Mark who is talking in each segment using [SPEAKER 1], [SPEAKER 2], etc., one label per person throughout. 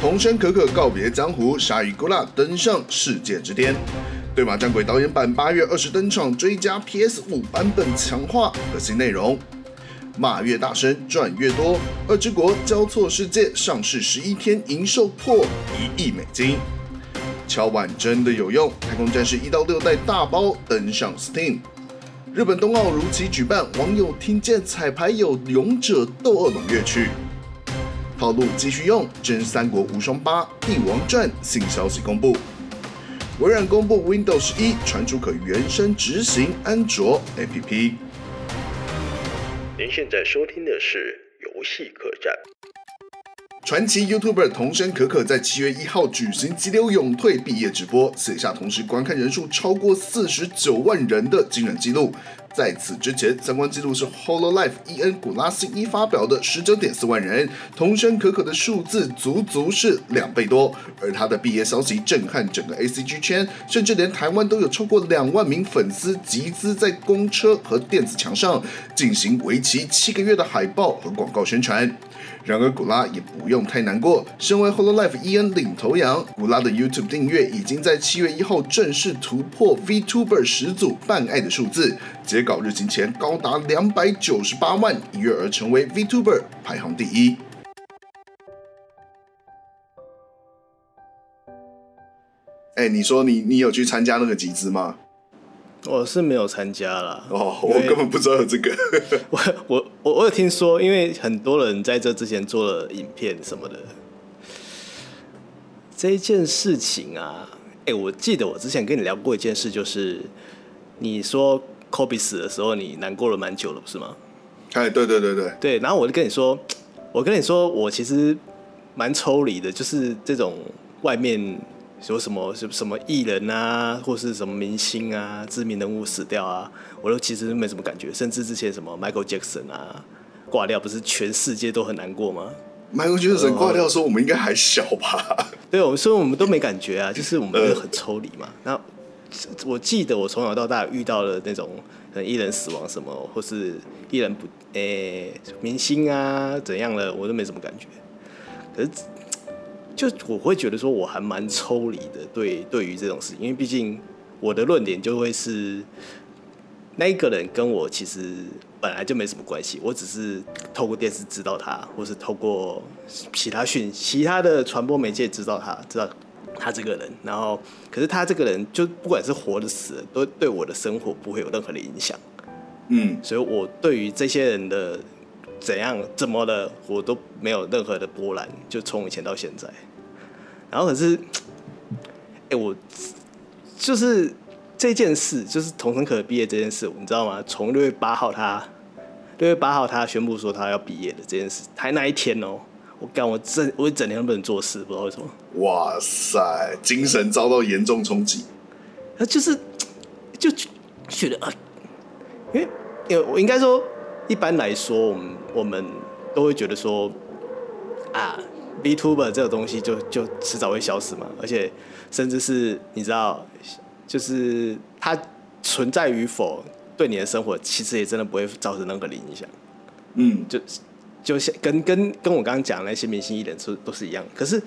[SPEAKER 1] 童声可可告别江湖，沙伊古拉登上世界之巅。对马战鬼导演版八月二十登场，追加 PS 五版本强化和新内容。骂越大声赚越多，二之国交错世界上市十一天营收破一亿美金。敲碗真的有用，太空战士一到六代大包登上 Steam。日本冬奥如期举办，网友听见彩排有《勇者斗恶龙》乐曲。套路继续用，《真三国无双八》《帝王传》新消息公布。微软公布 Windows 十一传出可原生执行安卓 APP。
[SPEAKER 2] 您现在收听的是《游戏客栈》。
[SPEAKER 1] 传奇 YouTuber 童声可可在七月一号举行激流勇退毕业直播，写下同时观看人数超过四十九万人的惊人纪录。在此之前，相关记录是 Hololive EN 古拉斯一发表的十九点四万人，童声可可的数字足足是两倍多。而他的毕业消息震撼整个 ACG 圈，甚至连台湾都有超过两万名粉丝集资在公车和电子墙上进行为期七个月的海报和广告宣传。然而，古拉也不用太难过。身为 Hololive EN 领头羊，古拉的 YouTube 订阅已经在七月一号正式突破 VTuber 始祖办爱的数字，截稿日前前高达两百九十八万，一跃而成为 VTuber 排行第一。哎、你说你你有去参加那个集资吗？
[SPEAKER 3] 我哦是没有参加啦。
[SPEAKER 1] 哦，
[SPEAKER 3] 因
[SPEAKER 1] 我
[SPEAKER 3] 为
[SPEAKER 1] 根本不知道有这个。
[SPEAKER 3] 我我我我有听说，因为很多人在这之前做了影片什么的。这一件事情啊，哎、我记得我之前跟你聊过一件事，就是你说 Kobe 死的时候，你难过了蛮久了，不是吗？
[SPEAKER 1] 哎，对对对对，
[SPEAKER 3] 对，然后我就跟你说，我跟你说，我其实蛮抽离的，就是这种外面有什么什什么艺人啊，或是什么明星啊、知名人物死掉啊，我都其实没什么感觉。甚至之前什么 Michael Jackson 啊挂掉，不是全世界都很难过吗？
[SPEAKER 1] 迈克尔·杰克逊挂掉的时候，我们应该还小吧？
[SPEAKER 3] 对，我们所以我们都没感觉啊，就是我们
[SPEAKER 1] 呃
[SPEAKER 3] 都很抽离嘛。那我记得我从小到大遇到了那种可能艺人死亡什么，或是艺人不诶、明星啊怎样了，我都没什么感觉。可是就我会觉得说我还蛮抽离的，对对于这种事情，因为毕竟我的论点就会是那一个人跟我其实本来就没什么关系，我只是透过电视知道他，或是透过其他讯其他的传播媒介知道他，知道他这个人。然后，可是他这个人就不管是活的死的，都对我的生活不会有任何的影响。
[SPEAKER 1] 嗯，
[SPEAKER 3] 所以我对于这些人的怎样怎么了，我都没有任何的波澜，就从以前到现在。然后可是，哎、我就是这件事，就是童声可毕业这件事，你知道吗？从六月八号他六月八号他宣布说他要毕业的这件事，他那一天哦，我干我整我一整天都不能做事，不知道为什么。
[SPEAKER 1] 哇塞，精神遭到严重冲击。
[SPEAKER 3] 他就是就就觉得啊，因为因为呃我应该说，一般来说，我们我们都会觉得说啊，VTuber 这个东西就就迟早会消失嘛，而且甚至是你知道，就是它存在与否，对你的生活其实也真的不会造成任何的影响。
[SPEAKER 1] 嗯，
[SPEAKER 3] 就就像跟跟跟我刚刚讲的那些明星艺人是都是一样。可是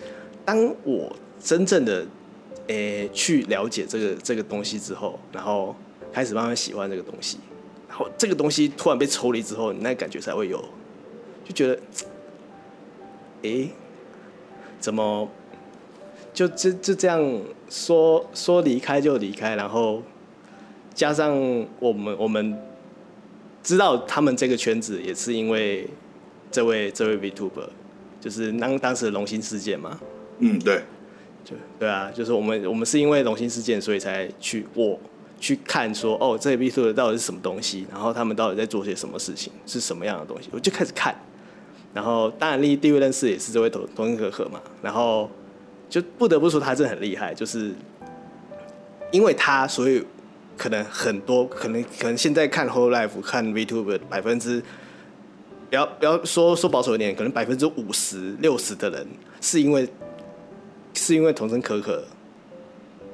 [SPEAKER 3] 当我真正的诶、去了解这个这个东西之后，然后开始慢慢喜欢这个东西，然后这个东西突然被抽离之后，你那感觉才会有，就觉得，诶、怎么就就就这样说说离开就离开，然后加上我们我们知道他们这个圈子也是因为这位这位 Vtuber，就是当当时的龙兴事件嘛，
[SPEAKER 1] 嗯，对，
[SPEAKER 3] 就对啊，就是我们我们是因为龙兴事件，所以才去我去看说哦，这 Vtuber 到底是什么东西，然后他们到底在做些什么事情，是什么样的东西，我就开始看。然后当然第第一位认识也是这位同同根可可嘛，然后就不得不说他真的很厉害，就是因为他，所以可能很多可能可能现在看 Whole Life 看 VTuber 百分之。不要不要说说保守一点，可能百分之五十六十的人是因为是因为童声可可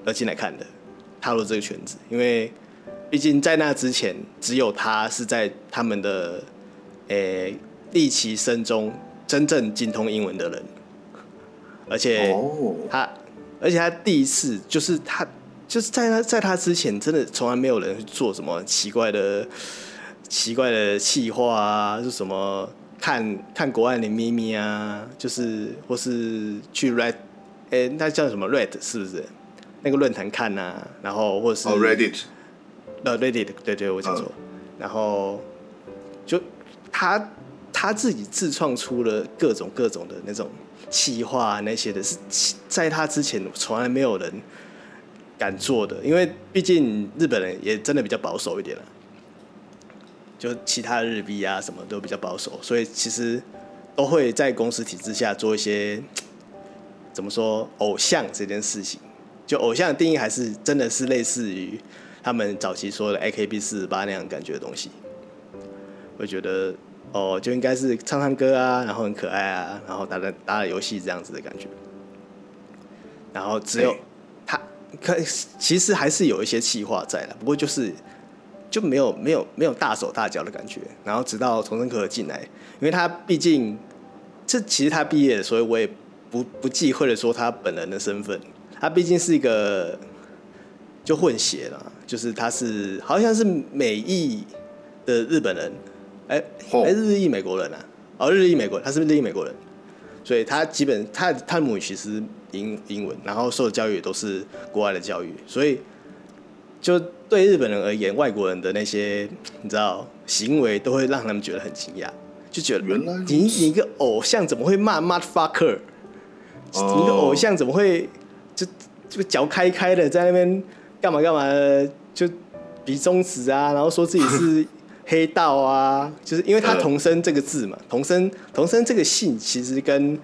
[SPEAKER 3] 而进来看的，踏入这个圈子，因为毕竟在那之前，只有他是在他们的诶历奇生中真正精通英文的人，而且
[SPEAKER 1] 哦
[SPEAKER 3] 他，而且他第一次就是他就是在他在他之前，真的从来没有人去做什么奇怪的奇怪的企划啊，是什么看看国外的咪咪啊，就是或是去 Red，哎、那叫什么 Red 是不是？那个论坛看啊，然后或是
[SPEAKER 1] 哦，Reddit，
[SPEAKER 3] 呃，Reddit，对对，我讲错。然后就他他自己自创出了各种各种的那种企划啊那些的，是其在他之前从来没有人敢做的，因为毕竟日本人也真的比较保守一点了、就其他日币啊什么都比较保守，所以其实都会在公司体制下做一些怎么说偶像这件事情。就偶像的定义还是真的是类似于他们早期说的 AKB 四十八那样感觉的东西。我觉得哦，就应该是唱唱歌啊，然后很可爱啊，然后打打打打游戏这样子的感觉。然后只有
[SPEAKER 1] 对
[SPEAKER 3] 他可其实还是有一些气话在的，不过就是就没有没有没有大手大脚的感觉。然后直到重生可可进来，因为他毕竟这其实他毕业，所以我也不不忌讳的说他本人的身份，他毕竟是一个就混血啦，就是他是好像是美裔的日本人，哎、
[SPEAKER 1] 哦
[SPEAKER 3] 哎日裔美国人啊，哦日裔美国人，他是不是日裔美国人？所以他基本他他母语其实英英文，然后受的教育也都是国外的教育，所以就对日本人而言，外国人的那些你知道行为都会让他们觉得很惊讶，就觉得
[SPEAKER 1] 原来如此
[SPEAKER 3] 你你一个偶像怎么会骂 motherfucker？、你一个偶像怎么会就就脚开开的在那边干嘛干嘛的，就比中指啊，然后说自己是黑道啊，就是因为他
[SPEAKER 1] 呃
[SPEAKER 3] 童生这个字嘛，童生童生这个姓其实跟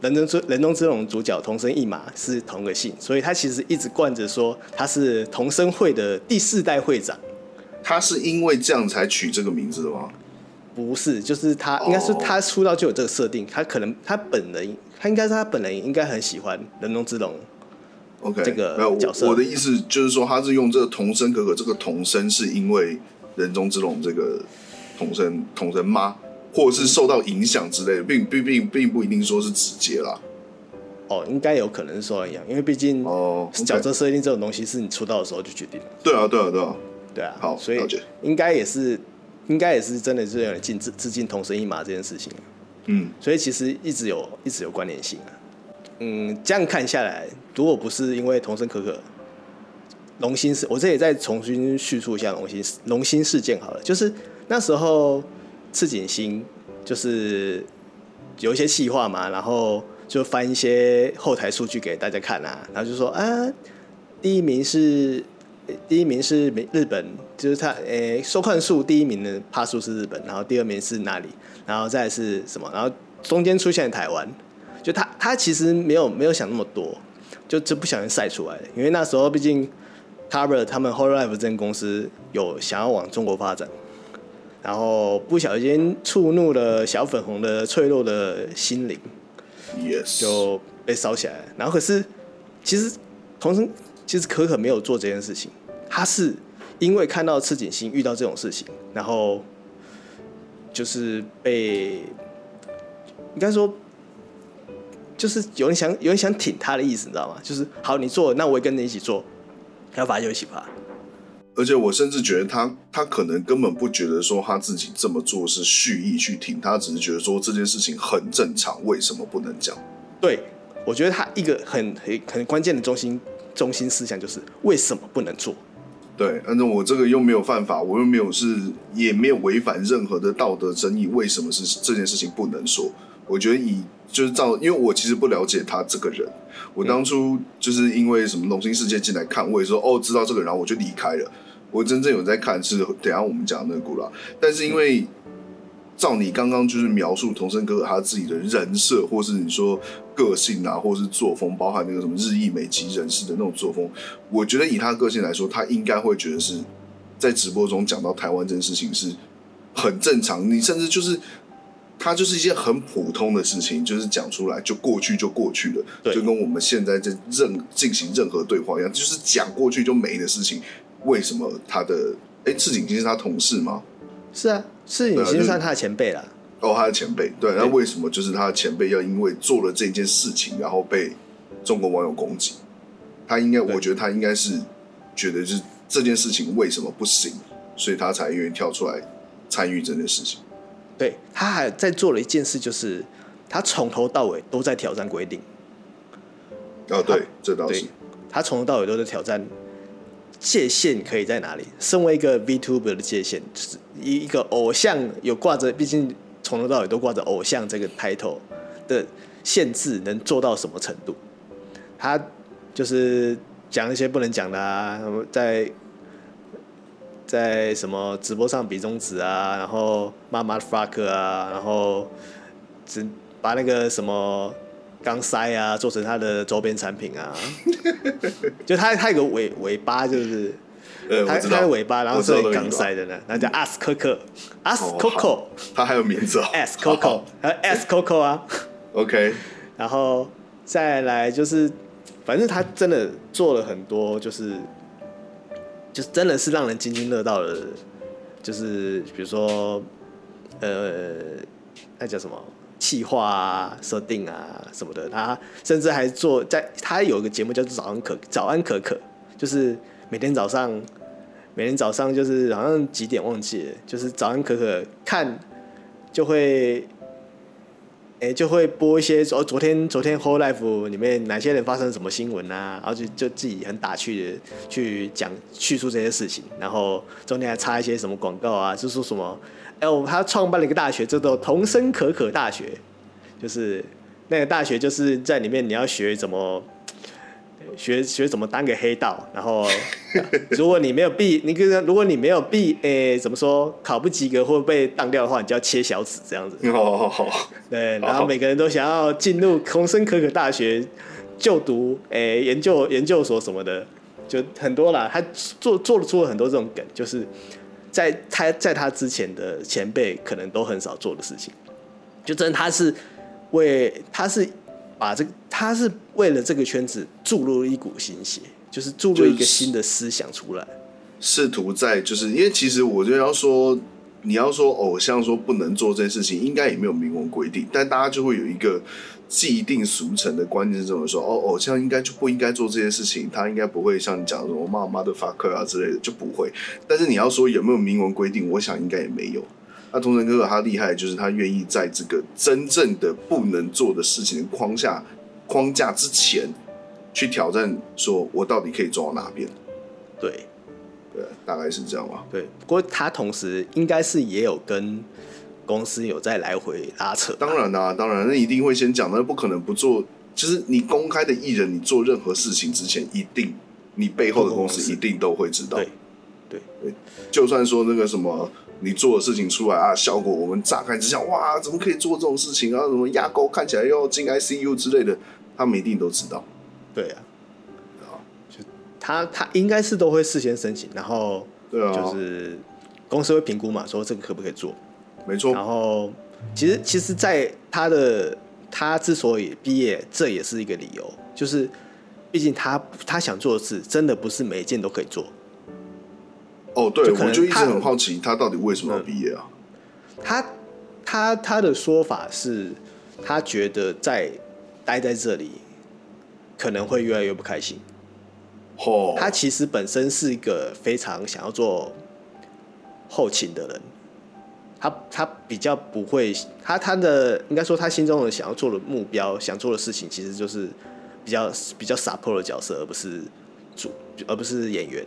[SPEAKER 3] 人中之人中之龙主角童生一马是同个姓，所以他其实一直惯着说他是童生会的第四代会长。
[SPEAKER 1] 他是因为这样才取这个名字的吗？
[SPEAKER 3] 不是，就是他
[SPEAKER 1] 哦，
[SPEAKER 3] 应该是他出道就有这个设定。他可能他本人，他应该是他本人应该很喜欢人中之龙。
[SPEAKER 1] OK，
[SPEAKER 3] 这个
[SPEAKER 1] 没有
[SPEAKER 3] 角色
[SPEAKER 1] 我我的意思就是说，他是用这个童声可可，这个童声是因为人中之龙这个童声童声吗？或者是受到影响之类的，并并并并不一定说是直接啦。
[SPEAKER 3] 哦，应该有可能是受到影响，因为毕竟
[SPEAKER 1] 哦，OK
[SPEAKER 3] 角色设定这种东西是你出道的时候就决定了，
[SPEAKER 1] 对啊，对啊，对啊，
[SPEAKER 3] 对啊，
[SPEAKER 1] 好
[SPEAKER 3] 所以
[SPEAKER 1] 了解
[SPEAKER 3] 应该也是，应该也是真的是有点近致致敬同生一马这件事情啊，
[SPEAKER 1] 嗯，
[SPEAKER 3] 所以其实一直有一直有关联性啊。嗯，这样看下来，如果不是因为童生可可，龙兴事，我这里再重新叙述一下龙兴事龙兴事件好了，就是那时候赤井星就是有一些企划嘛，然后就翻一些后台数据给大家看啊，然后就说啊，第一名是第一名是美日本，就是他诶、收看数第一名的帕数是日本，然后第二名是哪里，然后再来是什么，然后中间出现台湾，就他他其实没有没有想那么多，就就不小心晒出来了，因为那时候毕竟 Cover 他们 Whole Life 这间公司有想要往中国发展。然后不小心触怒了小粉红的脆弱的心灵，
[SPEAKER 1] Yes，
[SPEAKER 3] 就被烧起来了。然后可是其实童生其实可可没有做这件事情，他是因为看到赤井星遇到这种事情，然后就是被应该说。就是有人想有人想挺他的意思，你知道吗？就是好，你做，那我也跟你一起做，要罚就一起罚。
[SPEAKER 1] 而且我甚至觉得他他可能根本不觉得说他自己这么做是蓄意去挺，他只是觉得说这件事情很正常，为什么不能讲？
[SPEAKER 3] 对，我觉得他一个很很很关键的中心中心思想就是为什么不能做？
[SPEAKER 1] 对，反正我这个又没有犯法，我又没有是也没有违反任何的道德争议，为什么是这件事情不能说？我觉得以就是照，因为我其实不了解他这个人，我当初就是因为什么龙兴世界进来看，我也说哦知道这个人，然后我就离开了。我真正有在看是等一下我们讲的那个古拉，但是因为照你刚刚就是描述童声哥他自己的人设，或是你说个性啊，或是作风，包含那个什么日裔美籍人士的那种作风，我觉得以他个性来说，他应该会觉得是在直播中讲到台湾这件事情是很正常，你甚至就是。他就是一件很普通的事情，就是讲出来就过去就过去了，
[SPEAKER 3] 对
[SPEAKER 1] 就跟我们现在在任进行任何对话一样，就是讲过去就没的事情。为什么他的哎，赤井星是他同事吗？
[SPEAKER 3] 是啊，是你
[SPEAKER 1] 对啊
[SPEAKER 3] 先
[SPEAKER 1] 就
[SPEAKER 3] 算他的前辈啦。
[SPEAKER 1] 哦，他的前辈，对，那为什么就是他的前辈要因为做了这件事情，然后被中国网友攻击？他应该，我觉得他应该是觉得就是这件事情为什么不行，所以他才愿意跳出来参与这件事情。
[SPEAKER 3] 对他还在做了一件事，就是他从头到尾都在挑战规定，
[SPEAKER 1] 哦，对，这倒
[SPEAKER 3] 对
[SPEAKER 1] 是，
[SPEAKER 3] 他从头到尾都在挑战界限可以在哪里。身为一个 VTuber 的界限，就是一一个偶像有挂着，毕竟从头到尾都挂着偶像这个 title 的限制，能做到什么程度？他就是讲一些不能讲的啊，什么在在什么直播上比中指啊，然后骂 motherfucker 啊，然后只把那个什么钢塞啊做成他的周边产品啊，就他他有个尾尾巴就是。
[SPEAKER 1] 呃，
[SPEAKER 3] 他
[SPEAKER 1] 我知
[SPEAKER 3] 他的
[SPEAKER 1] 道
[SPEAKER 3] 尾巴，然后
[SPEAKER 1] 我知道
[SPEAKER 3] 是
[SPEAKER 1] 那个
[SPEAKER 3] 钢塞
[SPEAKER 1] 尾嗯
[SPEAKER 3] 的呢，然后叫 As Coco，As
[SPEAKER 1] 巴哦
[SPEAKER 3] Coco
[SPEAKER 1] 好他还有名字哦
[SPEAKER 3] S Coco，还有 S Coco 啊，
[SPEAKER 1] ，OK，
[SPEAKER 3] 然后再来就是，反正他真的做了很多，就是就是真的是让人津津乐道的，就是比如说呃，那叫什么企划啊、设定啊什么的，他甚至还做在他有一个节目叫做《早安可早安可可》，就是每天早上。每天早上就是好像几点忘记了，就是早安可可看就会哎、就会播一些哦，昨天昨天 Whole Life 里面哪些人发生什么新闻啊，然后就就自己很打趣的去讲叙述这些事情，然后中间还插一些什么广告啊，就说什么，哎、我他创办了一个大学叫做童声可可大学，就是那个大学就是在里面你要学怎么。学学怎么当个黑道，然后如果你没有毕，你跟如果你没有毕，诶、怎么说考不及格或被当掉的话，你就要切小指这样子。
[SPEAKER 1] 好好好，
[SPEAKER 3] 对，
[SPEAKER 1] 好
[SPEAKER 3] 然后每个人都想要进入孔森可可大学就读，诶、研究研究所什么的，就很多啦。他做做出了很多这种梗，就是在他在他之前的前辈可能都很少做的事情。就真的他是为他是把这个他是为了这个圈子注入一股新血，就是注入一
[SPEAKER 1] 就
[SPEAKER 3] 个
[SPEAKER 1] 是
[SPEAKER 3] 新的思想出来。
[SPEAKER 1] 试图在就是因为其实我就要说，你要说偶像说不能做这件事情，应该也没有明文规定，但大家就会有一个既定俗成的观念，是这么说哦，偶像应该就不应该做这些事情，他应该不会像你讲的什么骂 motherfucker 啊之类的，就不会。但是你要说有没有明文规定，我想应该也没有。那童晨哥哥他厉害，就是他愿意在这个真正的不能做的事情的框架框架之前，去挑战，说我到底可以做到哪边？
[SPEAKER 3] 对，
[SPEAKER 1] 对，大概是这样吧。
[SPEAKER 3] 对，不过他同时应该是也有跟公司有在来回拉扯吧。
[SPEAKER 1] 当然啦、当然，那一定会先讲，那不可能不做。就是你公开的艺人，你做任何事情之前，一定你背后的公
[SPEAKER 3] 公
[SPEAKER 1] 司
[SPEAKER 3] 司
[SPEAKER 1] 一定都会知道
[SPEAKER 3] 对。
[SPEAKER 1] 就算说那个什么，你做的事情出来啊，效果我们乍看之下，哇，怎么可以做这种事情啊？什么压沟看起来又要进 ICU 之类的，他们一定都知道。
[SPEAKER 3] 对啊
[SPEAKER 1] 好，
[SPEAKER 3] 就他他应该是都会事先申请，然后
[SPEAKER 1] 对啊，
[SPEAKER 3] 就是公司会评估嘛，说这个可不可以做。
[SPEAKER 1] 没错
[SPEAKER 3] 然，后其实其实，在他的他之所以毕业，这也是一个理由，就是毕竟他他想做的事，真的不是每一件都可以做。
[SPEAKER 1] 哦，对，
[SPEAKER 3] 就可能
[SPEAKER 1] 我就一直
[SPEAKER 3] 他嗯
[SPEAKER 1] 很好奇，他到底为什么要毕业啊？
[SPEAKER 3] 他他他的说法是，他觉得在待在这里可能会越来越不开心。
[SPEAKER 1] 哦，
[SPEAKER 3] 他其实本身是一个非常想要做后勤的人，他他比较不会，他他的应该说他心中的想要做的目标、想做的事情，其实就是比较比较傻破的角色，而不是主，而不是演员。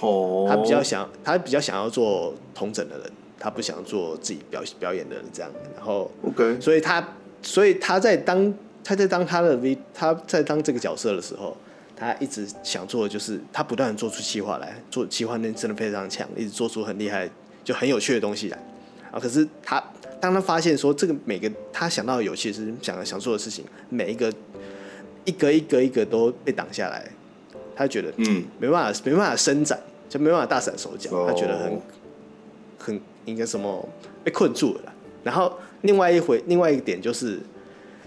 [SPEAKER 1] 哦，
[SPEAKER 3] 他比较想，他比较想要做同整的人，他不想做自己表表演的人这样。然后，
[SPEAKER 1] OK，
[SPEAKER 3] 所以他，所以他在当他在当他的 V，他在当这个角色的时候，他一直想做的就是他不断的做出企划来，做企划能力真的非常强，一直做出很厉害就很有趣的东西来。啊，可是他当他发现说这个每个他想到的有趣是想想做的事情，每一个一个一个一个都被挡下来，他觉得
[SPEAKER 1] 嗯，
[SPEAKER 3] 没办法，没办法伸展，就没办法大展手脚
[SPEAKER 1] 哦，
[SPEAKER 3] 他觉得很很应该什么被困住了啦。然后另外一回，另外一个点就是，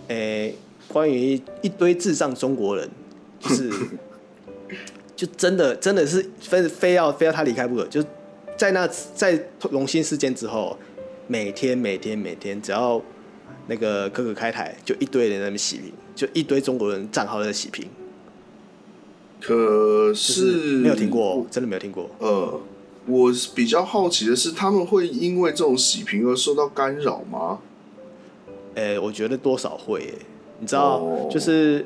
[SPEAKER 3] 诶、关于一一堆智障中国人，就是 就真的真的是非非要非要他离开不可，就在那在龙兴事件之后，每天每天每天，只要那个可可开台，就一堆人在那边洗屏，就一堆中国人账号在洗屏，
[SPEAKER 1] 可
[SPEAKER 3] 就是是没有听过哦，真的没有听过。
[SPEAKER 1] 呃，我比较好奇的是，他们会因为这种洗屏而受到干扰吗？
[SPEAKER 3] 诶、我觉得多少会耶、你知道，
[SPEAKER 1] 哦
[SPEAKER 3] 就是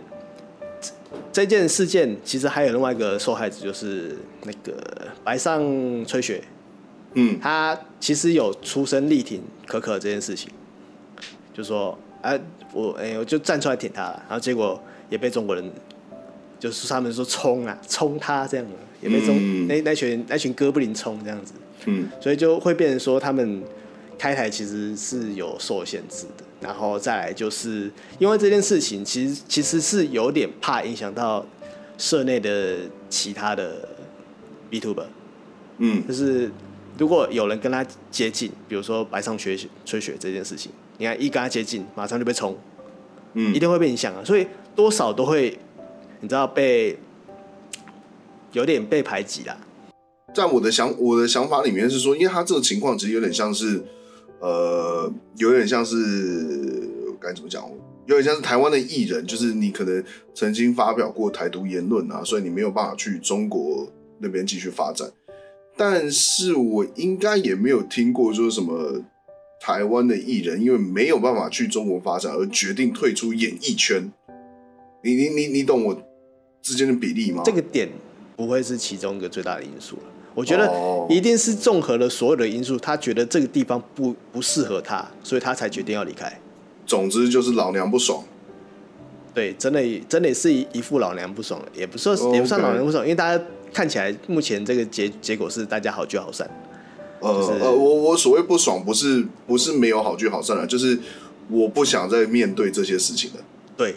[SPEAKER 3] 这这件事件，其实还有另外一个受害者，就是那个白上吹雪，
[SPEAKER 1] 嗯，
[SPEAKER 3] 他其实有出声力挺可可这件事情，就说，哎、我哎、我就站出来挺他了，然后结果也被中国人，就是他们说冲啊，冲他这样的，也被中、
[SPEAKER 1] 嗯
[SPEAKER 3] 那那群那群哥布林冲这样子，
[SPEAKER 1] 嗯，
[SPEAKER 3] 所以就会变成说他们开台其实是有受限制的。然后再来就是因为这件事情，其实其实是有点怕影响到社内的其他的 B Tuber，
[SPEAKER 1] 嗯
[SPEAKER 3] 就是如果有人跟他接近，比如说白上吹雪吹雪这件事情，你看一跟他接近，马上就被冲，
[SPEAKER 1] 嗯
[SPEAKER 3] 一定会被影响啊。所以多少都会，你知道被有点被排挤啦。
[SPEAKER 1] 在我的想我的想法里面是说，因为他这个情况其实有点像是，呃，有点像是该怎么讲？有点像是台湾的艺人，就是你可能曾经发表过台独言论啊，所以你没有办法去中国那边继续发展。但是我应该也没有听过，就是什么台湾的艺人因为没有办法去中国发展而决定退出演艺圈。你你你你懂我之间的比例吗？
[SPEAKER 3] 这个点不会是其中一个最大的因素了。我觉得
[SPEAKER 1] 哦
[SPEAKER 3] 一定是综合了所有的因素，他觉得这个地方不不适合他，所以他才决定要离开。
[SPEAKER 1] 总之就是老娘不爽。
[SPEAKER 3] 对，真的真的是一一副老娘不爽了，也不算也不算
[SPEAKER 1] OK
[SPEAKER 3] 老娘不爽，因为大家看起来目前这个结结果是大家好聚好散。
[SPEAKER 1] 呃、
[SPEAKER 3] 就是
[SPEAKER 1] 呃，我我所谓不爽，不是不是没有好聚好散了，就是我不想再面对这些事情了。
[SPEAKER 3] 对，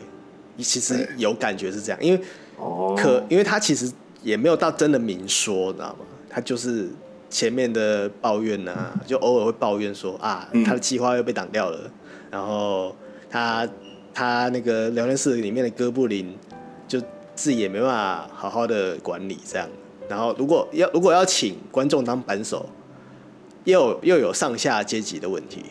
[SPEAKER 3] 其实有感觉是这样，因为
[SPEAKER 1] 哦
[SPEAKER 3] 可因为他其实也没有到真的明说，知道吗？他就是前面的抱怨呐、就偶尔会抱怨说啊，
[SPEAKER 1] 嗯
[SPEAKER 3] 他的计划又被挡掉了，然后他他那个聊天室里面的哥布林就自己也没办法好好的管理这样，然后如果要如果要请观众当扳手，又有又有上下阶级的问题，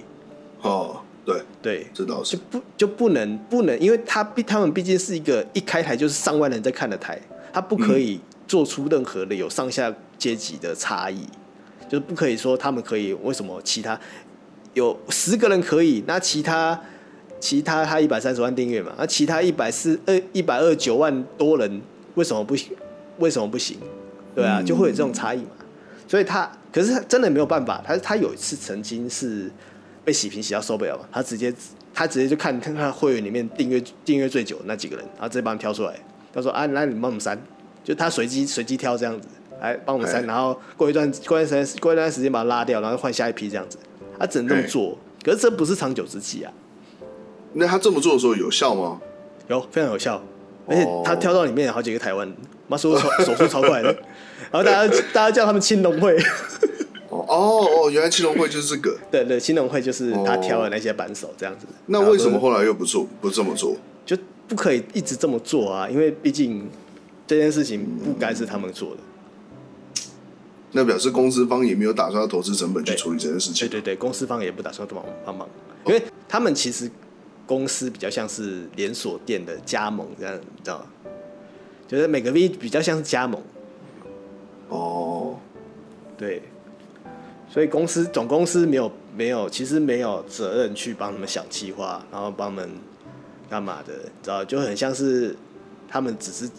[SPEAKER 1] 哦，对，
[SPEAKER 3] 对，
[SPEAKER 1] 这倒，
[SPEAKER 3] 就是不就不能不能，因为他毕他们毕竟是一个一开台就是上万人在看的台，他不可以做出任何的有上下阶级的差异，就是不可以说他们可以为什么其他有十个人可以，那其他其他他一百三十万订阅嘛，那其他一百四二一百二九万多人为什么不行？为什么不行？对啊，
[SPEAKER 1] 嗯
[SPEAKER 3] 就会有这种差异嘛。所以他可是他真的没有办法，他他有一次曾经是被洗屏洗到受不了嘛，他直接他直接就看看他会员里面订阅订阅最久的那几个人，然后直接帮他们挑出来，他说啊，那你帮我们删，就他随机随机挑这样子，来帮我们删，
[SPEAKER 1] 哎
[SPEAKER 3] 然后过一段过一段时间过一段时间把它拉掉，然后换下一批这样子，他只能这么
[SPEAKER 1] 哎
[SPEAKER 3] 做，可是这不是长久之计啊，
[SPEAKER 1] 那他这么做的时候有效吗？
[SPEAKER 3] 有非常有效，而且他
[SPEAKER 1] 哦
[SPEAKER 3] 挑到里面有好几个台湾人，妈说手手速超快的，然后大家大家叫他们青龙会。
[SPEAKER 1] 哦哦哦，原来青龙会就是这个。
[SPEAKER 3] 对对，新农会就是他挑的那些扳手这样子。
[SPEAKER 1] 哦那为什么后来又不做不这么做？
[SPEAKER 3] 就不可以一直这么做啊？因为毕竟这件事情不该是他们做的。
[SPEAKER 1] 那表示公司方也没有打算要投资成本去
[SPEAKER 3] 对
[SPEAKER 1] 处理这件事
[SPEAKER 3] 对
[SPEAKER 1] 情。
[SPEAKER 3] 对对，公司方也不打算帮忙帮忙，因为他们其实公司比较像是连锁店的加盟这样，你知道吗？就是每个 V 比较像是加盟，
[SPEAKER 1] 哦，
[SPEAKER 3] 对，所以公司总公司没有没有，其实没有责任去帮他们想计划，然后帮他们干嘛的，你知道，就很像是他们只是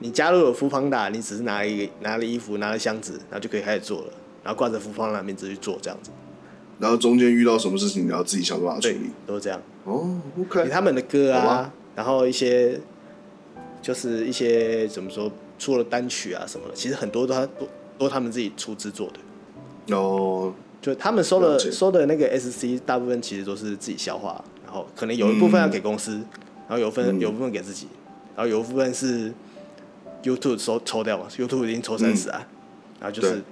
[SPEAKER 3] 你加入了福方达，你只是拿一个拿了衣服，拿了箱子，然后就可以开始做了，然后挂着福方达名字去做这样子，
[SPEAKER 1] 然后中间遇到什么事情，你要自己想办法处
[SPEAKER 3] 对
[SPEAKER 1] 理。，
[SPEAKER 3] 都是这样。
[SPEAKER 1] 哦
[SPEAKER 3] 给
[SPEAKER 1] ，OK，
[SPEAKER 3] 他们的歌
[SPEAKER 1] 好
[SPEAKER 3] 啊
[SPEAKER 1] 吧，
[SPEAKER 3] 然后一些就是一些怎么说出了单曲啊什么的，其实很多都他都都他们自己出资做的。
[SPEAKER 1] 哦，
[SPEAKER 3] 就他们收的
[SPEAKER 1] 了解
[SPEAKER 3] 收的那个 SC，大部分其实都是自己消化，然后可能有一部分要给公司，然后有一部分、
[SPEAKER 1] 嗯
[SPEAKER 3] 有一部分给自己，然后有一部分是 YouTube 抽抽掉嘛，YouTube 已经抽三十啊，然后就是
[SPEAKER 1] 嗯对，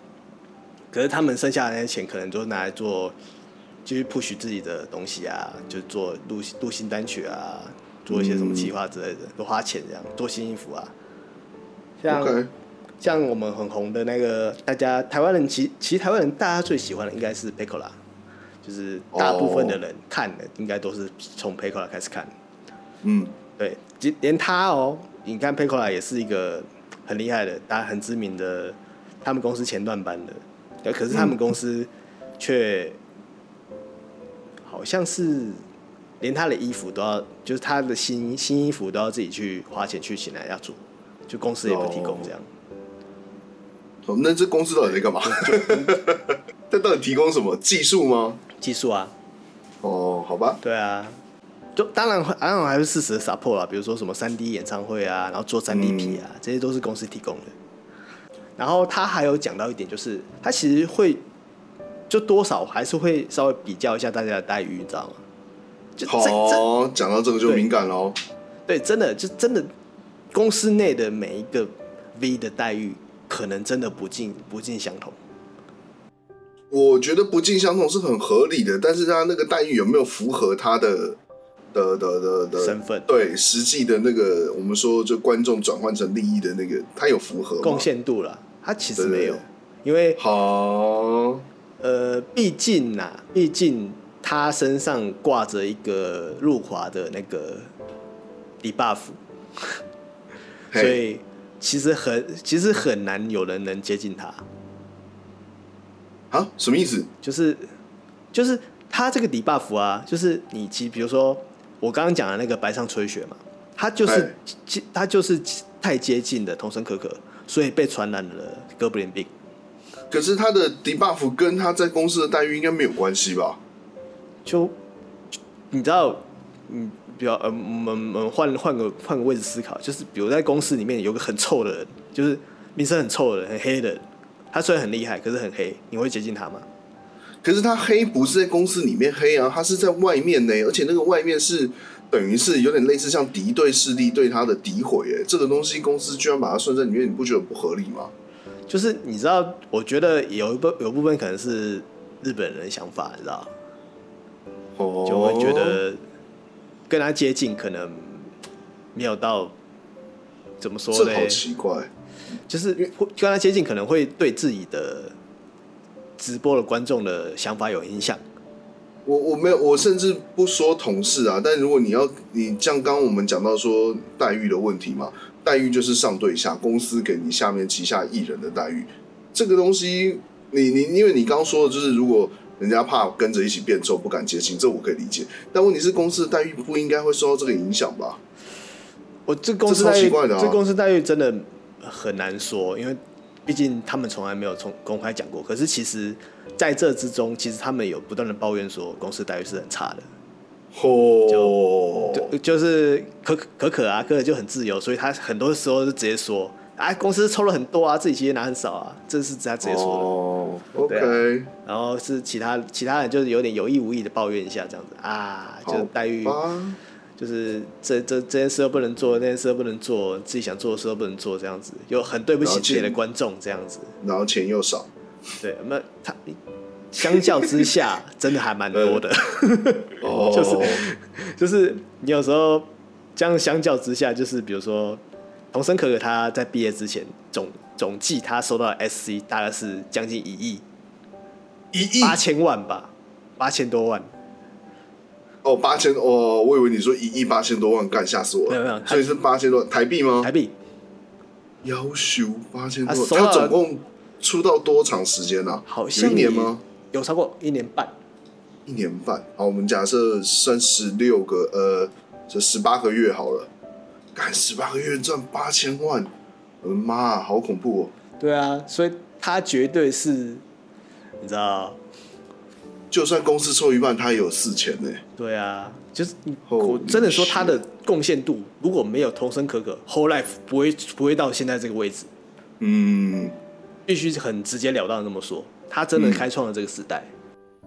[SPEAKER 3] 可是他们剩下的那些钱可能就拿来做，就是 push 自己的东西啊，就做录录新单曲啊，做一些
[SPEAKER 1] 嗯
[SPEAKER 3] 什么企划之类的，都花钱这样做新衣服啊，像。
[SPEAKER 1] OK，
[SPEAKER 3] 像我们很红的那个，大家台湾人其其实台湾人大家最喜欢的应该是 Pecola，就是大部分的人看的应该都是从 p a y c o l a 开始看。
[SPEAKER 1] 嗯，
[SPEAKER 3] 对，即连他哦，你看 p a y c o l a 也是一个很厉害的，大家很知名的，他们公司前段班的，对可是他们公司却好像是连他的衣服都要，就是他的新新衣服都要自己去花钱去请人家做，就公司也不提供这样。
[SPEAKER 1] 哦那这公司到底在干嘛？ 它到底提供什么技术吗？
[SPEAKER 3] 技术啊，
[SPEAKER 1] 哦，好吧，
[SPEAKER 3] 对啊，就当然会，当然还是适时的 support 啦，比如说什么三 D 演唱会啊，然后做三 D
[SPEAKER 1] 嗯
[SPEAKER 3] 皮啊，这些都是公司提供的。然后他还有讲到一点，就是他其实会就多少还是会稍微比较一下大家的待遇，你知道吗？就这这
[SPEAKER 1] 好，讲到这个就
[SPEAKER 3] 对
[SPEAKER 1] 敏感哦喽。
[SPEAKER 3] 对，真的就真的公司内的每一个 V 的待遇，可能真的不尽不尽相同。
[SPEAKER 1] 我觉得不尽相同是很合理的，但是他那个待遇有没有符合他的的的的的
[SPEAKER 3] 身份
[SPEAKER 1] 对，实际的那个我们说就观众转换成利益的那个，他有符合吗
[SPEAKER 3] 贡。献度啦，他其实
[SPEAKER 1] 对对
[SPEAKER 3] 没有
[SPEAKER 1] 对，
[SPEAKER 3] 因为
[SPEAKER 1] 好，
[SPEAKER 3] 呃，毕竟呐、毕竟他身上挂着一个入华的那个 debuff，
[SPEAKER 1] 嘿
[SPEAKER 3] 所以其实很其实很难有人能接近他，
[SPEAKER 1] 啊，什么意思？
[SPEAKER 3] 就是就是他这个 debuff 啊，就是你其比如说我刚刚讲的那个白上吹雪嘛，他就是他就是太接近的童声可可，所以被传染了哥布林病。
[SPEAKER 1] 可是他的 debuff 跟他在公司的待遇应该没有关系吧？
[SPEAKER 3] 就就你知道，嗯，比较呃，我们我们换换个换个位置思考，就是比如在公司里面有个很臭的人，就是名声很臭的人，很黑的人，他虽然很厉害，可是很黑，你会接近他吗？
[SPEAKER 1] 可是他黑不是在公司里面黑啊，他是在外面呢，而且那个外面是等于是有点类似像敌对势力对他的诋毁，哎，这个东西公司居然把它算在里面，你不觉得不合理吗？
[SPEAKER 3] 就是你知道，我觉得有一部有部分可能是日本人的想法，你知道，
[SPEAKER 1] 哦，
[SPEAKER 3] 就会觉得跟他接近可能没有到怎么说
[SPEAKER 1] 这
[SPEAKER 3] 嘞
[SPEAKER 1] 好，奇怪。
[SPEAKER 3] 就是会跟他接近可能会对自己的直播的观众的想法有影响。
[SPEAKER 1] 我我没有，我甚至不说同事啊，但如果你要你像刚刚我们讲到说待遇的问题嘛，待遇就是上对下，公司给你下面旗下艺人的待遇，这个东西，你你因为你刚刚说的就是如果人家怕跟着一起变臭不敢接近，这我可以理解，但问题是公司的待遇不应该会受到这个影响吧？
[SPEAKER 3] 我这公司待
[SPEAKER 1] 这超
[SPEAKER 3] 遇，
[SPEAKER 1] 奇怪的啊
[SPEAKER 3] 这公司待遇真的很难说，因为毕竟他们从来没有从公开讲过。可是其实在这之中，其实他们有不断的抱怨说公司待遇是很差的。
[SPEAKER 1] 哦，
[SPEAKER 3] 就就是可可可啊，可可就很自由，所以他很多时候就直接说，哎，公司抽了很多啊，自己其实拿很少啊，这是他直接说的。
[SPEAKER 1] 哦，OK，
[SPEAKER 3] 对啊然后是其他其他人就是有点有意无意的抱怨一下这样子啊，就
[SPEAKER 1] 好
[SPEAKER 3] 待遇
[SPEAKER 1] 吧
[SPEAKER 3] 就是这这这件事都不能做，那件事都不能做，自己想做的事都不能做，这样子又很对不
[SPEAKER 1] 了
[SPEAKER 3] 起自
[SPEAKER 1] 解
[SPEAKER 3] 己的观众，这样子。
[SPEAKER 1] 然后钱又少，
[SPEAKER 3] 对，那他相较之下，真的还蛮多的，
[SPEAKER 1] 呃哦，
[SPEAKER 3] 就是 就是你有时候这样相较之下，就是比如说童声可可他在毕业之前总总计他收到的 SC 大概是将近一亿
[SPEAKER 1] 一亿
[SPEAKER 3] 八千万吧，八千多万。
[SPEAKER 1] 哦，八千哦，我以为你说一亿八千多万，干吓死我了！
[SPEAKER 3] 没有没有他
[SPEAKER 1] 所以是八千多万台币吗
[SPEAKER 3] 台？币，
[SPEAKER 1] 要求八千多
[SPEAKER 3] 他
[SPEAKER 1] 万，
[SPEAKER 3] 收到
[SPEAKER 1] 他总共出道多长时间啊？
[SPEAKER 3] 好
[SPEAKER 1] 有
[SPEAKER 3] 像
[SPEAKER 1] 一年吗？
[SPEAKER 3] 有超过一年半，
[SPEAKER 1] 一年半。好，我们假设算十六个，呃，这十八个月好了，干十八个月赚八千万，我的妈啊、好恐怖哦！
[SPEAKER 3] 对啊，所以他绝对是，你知道，
[SPEAKER 1] 就算公司抽一半，他也有四千呢。
[SPEAKER 3] 对啊，就是你
[SPEAKER 1] Holy
[SPEAKER 3] 我真的说他的贡献度，如果没有童声可可，Whole Life 不会不会到现在这个位置，
[SPEAKER 1] 嗯，
[SPEAKER 3] 必须很直截了当的这么说，他真的开创了这个时代。
[SPEAKER 1] 嗯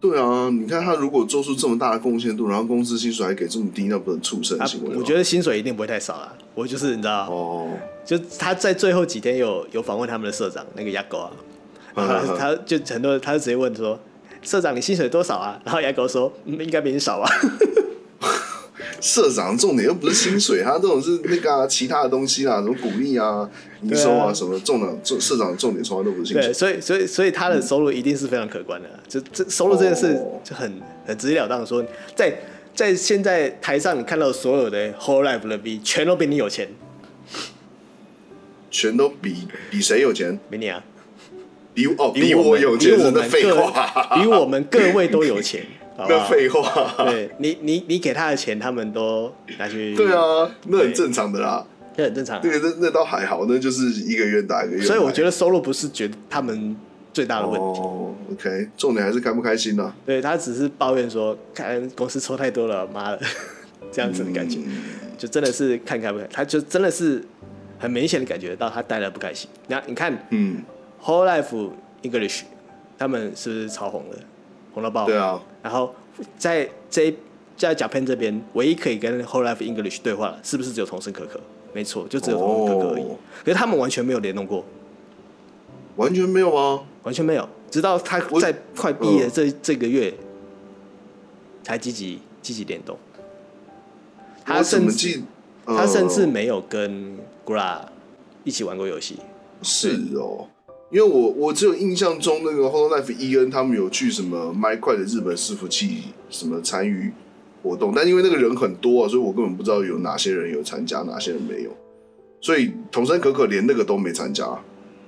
[SPEAKER 1] 对啊，你看他如果做出这么大的贡献度，然后公司薪水还给这么低，那不是畜生
[SPEAKER 3] 啊
[SPEAKER 1] 行为吗、
[SPEAKER 3] 我觉得薪水一定不会太少啦。我就是你知道，
[SPEAKER 1] 哦。
[SPEAKER 3] 就他在最后几天有有访问他们的社长那个牙狗啊，然
[SPEAKER 1] 嗯
[SPEAKER 3] 后他就很多人他就直接问说，社长你薪水多少啊？然后牙狗说，嗯，应该比你少啊。
[SPEAKER 1] 社长重点又不是薪水，他这种是那个、啊、其他的东西啦，什么鼓励啊、营收啊什么，重点重社长的重点从来都不是薪水。
[SPEAKER 3] 对，所以所以所以他的收入一定是非常可观的啊，就这收入这件事
[SPEAKER 1] 哦
[SPEAKER 3] 就很很直截了当地说，在在现在台上你看到所有的 whole life 的 V 全都比你有钱，
[SPEAKER 1] 全都比比谁有钱，
[SPEAKER 3] 比你啊，
[SPEAKER 1] 比哦
[SPEAKER 3] 比
[SPEAKER 1] 比我
[SPEAKER 3] 们
[SPEAKER 1] 有
[SPEAKER 3] 比
[SPEAKER 1] 钱，
[SPEAKER 3] 我
[SPEAKER 1] 真的
[SPEAKER 3] 们
[SPEAKER 1] 废
[SPEAKER 3] 各
[SPEAKER 1] 话，
[SPEAKER 3] 比我们各位都 有钱，好不
[SPEAKER 1] 那
[SPEAKER 3] 好？
[SPEAKER 1] 废话，
[SPEAKER 3] 对你你你给他的钱，他们都拿去，
[SPEAKER 1] 对，啊，那很
[SPEAKER 3] 对
[SPEAKER 1] 正常的啦。
[SPEAKER 3] 这很正常啊、
[SPEAKER 1] 那个那那倒还好，那就是一个愿打一个愿挨。
[SPEAKER 3] 所以我觉得收入不是觉得他们最大的问题，
[SPEAKER 1] 哦，OK，重点还是开不开心啊呢、
[SPEAKER 3] 对他只是抱怨说，看公司抽太多了，妈的， 这样子的感觉，
[SPEAKER 1] 嗯
[SPEAKER 3] 就真的是看开不开，他就真的是很明显的感觉到他待了不开心。那你看
[SPEAKER 1] 嗯，
[SPEAKER 3] Whole Life English，他们是不是超红了，红到爆？
[SPEAKER 1] 对。啊，
[SPEAKER 3] 然后在这一在甲片这边，唯一可以跟 Whole Life English 对话的，是不是只有童声可可？没错，就只有童声可可而已。
[SPEAKER 1] 哦
[SPEAKER 3] 可是他们完全没有联动过，
[SPEAKER 1] 完全没有啊吗？
[SPEAKER 3] 完全没有，直到他
[SPEAKER 1] 我嗯
[SPEAKER 3] 在快毕业这、这个月才积极积极联动。他
[SPEAKER 1] 我怎
[SPEAKER 3] 甚
[SPEAKER 1] 么
[SPEAKER 3] 至
[SPEAKER 1] 记？呃
[SPEAKER 3] 他甚至没有跟 Gra 一起玩过游戏，
[SPEAKER 1] 是哦，因为我我只有印象中那个 Hololive EN 他们有去什么麦块的日本伺服器什么参与活动，但因为那个人很多啊，所以我根本不知道有哪些人有参加，哪些人没有。所以童声可可连那个都没参加，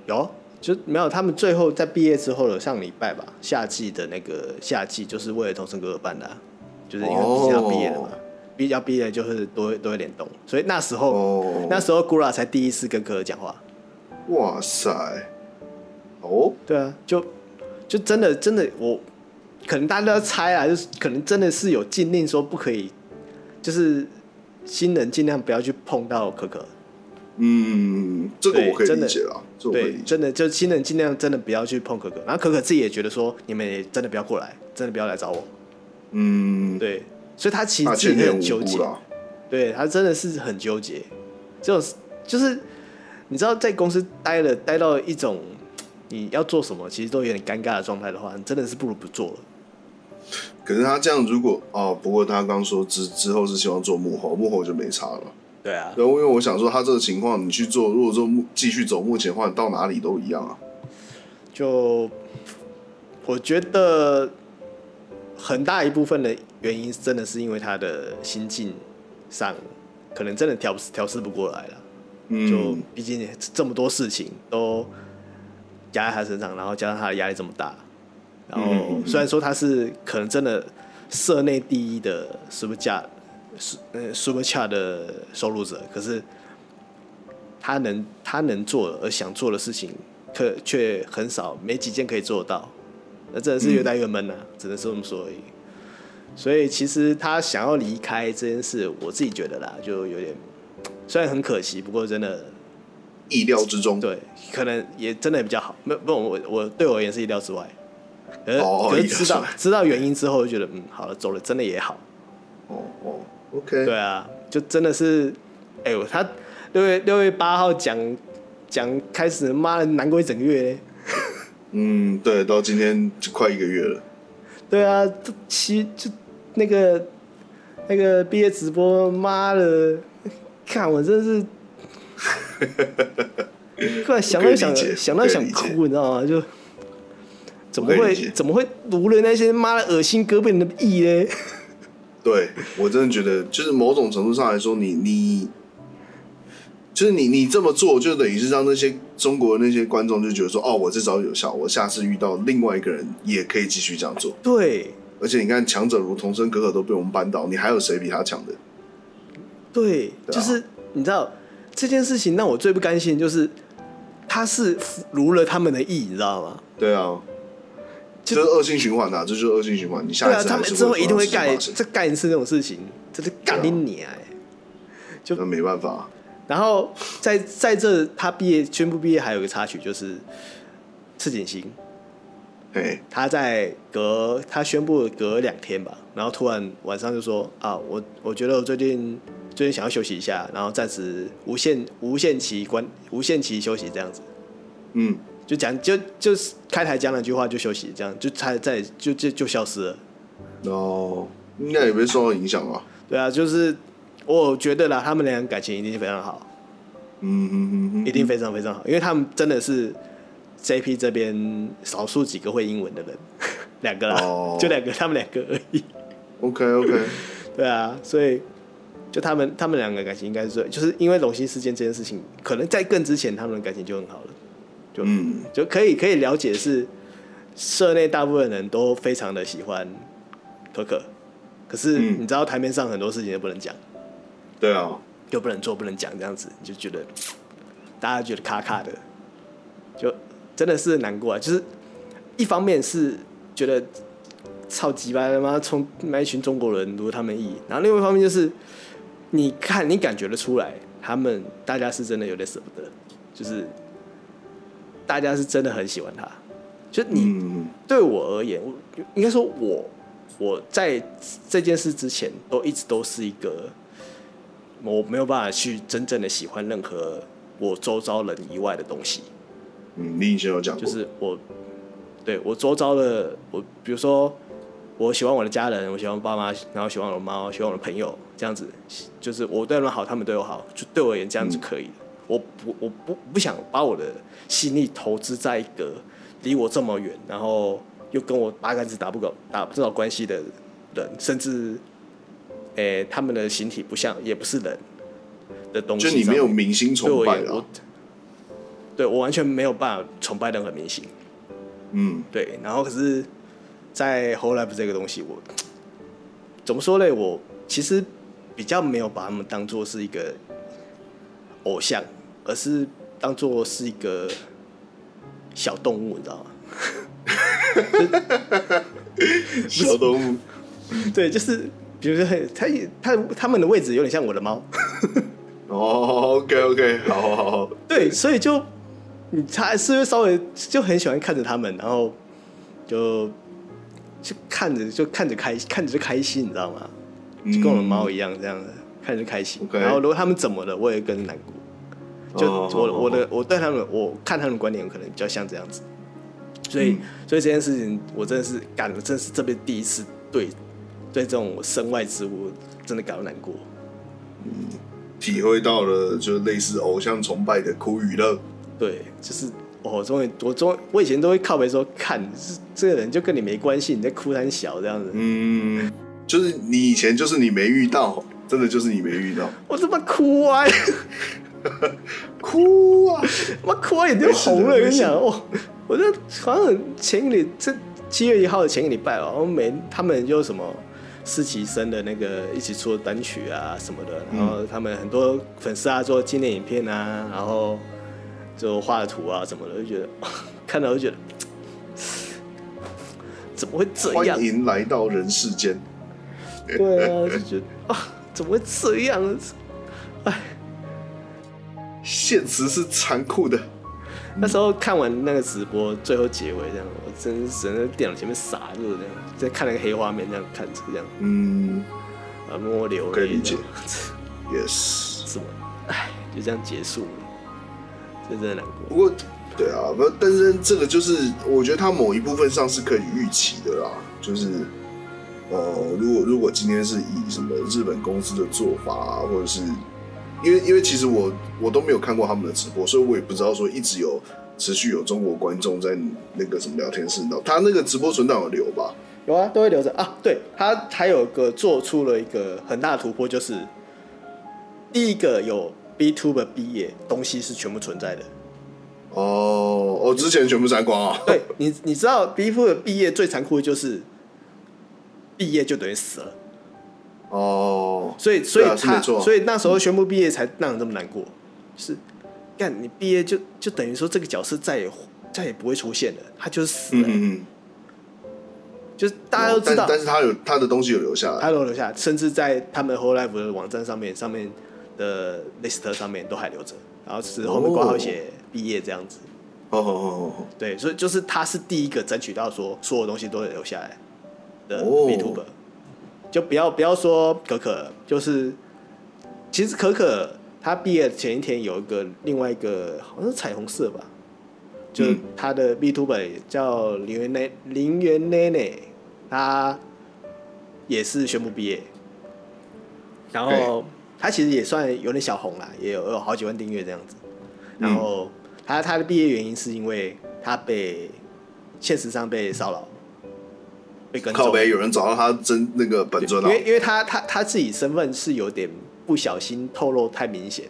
[SPEAKER 3] 有就没有？他们最后在毕业之后的上礼拜吧，夏季的那个夏季就是为了童声哥哥办的啊、就是因为毕竟要毕业了嘛
[SPEAKER 1] 哦，
[SPEAKER 3] 毕、要毕业就是都会都会联动，所以那时候、
[SPEAKER 1] 哦
[SPEAKER 3] 那时候 Gra 才第一次跟可可讲话。
[SPEAKER 1] 哇塞，哦，
[SPEAKER 3] 对啊，就就真的真的我，可能大家都要猜啊，就是可能真的是有禁令说不可以，就是新人尽量不要去碰到可可。
[SPEAKER 1] 嗯，这个
[SPEAKER 3] 对
[SPEAKER 1] 我可以
[SPEAKER 3] 真的
[SPEAKER 1] 理解啦，这我可以
[SPEAKER 3] 对
[SPEAKER 1] 理，解。
[SPEAKER 3] 真的就新人尽量真的不要去碰可可。然后可可自己也觉得说，你们也真的不要过来，真的不要来找我。
[SPEAKER 1] 嗯，
[SPEAKER 3] 对，所以他啊其实
[SPEAKER 1] 他
[SPEAKER 3] 自己
[SPEAKER 1] 前
[SPEAKER 3] 也
[SPEAKER 1] 面
[SPEAKER 3] 很纠
[SPEAKER 1] 无辜
[SPEAKER 3] 结，
[SPEAKER 1] 啦，
[SPEAKER 3] 对他真的是很纠结。这种就是你知道，在公司待了待到一种你要做什么其实都有点尴尬的状态的话，你真的是不如不做了。
[SPEAKER 1] 可是他这样如果哦，不过他刚说之之后是希望做幕后，幕后就没差了。
[SPEAKER 3] 对啊，
[SPEAKER 1] 然后因为我想说，他这个情况你去做，如果说目继续走目前的话，你到哪里都一样啊。
[SPEAKER 3] 就我觉得很大一部分的原因，真的是因为他的心境上可能真的调调试不过来了。就
[SPEAKER 1] 嗯，
[SPEAKER 3] 毕竟这么多事情都压在他身上，然后加上他的压力这么大，然
[SPEAKER 1] 嗯嗯
[SPEAKER 3] 后
[SPEAKER 1] 嗯嗯
[SPEAKER 3] 虽然说他是可能真的社内第一的 super 价呃 super 恰的收入者，可是他能他能做的而想做的事情，可却很少，没几件可以做得到，那真的
[SPEAKER 1] 嗯
[SPEAKER 3] 是越待越闷呐、啊只能是这么说而已。所以其实他想要离开这件事，我自己觉得啦，就有点虽然很可惜，不过真的
[SPEAKER 1] 意料之中。
[SPEAKER 3] 对，可能也真的比较好。没有，不，我我对我而言是意料之外。可是、
[SPEAKER 1] 哦
[SPEAKER 3] 可是
[SPEAKER 1] 意料
[SPEAKER 3] 知道
[SPEAKER 1] 之外
[SPEAKER 3] 知道原因之后，就觉得嗯，好了，走了真的也好。
[SPEAKER 1] 哦哦，OK，
[SPEAKER 3] 对啊，就真的是，哎、呦，他六月六月八号讲讲开始，妈的难过一整个月嘞。
[SPEAKER 1] 嗯，对，到今天就快一个月了。
[SPEAKER 3] 对啊，这期就那个那个毕业直播，妈的，看我 真是，突然想到想
[SPEAKER 1] 我可以理解
[SPEAKER 3] 想到想
[SPEAKER 1] 我可以理
[SPEAKER 3] 哭，你知道吗？就怎么
[SPEAKER 1] 我可以
[SPEAKER 3] 会
[SPEAKER 1] 理解
[SPEAKER 3] 怎么会读了那些妈的恶心哥本的意嘞？
[SPEAKER 1] 对我真的觉得，就是某种程度上来说，你你就是你你这么做，就等于是让那些中国的那些观众就觉得说，哦，我这招有效，我下次遇到另外一个人也可以继续这样做。
[SPEAKER 3] 对
[SPEAKER 1] 而且你看，强者如童声可可都被我们扳倒，你还有谁比他强的？
[SPEAKER 3] 对，
[SPEAKER 1] 对啊
[SPEAKER 3] 就是你知道这件事情让我最不甘心，就是他是如了他们的意，你知道吗？
[SPEAKER 1] 对啊，这
[SPEAKER 3] 就
[SPEAKER 1] 是恶性循环呐、啊这就是恶性循环。你下
[SPEAKER 3] 对
[SPEAKER 1] 一
[SPEAKER 3] 啊，
[SPEAKER 1] 次
[SPEAKER 3] 他
[SPEAKER 1] 还
[SPEAKER 3] 们
[SPEAKER 1] 是
[SPEAKER 3] 之后一定会干
[SPEAKER 1] 改，
[SPEAKER 3] 再干一次这种事情，真的干你
[SPEAKER 1] 对啊
[SPEAKER 3] 娘、欸！
[SPEAKER 1] 那没办法，
[SPEAKER 3] 然后在在这他毕业宣布毕业还有一个插曲就是赤井星，
[SPEAKER 1] 嘿，
[SPEAKER 3] 他在隔他宣布隔两天吧，然后突然晚上就说啊，我我觉得我最近最近想要休息一下，然后暂时无限无限期关无限期休息这样子，
[SPEAKER 1] 嗯，
[SPEAKER 3] 就讲就就是开台讲两句话就休息，这样就他在就就就消失了。
[SPEAKER 1] 然后应该也被受到影响吧？
[SPEAKER 3] 对啊，就是我觉得啦，他们俩感情一定非常好，
[SPEAKER 1] 嗯嗯嗯嗯，
[SPEAKER 3] 一定非常非常好，因为他们真的是 JP 这边少数几个会英文的人， 两个啦，
[SPEAKER 1] 哦
[SPEAKER 3] 就两个，他们两个而已。
[SPEAKER 1] OK OK，
[SPEAKER 3] 对啊，所以就他们他们两个感情应该是最，就是因为龙心事件这件事情，可能在更之前他们的感情就很好了，就、
[SPEAKER 1] 嗯
[SPEAKER 3] 就可以可以了解是社内大部分人都非常的喜欢可可，可是
[SPEAKER 1] 嗯
[SPEAKER 3] 你知道台面上很多事情也不能讲，
[SPEAKER 1] 对啊，
[SPEAKER 3] 又不能做，不能讲这样子，你就觉得大家觉得卡卡的，就真的是难过啊。就是一方面是觉得超级吧，他妈冲那一群中国人如他们意，然后另外一方面就是你看你感觉得出来，他们大家是真的有点舍不得，就是大家是真的很喜欢他，就你。
[SPEAKER 1] 嗯
[SPEAKER 3] 对我而言，我应该说我我在这件事之前都一直都是一个我没有办法去真正的喜欢任何我周遭人以外的东西，
[SPEAKER 1] 嗯，你以前有讲过，
[SPEAKER 3] 就是我对我周遭的我，比如说我喜欢我的家人，我喜欢我爸妈，然后喜欢我的猫，喜欢我的朋友，这样子就是我对他们好，他们对我好，就对我而言这样子可以了。我不我不不想把我的心力投资在一个离我这么远，然后又跟我八竿子打不搞打不到关系的人，甚至诶、他们的形体不像也不是人的东西
[SPEAKER 1] 就
[SPEAKER 3] 上
[SPEAKER 1] 你
[SPEAKER 3] 面，
[SPEAKER 1] 没有明星
[SPEAKER 3] 对
[SPEAKER 1] 崇
[SPEAKER 3] 我
[SPEAKER 1] 拜啊
[SPEAKER 3] 也我
[SPEAKER 1] 了，
[SPEAKER 3] 对我完全没有办法崇拜任何明星。
[SPEAKER 1] 嗯
[SPEAKER 3] 对，然后可是，在 Whole Life 这个东西，我怎么说嘞？我其实比较没有把他们当做是一个偶像，而是当做是一个小动物，你知道吗？
[SPEAKER 1] 小动物，
[SPEAKER 3] 对，就是比如说，他也他他们的位置有点像我的猫，
[SPEAKER 1] 哦，OK OK，好好好好，
[SPEAKER 3] 对，所以就你他是会稍微就很喜欢看着他们，然后就就看着就看着开看着就开心，你知道吗？就跟我的猫一样这样的，看着就开心。
[SPEAKER 1] OK
[SPEAKER 3] 然后如果他们怎么了，我也跟着难过。就
[SPEAKER 1] 哦
[SPEAKER 3] 我我的我对他们，我看他们的观点可能比较像这样子，所以、
[SPEAKER 1] 嗯
[SPEAKER 3] 所以这件事情我真的是感，我真的是这边第一次对对这种身外之物真的感到难过。
[SPEAKER 1] 体会到了，就类似偶像崇拜的苦与乐，
[SPEAKER 3] 对，就是我终于我终我以前都会靠背说，看这这个人就跟你没关系，你在哭他很小这样子，
[SPEAKER 1] 嗯，就是你以前就是你没遇到，真的就是你没遇到，
[SPEAKER 3] 我他妈哭啊，
[SPEAKER 1] 哭啊，
[SPEAKER 3] 我哭啊眼睛红
[SPEAKER 1] 没
[SPEAKER 3] 了，
[SPEAKER 1] 事的
[SPEAKER 3] 跟
[SPEAKER 1] 没
[SPEAKER 3] 你
[SPEAKER 1] 事
[SPEAKER 3] 讲
[SPEAKER 1] 的
[SPEAKER 3] 哦，我这好像前一个礼这七月一号的前一个礼拜哦，然后每他们又什么。实习生的那个一起出的单曲啊什么的，
[SPEAKER 1] 嗯
[SPEAKER 3] 然后他们很多粉丝啊做纪念影片啊，然后就画的图啊什么的，就觉得看到就觉得怎么会这
[SPEAKER 1] 欢
[SPEAKER 3] 样？
[SPEAKER 1] 迎来到人世间，
[SPEAKER 3] 对啊，就觉得啊，怎么会这样？
[SPEAKER 1] 现实是残酷的，
[SPEAKER 3] 那时候看完那个直播，最后结尾这样，我真是只能在电脑前面傻住这样，在看那个黑画面这样看着这样，
[SPEAKER 1] 嗯
[SPEAKER 3] 啊，默默流
[SPEAKER 1] 可以
[SPEAKER 3] 泪
[SPEAKER 1] 理
[SPEAKER 3] 这
[SPEAKER 1] 解
[SPEAKER 3] 样，
[SPEAKER 1] ，yes。
[SPEAKER 3] 什么，唉，就这样结束了，这真的难
[SPEAKER 1] 不
[SPEAKER 3] 过。
[SPEAKER 1] 过，对啊，不，但是这个就是我觉得它某一部分上是可以预期的啦，就是呃，如果如果今天是以什么日本公司的做法、啊，或者是因为因为其实我我都没有看过他们的直播，所以我也不知道说一直有持续有中国观众在那个什么聊天室，那他那个直播存档有留吧？
[SPEAKER 3] 有啊，都会留着啊。对他还有个做出了一个很大的突破，就是第一个有 B two 的毕业东西是全部存在的。
[SPEAKER 1] 哦哦，之前全部删光啊？
[SPEAKER 3] 对你，你知道 B two 的毕业最残酷的就是毕业就等于死了。
[SPEAKER 1] 哦，
[SPEAKER 3] 所以所以
[SPEAKER 1] 对啊是
[SPEAKER 3] 他、
[SPEAKER 1] 没错啊
[SPEAKER 3] 所以那时候宣布毕业才让人这么难过，是干你毕业就就等于说这个角色再也再也不会出现了，他就是死
[SPEAKER 1] 嗯
[SPEAKER 3] 了，
[SPEAKER 1] 嗯嗯，
[SPEAKER 3] 就是大家都知道
[SPEAKER 1] 但，但是他有他的东西有留下来，
[SPEAKER 3] 他都留下，甚至在他们 Whole Life 的网站上面上面的 list 上面都还留着，然后是后面挂
[SPEAKER 1] 哦
[SPEAKER 3] 号写毕业这样子，
[SPEAKER 1] 哦哦哦哦，
[SPEAKER 3] 对，所以就是他是第一个争取到说所有东西都留下来的
[SPEAKER 1] 哦
[SPEAKER 3] B t u b e r 就不要不要说可可，就是其实可可她毕业前一天有一个另外一个好像是彩虹色吧，就是
[SPEAKER 1] 嗯
[SPEAKER 3] 她的 B t u b e r 叫林元奈林元奈奈，她也是宣布毕业，然后他其实也算有点小红啦，也有有好几万订阅这样子。
[SPEAKER 1] 嗯
[SPEAKER 3] 然后他他的毕业原因是因为他被现实上被骚扰，被跟
[SPEAKER 1] 靠
[SPEAKER 3] 踪。
[SPEAKER 1] 北有人找到他真那个本尊
[SPEAKER 3] 因
[SPEAKER 1] 了、
[SPEAKER 3] 为因为他他他自己身份是有点不小心透露太明显，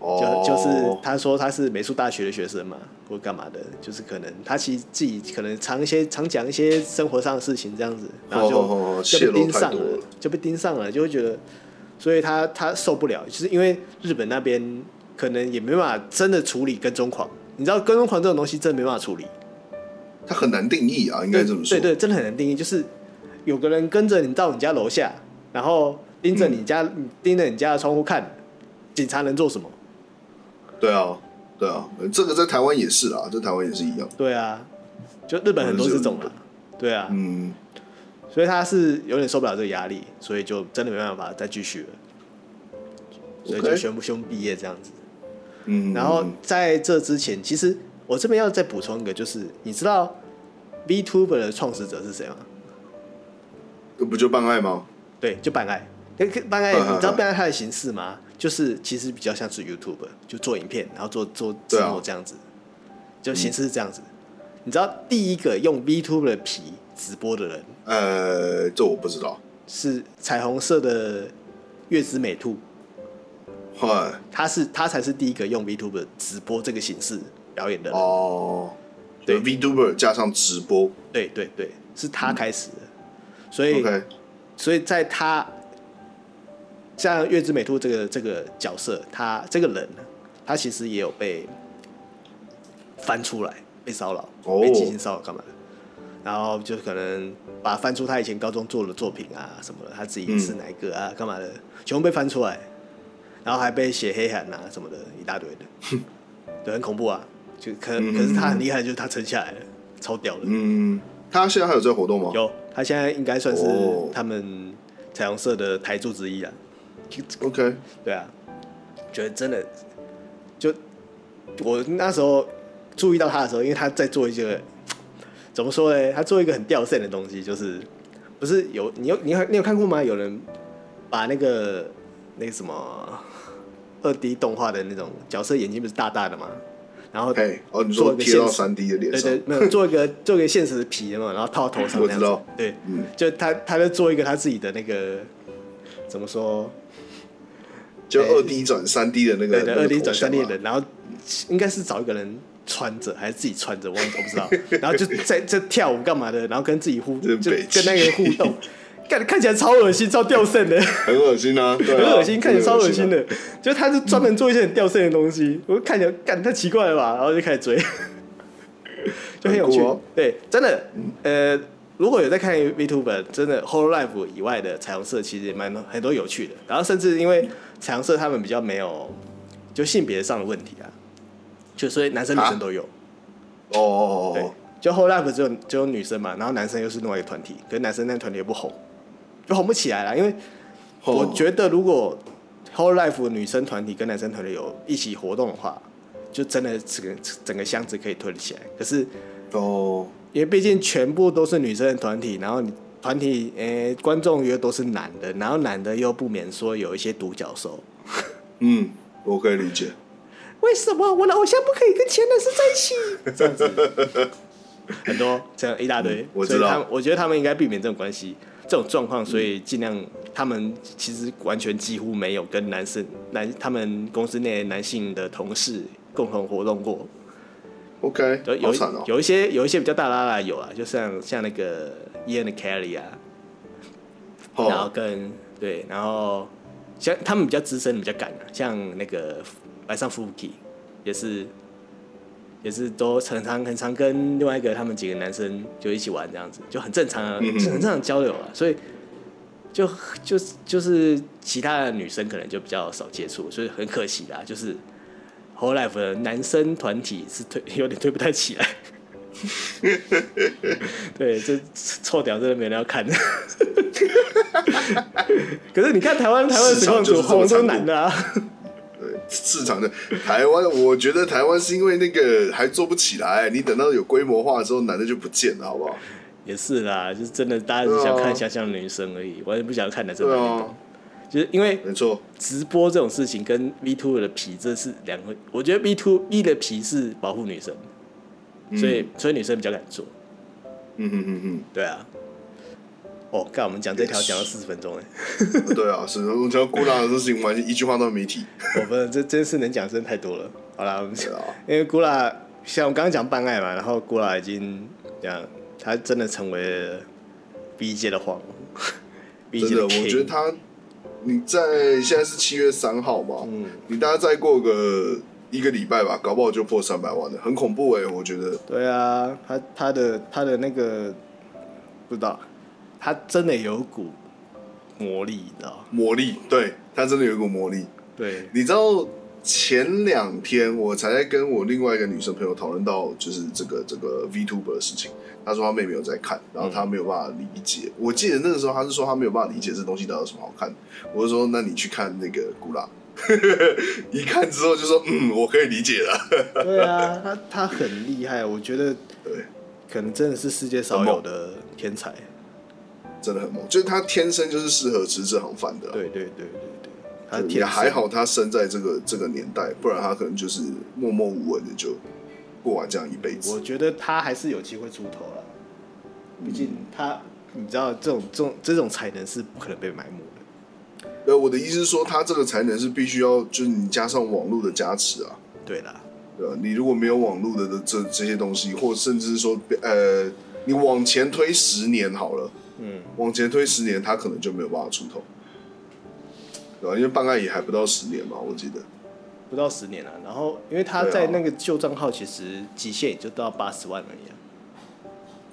[SPEAKER 3] 就
[SPEAKER 1] 哦，
[SPEAKER 3] 就是他说他是美术大学的学生嘛，或干嘛的，就是可能他其实自己可能常一些常讲一些生活上的事情这样子，然后就、
[SPEAKER 1] 哦哦哦
[SPEAKER 3] 就
[SPEAKER 1] 泄露
[SPEAKER 3] 被盯
[SPEAKER 1] 太
[SPEAKER 3] 上
[SPEAKER 1] 多
[SPEAKER 3] 了
[SPEAKER 1] 了，
[SPEAKER 3] 就被盯上了，就会觉得，所以他他受不了，就是因为日本那边可能也没办法真的处理跟踪狂，你知道跟踪狂这种东西真的没办法处理，
[SPEAKER 1] 他很难定义啊，应该这么说。
[SPEAKER 3] 对对，真的很难定义，就是有个人跟着你到你家楼下，然后盯着你家、盯着你家的窗户看，警察能做什么？
[SPEAKER 1] 对啊，对啊，呃这个在台湾也是啊，在台湾也是一样。
[SPEAKER 3] 对啊，就日本很多这种
[SPEAKER 1] 嗯
[SPEAKER 3] 啊，对啊，
[SPEAKER 1] 嗯，
[SPEAKER 3] 所以他是有点受不了这个压力，所以就真的没办法再继续了，所以就
[SPEAKER 1] OK
[SPEAKER 3] 宣布宣布毕业这样子。
[SPEAKER 1] 嗯，
[SPEAKER 3] 然后在这之前，其实我这边要再补充一个，就是你知道 VTuber 的创始者是谁吗？
[SPEAKER 1] 这嗯不就办爱吗？
[SPEAKER 3] 对，就办爱。那个办爱，
[SPEAKER 1] 嗯嗯
[SPEAKER 3] 你知道
[SPEAKER 1] 嗯
[SPEAKER 3] 办爱它的形式吗？就是其实比较像是 YouTube，就做影片，然后做做字
[SPEAKER 1] 对啊
[SPEAKER 3] 幕这样子，就形式是这样子。你知道第一个用 VTuber 的皮直播的人
[SPEAKER 1] 呃，这我不知道。
[SPEAKER 3] 是彩虹色的月之美兔，
[SPEAKER 1] 嗨，
[SPEAKER 3] 他是他才是第一个用 VTuber 直播这个形式表演的人。
[SPEAKER 1] 哦，
[SPEAKER 3] 对
[SPEAKER 1] 对，VTuber 加上直播
[SPEAKER 3] 对对对，是他开始的。所以
[SPEAKER 1] 嗯，OK，
[SPEAKER 3] 所以在他像月之美兔这个这个角色，他这个人，他其实也有被翻出来，被骚扰，
[SPEAKER 1] 哦
[SPEAKER 3] 被进行骚扰干嘛的？然后就可能把翻出他以前高中做的作品啊什么的，他自己是哪一个啊干嘛的，全部被翻出来，然后还被写黑函啊什么的，一大堆 的，对，很恐怖啊。就可
[SPEAKER 1] 嗯
[SPEAKER 3] 可是他很厉害，就是他撑下来了，超屌的。
[SPEAKER 1] 嗯，他现在还有在活动吗？
[SPEAKER 3] 有，他现在应该算是
[SPEAKER 1] 哦
[SPEAKER 3] 他们彩虹社的台柱之一啊。
[SPEAKER 1] ，OK，
[SPEAKER 3] 对啊，觉得真的，就我那时候注意到他的时候，因为他在做一个怎么说呢？他做一个很掉线的东西，就是不是有你有你有你有看过吗？有人把那个那个什么二 D 动画的那种角色眼睛不是大大的吗？然后
[SPEAKER 1] 嘿，哦，你
[SPEAKER 3] 做
[SPEAKER 1] 说
[SPEAKER 3] 一个
[SPEAKER 1] 贴到
[SPEAKER 3] 现实
[SPEAKER 1] 三 D 的脸
[SPEAKER 3] 对
[SPEAKER 1] 上
[SPEAKER 3] 对，，没有做一个 做一个现实的皮的嘛，然后套到头上
[SPEAKER 1] 我
[SPEAKER 3] 那样
[SPEAKER 1] 知
[SPEAKER 3] 子
[SPEAKER 1] 道。
[SPEAKER 3] 对，
[SPEAKER 1] 嗯
[SPEAKER 3] 就他他就做一个他自己的那个怎么说？
[SPEAKER 1] 就
[SPEAKER 3] 哎
[SPEAKER 1] 二 D 转三 D 的那个
[SPEAKER 3] 对对，
[SPEAKER 1] 那个
[SPEAKER 3] 二 D
[SPEAKER 1] 头
[SPEAKER 3] 转
[SPEAKER 1] 像
[SPEAKER 3] 三 D
[SPEAKER 1] 啊
[SPEAKER 3] 的，然后应该是找一个人穿着，还是自己穿着，我忘我不知 道。然后就在在跳舞干嘛的，然后跟自己互
[SPEAKER 1] 真
[SPEAKER 3] 就
[SPEAKER 1] 北
[SPEAKER 3] 跟那
[SPEAKER 1] 齐
[SPEAKER 3] 个互动， 看看起来超恶心，超掉肾的。
[SPEAKER 1] 很恶心啊，对啊
[SPEAKER 3] 很恶心，看起来超恶心。
[SPEAKER 1] 真的啊
[SPEAKER 3] 的。就是他是专门做一些很掉线的东西，我看起来干太奇怪了吧，然后就开 始追，就很有趣。
[SPEAKER 1] 很酷哦
[SPEAKER 3] 对，真的，呃，如果有在看 VTuber，真的 Whole Life 以外的彩虹社其实也蛮多很多有趣的。然后甚至因为彩虹社他们比较没有就性别上的问题啊，就所以男生女生都有。
[SPEAKER 1] 啊哦哦哦
[SPEAKER 3] 对
[SPEAKER 1] 哦，，
[SPEAKER 3] 就 Whole Life 只有只有女生嘛，然后男生又是另外一个团体，可是男生那个团体又不红，就红不起来了，因为。
[SPEAKER 1] 哦
[SPEAKER 3] 我觉得如果 Whole Life 的女生团体跟男生团体有一起活动的话，就真的整个整个箱子可以推得起来。可是
[SPEAKER 1] 哦，
[SPEAKER 3] 因为毕竟全部都是女生的团体，然后你团体诶、观众又都是男的，然后男的又不免说有一些独角兽。
[SPEAKER 1] 嗯，我可以理解。
[SPEAKER 3] 为什么我的偶像不可以跟前男生 在一起？这样子很多这样一大堆，
[SPEAKER 1] 嗯我
[SPEAKER 3] 所以
[SPEAKER 1] 知道
[SPEAKER 3] 他们我觉得他们应该避免这种关系、这种状况，所以尽量他们其实完全几乎没有跟男生男他们公司内男性的同事共同活动过。
[SPEAKER 1] OK，
[SPEAKER 3] 有
[SPEAKER 1] 好
[SPEAKER 3] 有
[SPEAKER 1] 惨哦。
[SPEAKER 3] 有一些有一些比较大拉拉有啊，就像像那个 Ian 的 Kelly 啊，然后
[SPEAKER 1] 哦，
[SPEAKER 3] 跟对，然后像他们比较资深、比较敢、啊，像那个白上 Fuki 也是也是都很常很常跟另外一个他们几个男生就一起玩这样子，就很正常啊，
[SPEAKER 1] 嗯哼
[SPEAKER 3] 很正常的交流啊，所以就就是就是其他的女生可能就比较少接触，所以很可惜啦，就是 Whole Life 的男生团体是推 有点推不太起来。对，这臭屌真的没人要看。可是你看台湾台湾的实况组红都是男的啊，
[SPEAKER 1] 对市场的台湾，我觉得台湾是因为那个还做不起来，你等到有规模化的时候，男的就不见了，好不好？
[SPEAKER 3] 也是啦，就是真的大家只想
[SPEAKER 1] 对
[SPEAKER 3] 看
[SPEAKER 1] 啊
[SPEAKER 3] 想象的女生而已，完全不想看男生
[SPEAKER 1] 对
[SPEAKER 3] 的那种。
[SPEAKER 1] 啊，
[SPEAKER 3] 就是因为
[SPEAKER 1] 没错，
[SPEAKER 3] 直播这种事情跟 V two 的皮这是两个，我觉得 V two V 的皮是保护女生，所以、所以女生比较敢做，
[SPEAKER 1] 嗯嗯嗯嗯。
[SPEAKER 3] 对啊。哦，干，我们讲这条讲了四十 分钟哎，
[SPEAKER 1] 对啊，是我觉得郭大的事情完全一句话都没 提。
[SPEAKER 3] 我们这真是能讲真的太多了。好啦，我们
[SPEAKER 1] 对啊，
[SPEAKER 3] 因为古拉像我刚刚讲办爱嘛，然后古拉已经这样，他真的成为了 B 界的皇，B
[SPEAKER 1] 真
[SPEAKER 3] 界
[SPEAKER 1] 的，
[SPEAKER 3] 的
[SPEAKER 1] 我
[SPEAKER 3] king。
[SPEAKER 1] 觉得他，你在现在是七月三号嘛，
[SPEAKER 3] 嗯
[SPEAKER 1] 你大概再过个一个礼拜吧，搞不好就破三百万了，很恐怖哎、我觉得。
[SPEAKER 3] 对啊，他他的他的那个不知道，他真的有股魔力，你知道吗？
[SPEAKER 1] 魔力，对他真的有一股魔力。
[SPEAKER 3] 对，
[SPEAKER 1] 你知道前两天我才在跟我另外一个女生朋友讨论到，就是这个这个 VTuber 的事情。她说她妹妹有在看，然后她没有办法理解。我记得那个时候她是说她没有办法理解这东西到底有什么好看。我就说那你去看那个古拉，一看之后就说嗯，我可以理解了。
[SPEAKER 3] 对啊，他他很厉害，我觉得
[SPEAKER 1] 对，
[SPEAKER 3] 可能真的是世界少有的天才。
[SPEAKER 1] 真的很猛，就是她天生就是适合吃这行饭的啊、
[SPEAKER 3] 对对对对对，他
[SPEAKER 1] 对
[SPEAKER 3] 天
[SPEAKER 1] 也
[SPEAKER 3] 生
[SPEAKER 1] 还好，她生在这个这个年代，不然她可能就是默默无闻的就过完这样一辈子
[SPEAKER 3] 我。觉得他还是有机会出头了，毕竟他，你知道这种这种这种才能是不可能被埋没的。
[SPEAKER 1] 呃，我的意思是说，他这个才能是必须要，就是你加上网络的加持啊，
[SPEAKER 3] 对啦，
[SPEAKER 1] 对吧？你如果没有网络的的这这些东西，或甚至是说，呃，你往前推十年好了，
[SPEAKER 3] 嗯，
[SPEAKER 1] 往前推十年，他可能就没有办法出头，对吧？因为办案也还不到十年嘛，我记得。
[SPEAKER 3] 不到十年了、然后因为他
[SPEAKER 1] 对啊
[SPEAKER 3] 在那个旧账号其实极限也就到八十万而已、啊，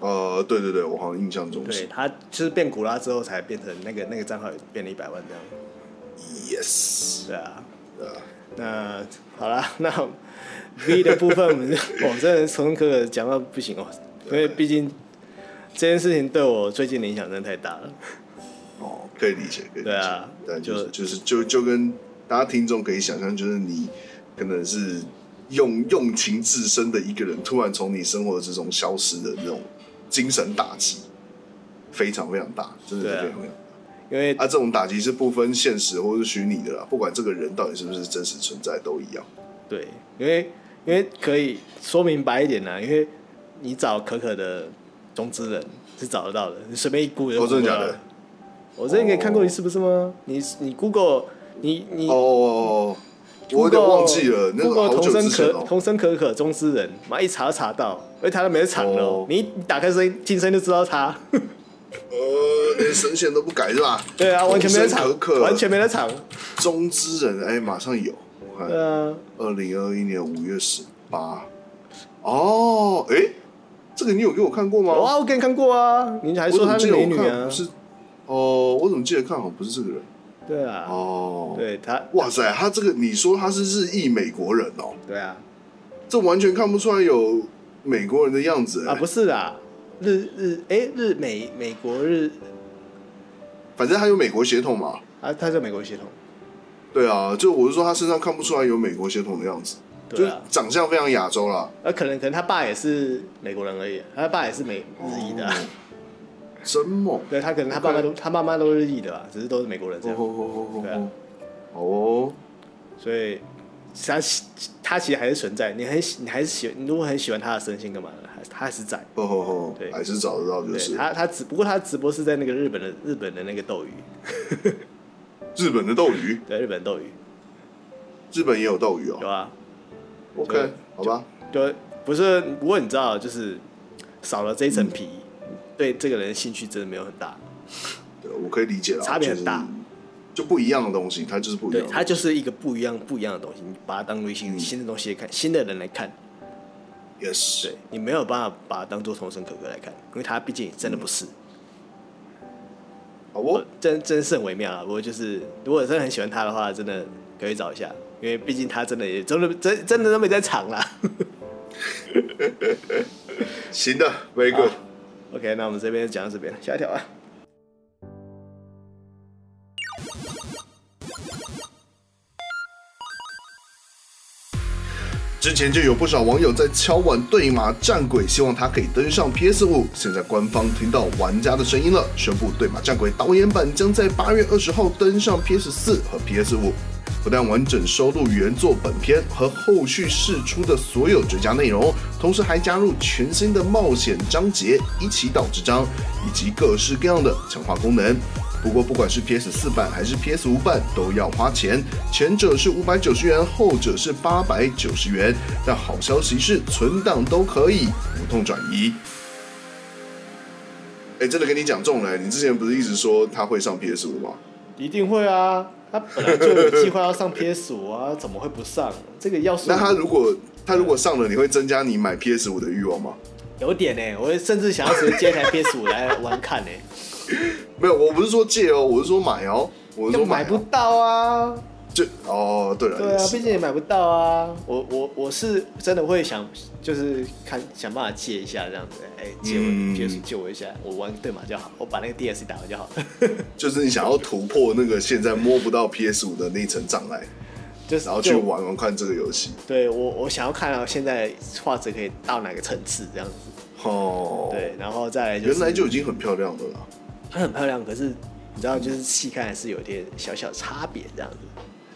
[SPEAKER 1] 呃，对对对，我好像印象中
[SPEAKER 3] 对
[SPEAKER 1] 是
[SPEAKER 3] 他就是变古拉之后才变成那个那个账号也变了一百万这样，
[SPEAKER 1] ，yes，
[SPEAKER 3] 对啊，
[SPEAKER 1] 对啊，
[SPEAKER 3] 那好啦，那 V 的部分我们就我真的从可可讲到不行哦，因为毕竟这件事情对我最近的影响真的太大了。
[SPEAKER 1] 哦，可以理解，可以理解。
[SPEAKER 3] 对啊
[SPEAKER 1] 但就是
[SPEAKER 3] 就
[SPEAKER 1] 就是就就跟大家听众可以想象，就是你可能是用用情至深的一个人，突然从你生活之中消失的那种精神打击，非常非常大，真的
[SPEAKER 3] 对
[SPEAKER 1] 是
[SPEAKER 3] 啊
[SPEAKER 1] 非常非常大。
[SPEAKER 3] 因为
[SPEAKER 1] 啊，这种打击是不分现实或是虚拟的啦，不管这个人到底是不是真实存在都一样。
[SPEAKER 3] 对，因为因为可以说明白一点啦，因为你找可可的中资人是找得到的，你随便一估就
[SPEAKER 1] 哦
[SPEAKER 3] 估
[SPEAKER 1] 真的
[SPEAKER 3] 到
[SPEAKER 1] 假的
[SPEAKER 3] 了。我之前给你看过一次，不是吗？你你 Google 你你
[SPEAKER 1] 哦哦，哦哦我有
[SPEAKER 3] Google-
[SPEAKER 1] 点忘记了，那个好
[SPEAKER 3] Google
[SPEAKER 1] 久
[SPEAKER 3] 童
[SPEAKER 1] 之
[SPEAKER 3] 声
[SPEAKER 1] 前
[SPEAKER 3] 可
[SPEAKER 1] 哦。
[SPEAKER 3] 童声可可中资人，妈一查就查到，而且他都没藏了哦
[SPEAKER 1] 哦，
[SPEAKER 3] 你一打开声听声就知 道他。
[SPEAKER 1] 呃，连神仙都不改是吧？
[SPEAKER 3] 对啊，完全没得
[SPEAKER 1] 童
[SPEAKER 3] 藏
[SPEAKER 1] 声可，哎可
[SPEAKER 3] 完全没得藏。
[SPEAKER 1] 中之人，哎，马上有，我看
[SPEAKER 3] 对啊，
[SPEAKER 1] 二零二一年五月十八。哦，哎、这个你有给我看过吗？
[SPEAKER 3] 哇，我给你看过啊，你还
[SPEAKER 1] 我
[SPEAKER 3] 说
[SPEAKER 1] 怎么
[SPEAKER 3] 她
[SPEAKER 1] 记
[SPEAKER 3] 是
[SPEAKER 1] 得
[SPEAKER 3] 美
[SPEAKER 1] 我
[SPEAKER 3] 女
[SPEAKER 1] 看
[SPEAKER 3] 啊
[SPEAKER 1] 不？是？哦，我怎么记得看好像不是这个人？
[SPEAKER 3] 对啊，
[SPEAKER 1] 哦，，
[SPEAKER 3] 对她，
[SPEAKER 1] 哇塞，他这个你说他是日裔美国人哦，
[SPEAKER 3] 对啊。
[SPEAKER 1] 这完全看不出来有美国人的样子
[SPEAKER 3] 啊，
[SPEAKER 1] 哎
[SPEAKER 3] 不是啦，日日哎、日美美国日
[SPEAKER 1] 反正他有美国血统嘛。
[SPEAKER 3] 啊，他叫美国血统，
[SPEAKER 1] 对啊，就我是说他身上看不出来有美国血统的样子，就
[SPEAKER 3] 对
[SPEAKER 1] 是
[SPEAKER 3] 啊，
[SPEAKER 1] 长相非常亚洲啦。
[SPEAKER 3] 啊可能可能他爸也是美国人而已，他爸也是美日裔的、啊，
[SPEAKER 1] 哦真猛！
[SPEAKER 3] 对他可能他爸妈都他爸妈都是日裔的吧，只是都是美国人这
[SPEAKER 1] 哦
[SPEAKER 3] 样，
[SPEAKER 1] 哦哦
[SPEAKER 3] 对啊
[SPEAKER 1] 哦哦，哦。
[SPEAKER 3] 所以他其他其实还是存在，你很喜你还是喜你如果很喜欢他的身心干嘛的，还他还是在，
[SPEAKER 1] 哦哦哦
[SPEAKER 3] 对，
[SPEAKER 1] 还是找得到，就
[SPEAKER 3] 对
[SPEAKER 1] 是
[SPEAKER 3] 他他只不过他直播是在那个日本的日本的那个斗鱼，
[SPEAKER 1] 日本的斗鱼，
[SPEAKER 3] 对日本斗鱼
[SPEAKER 1] 日本也有斗鱼
[SPEAKER 3] 有
[SPEAKER 1] 哦。
[SPEAKER 3] 啊，
[SPEAKER 1] OK，好吧，
[SPEAKER 3] 就不是，不过你知道，就是少了这一层皮，
[SPEAKER 1] 嗯
[SPEAKER 3] 对这个人的兴趣真的没有很大。
[SPEAKER 1] 对，我可以理解了，
[SPEAKER 3] 差别很大
[SPEAKER 1] 就是，就不一样的东西，它就是不一
[SPEAKER 3] 对，
[SPEAKER 1] 样嗯的。
[SPEAKER 3] 它就是一个不一样不一样的东西，你把它当微信新的东西来看，新的人来看，
[SPEAKER 1] yes，
[SPEAKER 3] 对你没有办法把它当做同声可可来看，因为它毕竟真的不是，
[SPEAKER 1] 好哦，
[SPEAKER 3] 真真是很微妙啊。不过就是，如果真的很喜欢他的话，真的可以找一下，因为毕竟他真的也真的真真的都没在场啦。
[SPEAKER 1] 行的，very good。
[SPEAKER 3] OK，那我们这边就讲到这边，下一条啊。
[SPEAKER 1] 之前就有不少网友在敲碗对马战鬼，希望他可以登上 PS 五。现在官方听到玩家的声音了，宣布对马战鬼导演版将在八月二十号登上 PS 四和 PS 五。不但完整收录原作本片和后续释出的所有追加内容，同时还加入全新的冒险章节、一起岛之章，以及各式各样的强化功能。不过，不管是 PS 四版还是 PS 五版，都要花钱，前者是五百九十元，后者是八百九十元。但好消息是，存档都可以无痛转移。哎，真的跟你讲中了，你之前不是一直说它会上 PS 五吗？
[SPEAKER 3] 一定会啊！他本来就有计划要上 PS 五啊，怎么会不上？这个要是
[SPEAKER 1] 那它如果它如果上了，你会增加你买 PS 五的欲望吗？
[SPEAKER 3] 有点呢、我甚至想要直接接一台 PS 五来玩看呢、欸
[SPEAKER 1] 没有，我不是说借哦，我是说买哦，我是
[SPEAKER 3] 就
[SPEAKER 1] 说
[SPEAKER 3] 买
[SPEAKER 1] 买
[SPEAKER 3] 不
[SPEAKER 1] 哦
[SPEAKER 3] 到啊。
[SPEAKER 1] 就哦，对了，
[SPEAKER 3] 对
[SPEAKER 1] 也
[SPEAKER 3] 啊，
[SPEAKER 1] 是
[SPEAKER 3] 毕竟也买不到啊。我我我是真的会想，就是看想办法借一下这样子。哎、借我
[SPEAKER 1] 嗯
[SPEAKER 3] PS 借我一下，我玩对马就好，我把那个 DS 打完就好 了。
[SPEAKER 1] 就是你想要突破那个现在摸不到 PS 五的那一层障碍，
[SPEAKER 3] 就是
[SPEAKER 1] 然后去
[SPEAKER 3] 就
[SPEAKER 1] 玩玩看这个游戏。
[SPEAKER 3] 对我我想要看到现在画质可以到哪个层次这样子。
[SPEAKER 1] 哦，
[SPEAKER 3] 对，，然后再来就是
[SPEAKER 1] 原来就已经很漂亮的了。
[SPEAKER 3] 它很漂亮，可是你知道，就是细看还是有点小小差别这样子。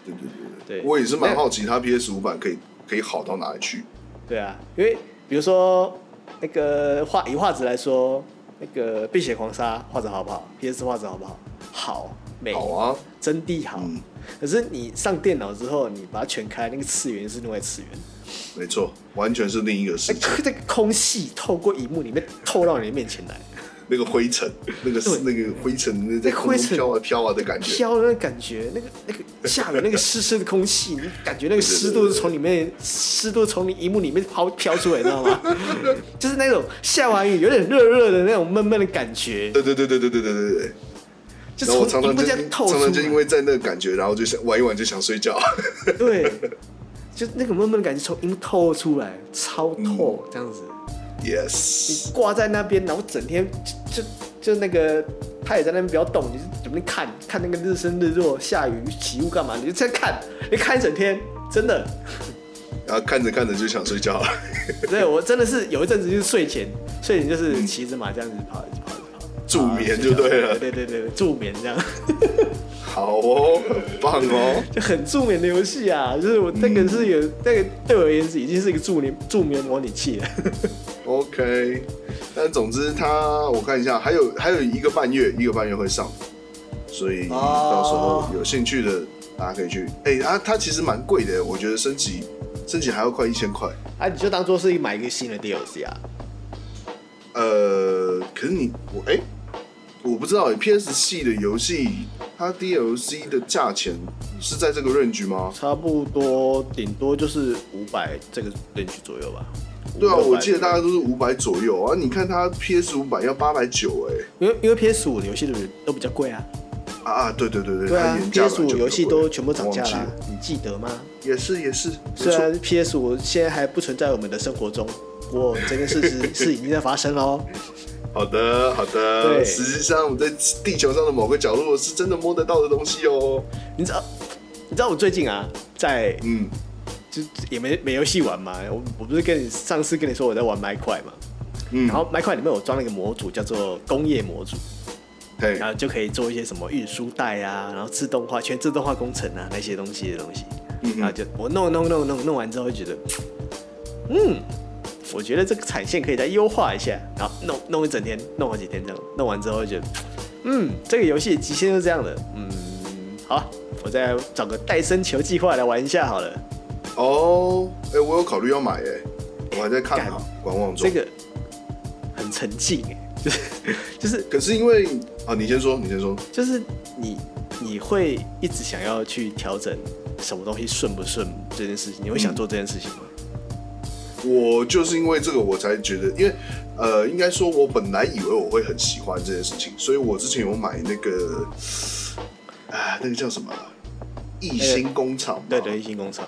[SPEAKER 1] 对对对
[SPEAKER 3] 对
[SPEAKER 1] 我也是蛮好奇它 PS 五版可以可以好到哪里去。
[SPEAKER 3] 对啊，因为比如说那个画以画质来说，那个《碧血狂杀》画质好不好？PS 画质好不好？好，美，
[SPEAKER 1] 好啊，
[SPEAKER 3] 真的好。
[SPEAKER 1] 嗯
[SPEAKER 3] 可是你上电脑之后，你把它全开，那个次元是另外次元，
[SPEAKER 1] 没错，完全是另一个世界。
[SPEAKER 3] 那那个空气透过荧幕里面透到你的面前来，
[SPEAKER 1] 那个灰尘，那个
[SPEAKER 3] 哎对
[SPEAKER 1] 那个灰尘那在
[SPEAKER 3] 那
[SPEAKER 1] 空
[SPEAKER 3] 灰
[SPEAKER 1] 中
[SPEAKER 3] 尘
[SPEAKER 1] 飘啊飘啊的感觉。
[SPEAKER 3] 飘的那个感觉，那个那个下面那个湿湿的空气，你感觉那个湿度是从里面湿度从你荧幕里面抛飘出来，你知 道吗？就是那种下完雨有点热热的那种闷闷的感觉，
[SPEAKER 1] 对对对对对对对对对。
[SPEAKER 3] 就
[SPEAKER 1] 然后我
[SPEAKER 3] 从
[SPEAKER 1] 常
[SPEAKER 3] 荧
[SPEAKER 1] 常
[SPEAKER 3] 幕
[SPEAKER 1] 就
[SPEAKER 3] 这
[SPEAKER 1] 因
[SPEAKER 3] 样透
[SPEAKER 1] 常
[SPEAKER 3] 出来，
[SPEAKER 1] 常就因为在那个感觉，然后就想玩一玩就想睡觉。
[SPEAKER 3] 对，就那个闷闷的感觉从荧幕透出来，超
[SPEAKER 1] 嗯
[SPEAKER 3] 透、这样子，
[SPEAKER 1] yes，
[SPEAKER 3] 你挂在那边，然后整天就就就那个。他也在那边不要动，你就准备看看那个日升日落、下雨起雾干嘛？你就在看，你看一整天，真的。
[SPEAKER 1] 然后啊看着看着就想睡觉了。
[SPEAKER 3] 对我真的是有一阵子就是睡前，睡前就是骑着马这样子跑，跑，跑，
[SPEAKER 1] 助眠就对了
[SPEAKER 3] 对对对对，助眠这样，
[SPEAKER 1] 好哦，很棒 哦。
[SPEAKER 3] 就很助眠的游戏啊。就是我那个是有、那个对我而言是已经是一个助眠助眠模拟器了。
[SPEAKER 1] OK，但总之它我看一下，还有还有一个半月，一个半月会上，所以
[SPEAKER 3] 哦
[SPEAKER 1] 到时候有兴趣的大家可以去。哎、啊，它其实蛮贵的，我觉得升级升级还要快一千块。
[SPEAKER 3] 啊，你就当做是买一个新的 DLC 啊。
[SPEAKER 1] 呃，可是你我哎、我不知道、PS 系的游戏它 DLC 的价钱是在这个 range 吗？
[SPEAKER 3] 差不多，顶多就是五百这个 range 左右吧。
[SPEAKER 1] 对啊，
[SPEAKER 3] 500
[SPEAKER 1] 我记得大概都是五百左右啊。你看它 PS 五版要八百九，哎，
[SPEAKER 3] 因为因为 PS 五的游戏都比都比较贵啊。
[SPEAKER 1] 啊啊，对对对对，
[SPEAKER 3] 对
[SPEAKER 1] 它
[SPEAKER 3] 啊
[SPEAKER 1] 原价
[SPEAKER 3] ，PS
[SPEAKER 1] 版
[SPEAKER 3] 五
[SPEAKER 1] 就
[SPEAKER 3] 游戏
[SPEAKER 1] 比较贵
[SPEAKER 3] 都全部涨价
[SPEAKER 1] 我
[SPEAKER 3] 啦、
[SPEAKER 1] 忘记啊
[SPEAKER 3] 你记得吗？
[SPEAKER 1] 也是也是，
[SPEAKER 3] 虽
[SPEAKER 1] 没错
[SPEAKER 3] 然 PS 五现在还不存在我们的生活中，不过这件事 是是已经在发生哦喽。
[SPEAKER 1] 好的，好的。
[SPEAKER 3] 对
[SPEAKER 1] 实际上，我们在地球上的某个角落是真的摸得到的东西哦。
[SPEAKER 3] 你知道，你知道我最近啊，在
[SPEAKER 1] 嗯，
[SPEAKER 3] 就也没没游戏玩嘛，我我不是跟你上次跟你说我在玩麦块嘛，
[SPEAKER 1] 嗯
[SPEAKER 3] 然后麦块里面有装了一个模组叫做工业模组，
[SPEAKER 1] 嘿
[SPEAKER 3] 然，后就可以做一些什么运输带啊，然后自动化、全自动化工程啊那些东西的东西。
[SPEAKER 1] 嗯
[SPEAKER 3] 然
[SPEAKER 1] 哼，
[SPEAKER 3] 后就我弄弄弄弄弄完之后，就觉得，嗯，我觉得这个产线可以再优化一下。然后弄弄一整天，弄好几天这样，弄完之后就觉得，嗯，这个游戏的极限就是这样的。嗯，好啊，我再找个戴森球计划来玩一下好了。
[SPEAKER 1] 哦，哎，我有考虑要买哎，我还在看
[SPEAKER 3] 干
[SPEAKER 1] 啊，观望中。
[SPEAKER 3] 这个很沉浸哎， 就是就是
[SPEAKER 1] 可是因为啊，你先说，你先说。
[SPEAKER 3] 就是你你会一直想要去调整什么东西顺不顺这件事情，你会想做这件事情吗？
[SPEAKER 1] 嗯我就是因为这个，我才觉得，因为呃，应该说，我本来以为我会很喜欢这件事情，所以我之前有买那个，啊，那个叫什么啊？异星工厂嘛，
[SPEAKER 3] 呃对对，一星工厂，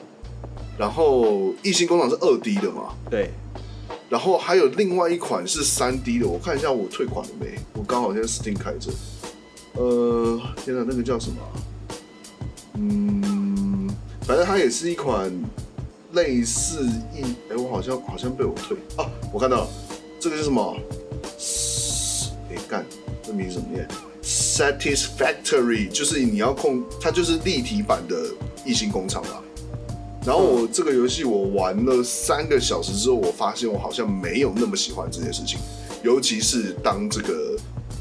[SPEAKER 1] 然后异星工厂是二 D 的嘛，
[SPEAKER 3] 对。
[SPEAKER 1] 然后还有另外一款是三 D 的，我看一下我退款了没？我刚好现在 Steam 开着。呃，天哪，那个叫什么啊、嗯，反正它也是一款类似一，哎、我好像好像被我推哦，我看到了这个是什么？哎、干，这名字怎么念？Satisfactory，就是你要控，它就是立体版的异形工厂啊啦。然后我这个游戏我玩了三个小时之后，我发现我好像没有那么喜欢这件事情，尤其是当这个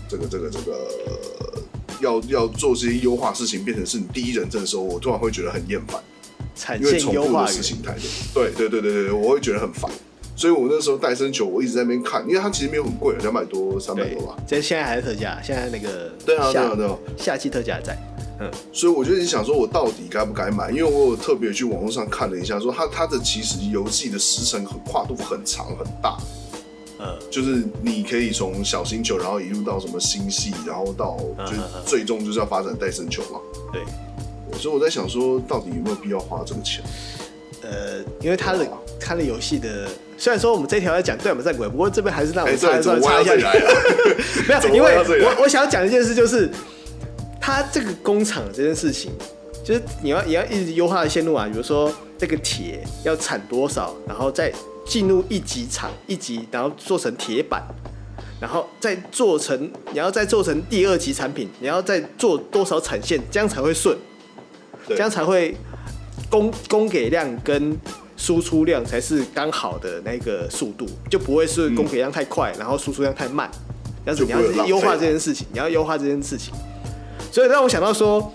[SPEAKER 1] 这个这个这个呃要要做这些优化事情变成是你第一人称的时候，我突然会觉得很厌烦。
[SPEAKER 3] 产
[SPEAKER 1] 因为
[SPEAKER 3] 线
[SPEAKER 1] 重
[SPEAKER 3] 优
[SPEAKER 1] 复
[SPEAKER 3] 化
[SPEAKER 1] 的
[SPEAKER 3] 语
[SPEAKER 1] 事，情太多。对对对对对，对我会觉得很烦。所以我那时候戴森球，我一直在那边看，因为它其实没有很贵，啊两百多、三百
[SPEAKER 3] 对
[SPEAKER 1] 多吧。，
[SPEAKER 3] 这现在还是特价，现在那个
[SPEAKER 1] 对啊
[SPEAKER 3] 夏
[SPEAKER 1] 对啊对啊
[SPEAKER 3] 夏季特价在，嗯，
[SPEAKER 1] 所以我就一直想说，我到底该不该买？因为我有特别去网络上看了一下，说它它的其实游戏的时程很跨度很长很大，
[SPEAKER 3] 呃，
[SPEAKER 1] 就是你可以从小星球，然后一路到什么星系，然后到
[SPEAKER 3] 嗯
[SPEAKER 1] 就是
[SPEAKER 3] 嗯嗯
[SPEAKER 1] 最终就是要发展戴森球嘛。
[SPEAKER 3] 对，
[SPEAKER 1] 所以我在想说，到底有没有必要花这个钱？
[SPEAKER 3] 呃，因为它的
[SPEAKER 1] 对啊
[SPEAKER 3] 它的游戏的，虽然说我们这条要讲对马战鬼，不过这边还是让我
[SPEAKER 1] 哎、
[SPEAKER 3] 们
[SPEAKER 1] 这
[SPEAKER 3] 插
[SPEAKER 1] 对，
[SPEAKER 3] 一
[SPEAKER 1] 怎么
[SPEAKER 3] 段
[SPEAKER 1] 歪
[SPEAKER 3] 插
[SPEAKER 1] 到这
[SPEAKER 3] 一下
[SPEAKER 1] 里来 了？
[SPEAKER 3] 没有，
[SPEAKER 1] 怎么
[SPEAKER 3] 因
[SPEAKER 1] 会
[SPEAKER 3] 为
[SPEAKER 1] 到这里啊来
[SPEAKER 3] 我我想要讲一件事，就是它这个工厂这件事情，就是你要也要一直优化的线路啊，比如说这个铁要产多少，然后再进入一级厂一级，然后做成铁板，然后再做成你要再做成第二级产品，你要再做多少产线，这样才会顺，
[SPEAKER 1] 对
[SPEAKER 3] 这样才会供供给量跟输出量才是刚好的那个速度，就不会是供给量太快，然后输出量太慢。但是你要
[SPEAKER 1] 嗯就不会有浪费
[SPEAKER 3] 优化这件事情，你要优化这件事情。所以让我想到说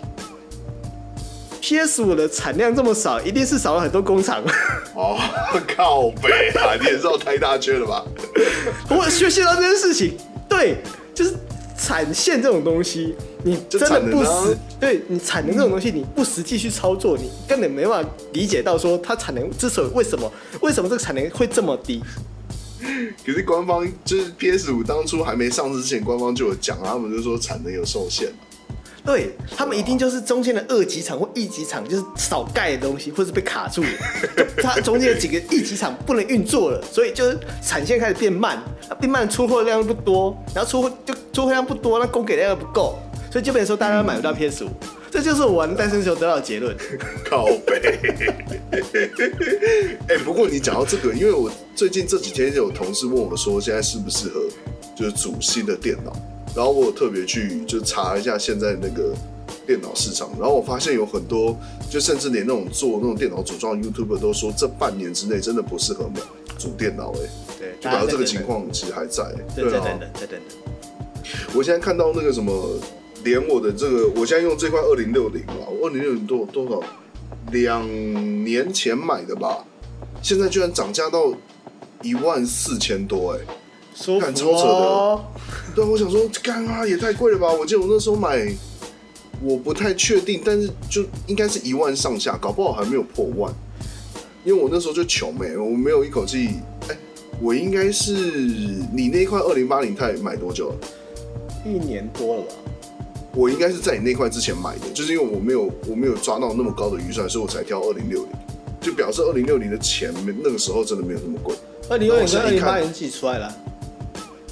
[SPEAKER 3] ，PS 五的产量这么少，一定是少了很多工厂。
[SPEAKER 1] 哦， 靠北啊！你也绕太大圈了吧？
[SPEAKER 3] 我学习到这件事情，对，就是产线这种东西，你
[SPEAKER 1] 就
[SPEAKER 3] 真的
[SPEAKER 1] 产能
[SPEAKER 3] 不
[SPEAKER 1] 啊
[SPEAKER 3] 实，对你产能这种东西，你不实际去操作，你根本没办法理解到说它产能之所以为什么为什么这个产能会这么低。
[SPEAKER 1] 可是官方就是 PS 五当初还没上市之前，官方就有讲啊，他们就说产能有受限。
[SPEAKER 3] 对他们一定就是中间的二级厂或一级厂，就是少盖的东西，或是被 卡住了，就它中间有几个一级厂不能运作了，所以就是产线开始变慢，啊变慢出货量不多，然后出货就出货量不多，那供给量又不够，所以就变成说大家买不到 PS 五、
[SPEAKER 1] 嗯
[SPEAKER 3] 这就是我玩单身球得到的结论。
[SPEAKER 1] 靠背。 哎、不过你讲到这个，因为我最近这几天有同事问我说，现在适不适合就是组新的电脑，然后我有特别去就查一下现在那个电脑市场，然后我发现有很多，就甚至连那种做那种电脑组装的 YouTuber 都说，这半年之内真的不适合买组电脑、哎，
[SPEAKER 3] 对，
[SPEAKER 1] 就表示这个情，况其实还在、哎
[SPEAKER 3] 对，再
[SPEAKER 1] 对
[SPEAKER 3] 等
[SPEAKER 1] 啊
[SPEAKER 3] 等，。再等等。
[SPEAKER 1] 我现在看到那个什么，连我的这个，我现在用这块二零六零嘛，我二零六零多多少？两年前买的吧，现在居然涨价到一万四千多哎、
[SPEAKER 3] 舒
[SPEAKER 1] 干
[SPEAKER 3] 服
[SPEAKER 1] 超扯的
[SPEAKER 3] 哦，
[SPEAKER 1] 对啊，我想说，干啊，也太贵了吧！我记得我那时候买，我不太确定，但是就应该是一万上下，搞不好还没有破万，因为我那时候就穷没、我没有一口气。哎、我应该是你那块二零八零钛买多久了？
[SPEAKER 3] 一年多了吧？
[SPEAKER 1] 我应该是在你那块之前买的，就是因为我没有我没有抓到那么高的预算，所以我才挑二零六零，就表示二零六零的钱没那个时候真的没有那么贵。
[SPEAKER 3] 二零二零跟
[SPEAKER 1] 然后我现
[SPEAKER 3] 二
[SPEAKER 1] 在一
[SPEAKER 3] 零
[SPEAKER 1] 看
[SPEAKER 3] 八零寄出来了，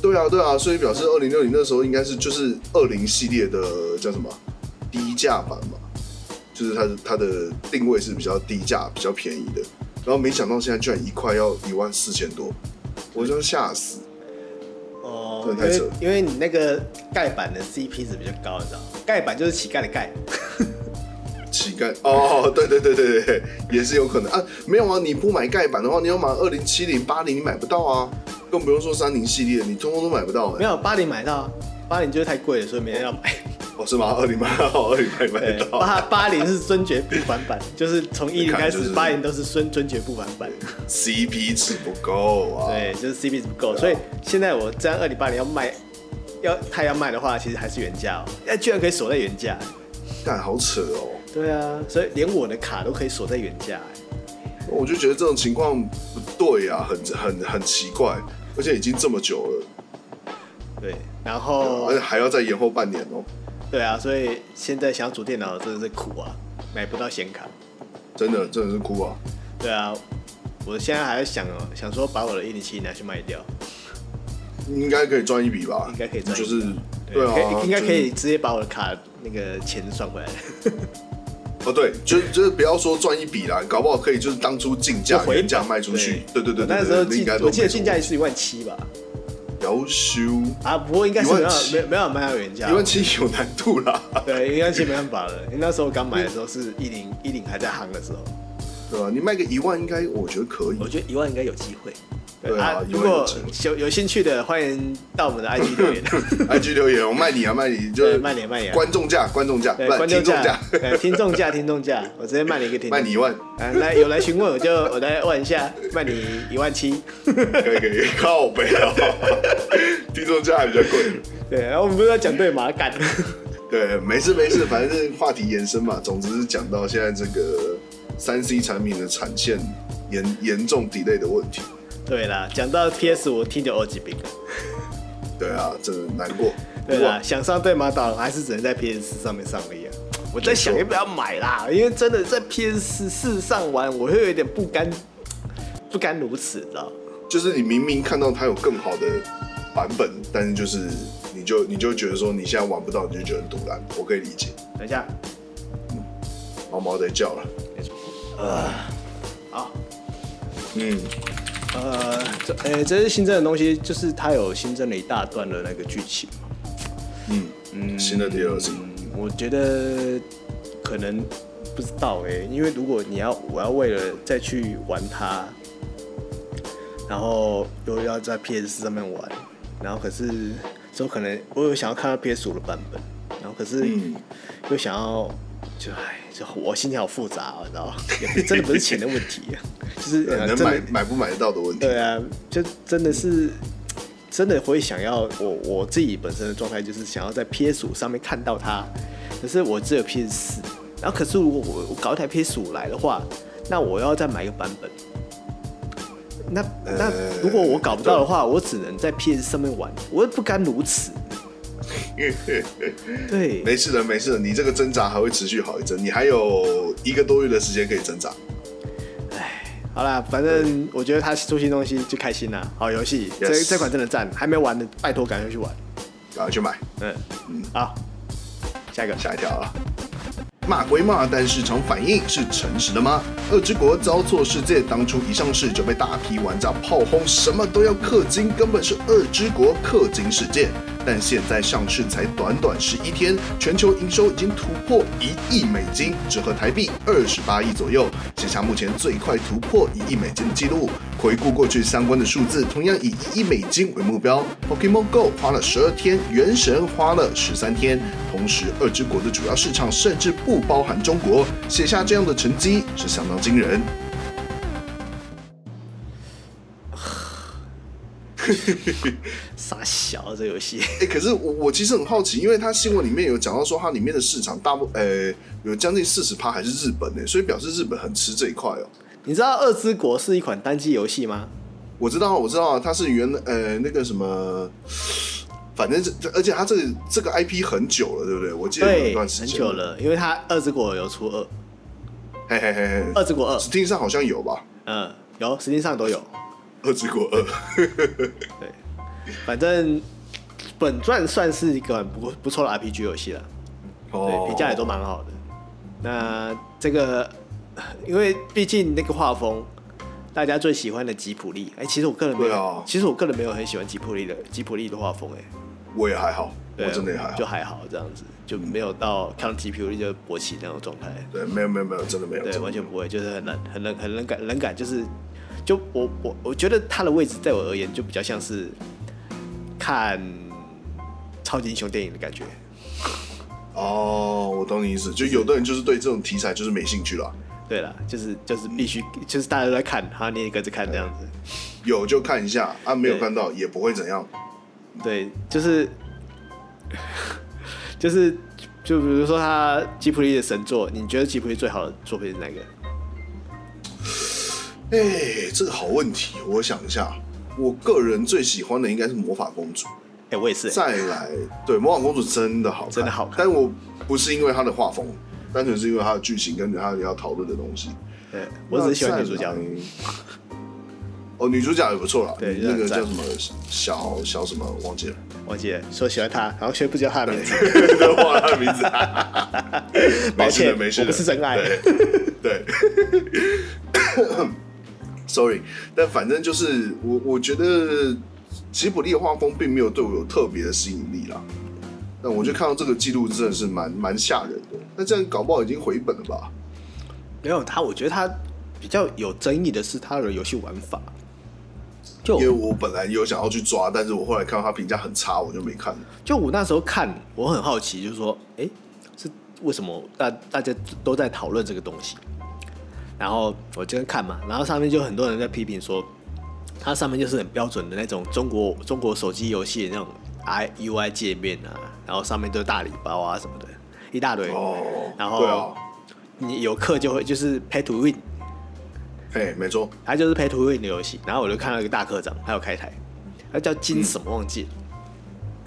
[SPEAKER 1] 对啊，对啊，所以表示二零六零那时候应该是就是二零系列的叫什么低价版嘛，就是它的它的定位是比较低价、比较便宜的。然后没想到现在居然一块要一万四千多，我真的吓死。
[SPEAKER 3] 哦，
[SPEAKER 1] 真
[SPEAKER 3] 因
[SPEAKER 1] 的太扯
[SPEAKER 3] 为因为你那个盖板的 CP 值比较高，你知道吗？盖板就是乞丐的盖，
[SPEAKER 1] 乞丐哦，对对对对对，也是有可能啊。没有啊，你不买盖板的话，你要买二零七零、八零，你买不到啊，更不用说三零系列，你通通都买不到、
[SPEAKER 3] 没
[SPEAKER 1] 欸。
[SPEAKER 3] 有八零买到啊，八零就是太贵了，所以没人要买。
[SPEAKER 1] 哦，是吗？二零买哦好，二零买 买得到，
[SPEAKER 3] 八八零是尊爵不凡 版，就是从一零开
[SPEAKER 1] 就
[SPEAKER 3] 始，
[SPEAKER 1] 是
[SPEAKER 3] 八零都是尊尊爵不凡版。
[SPEAKER 1] ，CP 值不够啊。
[SPEAKER 3] 对，就是 CP 值不够，所以现在我这样二零八零要卖，要他要卖的话，其实还是原价哦，哎，居然可以锁在原价。
[SPEAKER 1] 干好扯哦。
[SPEAKER 3] 对啊，所以连我的卡都可以锁在原价。哎
[SPEAKER 1] 我就觉得这种情况不对啊，很很很奇怪，而且已经这么久了，
[SPEAKER 3] 对，然 后
[SPEAKER 1] 而且还要再延后半年哦，
[SPEAKER 3] 对啊，所以现在想要组电脑真的是苦啊，买不到显卡。
[SPEAKER 1] 真的真的是哭啊！
[SPEAKER 3] 对啊，我现在还在想哦，想说把我的一零七拿去卖掉，
[SPEAKER 1] 应该可以赚一笔吧？
[SPEAKER 3] 应该可以赚一
[SPEAKER 1] 就
[SPEAKER 3] 笔
[SPEAKER 1] 是对啊，
[SPEAKER 4] 哦
[SPEAKER 3] 可以应该可
[SPEAKER 1] 就是
[SPEAKER 3] 以直接把我的卡那个钱算回来。
[SPEAKER 1] 哦，哦，对，就是就是不要说赚一笔啦，搞不好可以就是当初进价
[SPEAKER 3] 就回
[SPEAKER 1] 原价卖出去。对对对对，
[SPEAKER 3] 那时候
[SPEAKER 1] 对应
[SPEAKER 3] 记
[SPEAKER 1] 该，都
[SPEAKER 3] 我记得
[SPEAKER 1] 没什么
[SPEAKER 3] 进价也是一万七吧，
[SPEAKER 1] 要修
[SPEAKER 3] 啊，不过应该是没有
[SPEAKER 1] 17,000
[SPEAKER 3] 没有没有卖到原价
[SPEAKER 1] 一，万七有难度啦，
[SPEAKER 3] 对，一万七没办法了。因为那时候刚买的时候是一零 一零还在行的时候，
[SPEAKER 1] 对吧？你卖个一万应该我觉得可以。
[SPEAKER 4] 我觉得一万应该有机会。
[SPEAKER 1] 对啊
[SPEAKER 3] 如果
[SPEAKER 1] 11000
[SPEAKER 3] 有有兴趣的，欢迎到我们的 IG 留言。
[SPEAKER 1] IG 留言，我卖你啊，卖你，就
[SPEAKER 3] 对
[SPEAKER 1] 是
[SPEAKER 3] 卖你卖你啊
[SPEAKER 1] 观众价，观众价，
[SPEAKER 3] 对，
[SPEAKER 1] 不
[SPEAKER 3] 观
[SPEAKER 1] 听
[SPEAKER 3] 众
[SPEAKER 1] 众
[SPEAKER 3] 价，对，听众价，听众价，我直接卖你一个 听
[SPEAKER 1] 卖
[SPEAKER 3] 众。
[SPEAKER 1] 你一万，
[SPEAKER 3] 啊，来有来询问我就我来问一下，卖你一万七。
[SPEAKER 1] 可以可以，靠北啊， 听众价还比较贵。
[SPEAKER 3] 对，然后我们不是要讲对马感，
[SPEAKER 1] 对，没事没事，反正是话题延伸嘛。总之是讲到现在这个三 C 产品的产线严严重 delay 的问题。
[SPEAKER 3] 对啦，讲到 PS 我听就耳机病了。
[SPEAKER 1] 对啊，真的难过。
[SPEAKER 3] 对啊啦
[SPEAKER 1] 哇，，
[SPEAKER 3] 想上对马岛还是只能在 PS 四上面上而已、啊。我在想要不要买啦，因为真的在 PS 四上玩，我会有点不甘不甘如此，你知道？
[SPEAKER 1] 就是你明明看到它有更好的版本，但是就是你就你就觉得说你现在玩不到，你就觉得很堵然。我可以理解，
[SPEAKER 3] 等一下，
[SPEAKER 1] 毛毛在叫了。
[SPEAKER 3] 好，
[SPEAKER 1] 嗯，
[SPEAKER 3] 呃，这呃、这是新增的东西，就是它有新增了一大段的那个剧情嘛。
[SPEAKER 1] 嗯嗯，新的 DLC，
[SPEAKER 3] 嗯，我觉得可能不知道哎、因为如果你要我要为了再去玩它，然后又要在 PS 四上面玩，然后可是之后可能我有想要看到 PS 五的版本，然后可是
[SPEAKER 1] 嗯
[SPEAKER 3] 又想要就哎，就我心情好复杂、哦，你知道吗？也不真的不是钱的问题、就是
[SPEAKER 1] 对
[SPEAKER 3] 呃
[SPEAKER 1] 能
[SPEAKER 3] 真
[SPEAKER 1] 买
[SPEAKER 3] 的
[SPEAKER 1] 买不买得到的问题。
[SPEAKER 3] 对啊，就真的是真的会想要我我自己本身的状态就是想要在 PS 五上面看到它，可是我只有 PS 四，然后可是如果我我搞一台 PS 五来的话，那我要再买一个版本。那那
[SPEAKER 1] 呃
[SPEAKER 3] 如果我搞不到的话，我只能在 PS 上面玩，我也不甘 如此。对，
[SPEAKER 1] 没事的，没事的，你这个挣扎还会持续好一阵，你还有一个多月的时间可以挣扎。
[SPEAKER 3] 好啦，反正我觉得他出新东西就开心啦，好游戏，这
[SPEAKER 1] Yes
[SPEAKER 3] 这款真的赞，还没玩的拜托赶快去玩。
[SPEAKER 1] 赶快去买。
[SPEAKER 3] 嗯，好，下一个。
[SPEAKER 1] 吓一跳啊！骂归骂，但市场反应是诚实的吗？《恶之国》遭错世界当初一上市就被大批玩家炮轰，什么都要氪金，根本是《恶之国》氪金世界。但现在上市才短短十一天，全球营收已经突破一亿美金，折合台币二十八亿左右，写下目前最快突破一亿美金的记录。回顾过去相关的数字，同样以一亿美金为目标。Pokemon Go 花了十二天，原神花了十三天。同时，二之国的主要市场甚至不包含中国，写下这样的成绩是相当惊人。
[SPEAKER 3] 傻小啊这游戏，
[SPEAKER 1] 哎、可是我我其实很好奇，因为它新闻里面有讲到说，它里面的市场大部呃有将近四十趴还是日本呢、所以表示日本很吃这一块哦。
[SPEAKER 3] 你知道《二之国》是一款单机游戏吗？
[SPEAKER 1] 我知道，我知道，它是原呃那个什么，反正这而且它这个这个 IP 很久了，对不对？我记得有一
[SPEAKER 3] 对，
[SPEAKER 1] 段时
[SPEAKER 3] 很
[SPEAKER 1] 间
[SPEAKER 3] 久，了，因为它《二之国》有出二，《
[SPEAKER 1] 嘿嘿嘿嘿
[SPEAKER 3] 二之国二》
[SPEAKER 1] ，Steam 上好像有吧，
[SPEAKER 3] 嗯，有，实际上都有。
[SPEAKER 1] 《二之国 二》
[SPEAKER 3] 对，反正本传算是一款不不错的 RPG 游戏了，
[SPEAKER 1] 哦
[SPEAKER 3] 对，评价也都蛮好的。那这个， 因为毕竟那个画风，大家最喜欢的吉普力，哎、其实我个人没
[SPEAKER 1] 对
[SPEAKER 3] 有，
[SPEAKER 1] 啊
[SPEAKER 3] 其实我个人没有很喜欢吉普力的吉普力的画风、哎。
[SPEAKER 1] 我也还好，我
[SPEAKER 3] 对，啊
[SPEAKER 1] 真的也还好
[SPEAKER 3] 就。还好这样子，就没有到看到 GPU 就勃起那种状态，
[SPEAKER 1] 对，没有没有没有，真的没有，
[SPEAKER 3] 对，
[SPEAKER 1] 真的
[SPEAKER 3] 完全
[SPEAKER 1] 没有
[SPEAKER 3] 不会，就是很冷、很冷、很冷感、冷感，就是就我我我觉得他的位置在我而言就比较像是看超级英雄电影的感觉，
[SPEAKER 1] 哦，我懂你意思，就有的人就是对这种题材就是没兴趣了，
[SPEAKER 3] 对啦，就是就是必须就是大家都在看，然后你也跟着看这样子，
[SPEAKER 1] 有就看一下啊，没有
[SPEAKER 3] 对
[SPEAKER 1] 看到也不会怎样。
[SPEAKER 3] 对，就是 就是就比如说他吉普力的神作，你觉得吉普力最好的作品是哪个？
[SPEAKER 1] 哎、这个好问题，我想一下，我个人最喜欢的应该是魔法公主，
[SPEAKER 3] 哎、我也是、
[SPEAKER 1] 再来，对，魔法公主真的好看，
[SPEAKER 3] 真的好看
[SPEAKER 1] 但我不是因为她的画风，单纯是因为她的剧情跟她要讨论的东西。
[SPEAKER 3] 对我只是喜欢女主角
[SPEAKER 1] 那再。来哦，女主角也不错啦，
[SPEAKER 3] 对
[SPEAKER 1] 那个
[SPEAKER 3] 就很赞
[SPEAKER 1] 叫什么小小什么忘记了，
[SPEAKER 3] 我记得说喜欢他，然后却不知道他的名字，
[SPEAKER 1] 对忘了她的名字，
[SPEAKER 3] 抱
[SPEAKER 1] 没事
[SPEAKER 3] 歉，
[SPEAKER 1] 的没事的，
[SPEAKER 3] 我不是真爱。
[SPEAKER 1] 对 ，sorry，但反正就是我，我觉得吉卜力的画风并没有对我有特别的吸引力啦。但我就看到这个记录真的是蛮蛮吓人的，那这样搞不好已经回本了吧？
[SPEAKER 3] 没有他，我觉得他比较有争议的是他的游戏玩法。就
[SPEAKER 1] 因为我本来有想要去抓，但是我后来看到他评价很差，我就没看了。
[SPEAKER 3] 就我那时候看，我很好奇，就是说，哎、是为什么大大家都在讨论这个东西？然后我今天看嘛，然后上面就很多人在批评说，它上面就是很标准的那种中国中国手机游戏的那种 I U I 界面啊，然后上面都是大礼包啊什么的，一大堆。
[SPEAKER 1] 哦，
[SPEAKER 3] 然后
[SPEAKER 1] 对啊，
[SPEAKER 3] 你有课就会就是 pay to win，
[SPEAKER 1] 嘿，没错，
[SPEAKER 3] 它就是 pay to win 的游戏。然后我就看到一个大课长，他有开台，他叫
[SPEAKER 1] 嗯
[SPEAKER 3] 金什么忘记了，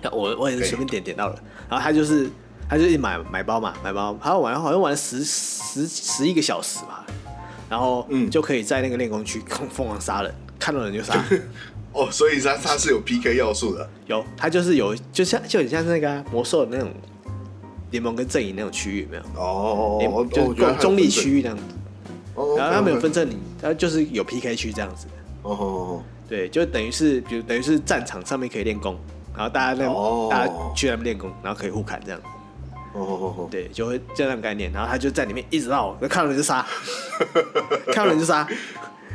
[SPEAKER 3] 那我我也是随便点点到了。然后他就是他就是买买包嘛，买包，他玩好像玩了十十十一个小时吧，然后
[SPEAKER 1] 嗯
[SPEAKER 3] 就可以在那个练功区疯疯狂杀人，看到人就 杀。
[SPEAKER 1] 哦，所以他他是有 PK 要素的，
[SPEAKER 3] 有，他就是有，就像就很像是那个啊、魔兽的那种联盟跟阵营那种区域，有没有？
[SPEAKER 1] 哦，
[SPEAKER 3] 联
[SPEAKER 1] 哦
[SPEAKER 3] 哎就是中中立区，域那样子，
[SPEAKER 1] 哦原来
[SPEAKER 3] 然后他
[SPEAKER 1] 还
[SPEAKER 3] 没有
[SPEAKER 1] 有分
[SPEAKER 3] 分阵营，他就是有 PK 区这样子。
[SPEAKER 1] 哦哦哦，
[SPEAKER 3] 对，就等于是，比如等于是战场上面可以练功，然后大家在、
[SPEAKER 1] 哦
[SPEAKER 3] 大家去那边练功，然后可以互砍这样，
[SPEAKER 1] 哦哦哦哦，
[SPEAKER 3] 对，就会这样的概念。然后他就在里面一直绕，看到人 就杀，
[SPEAKER 1] 哦
[SPEAKER 3] 看到人就杀，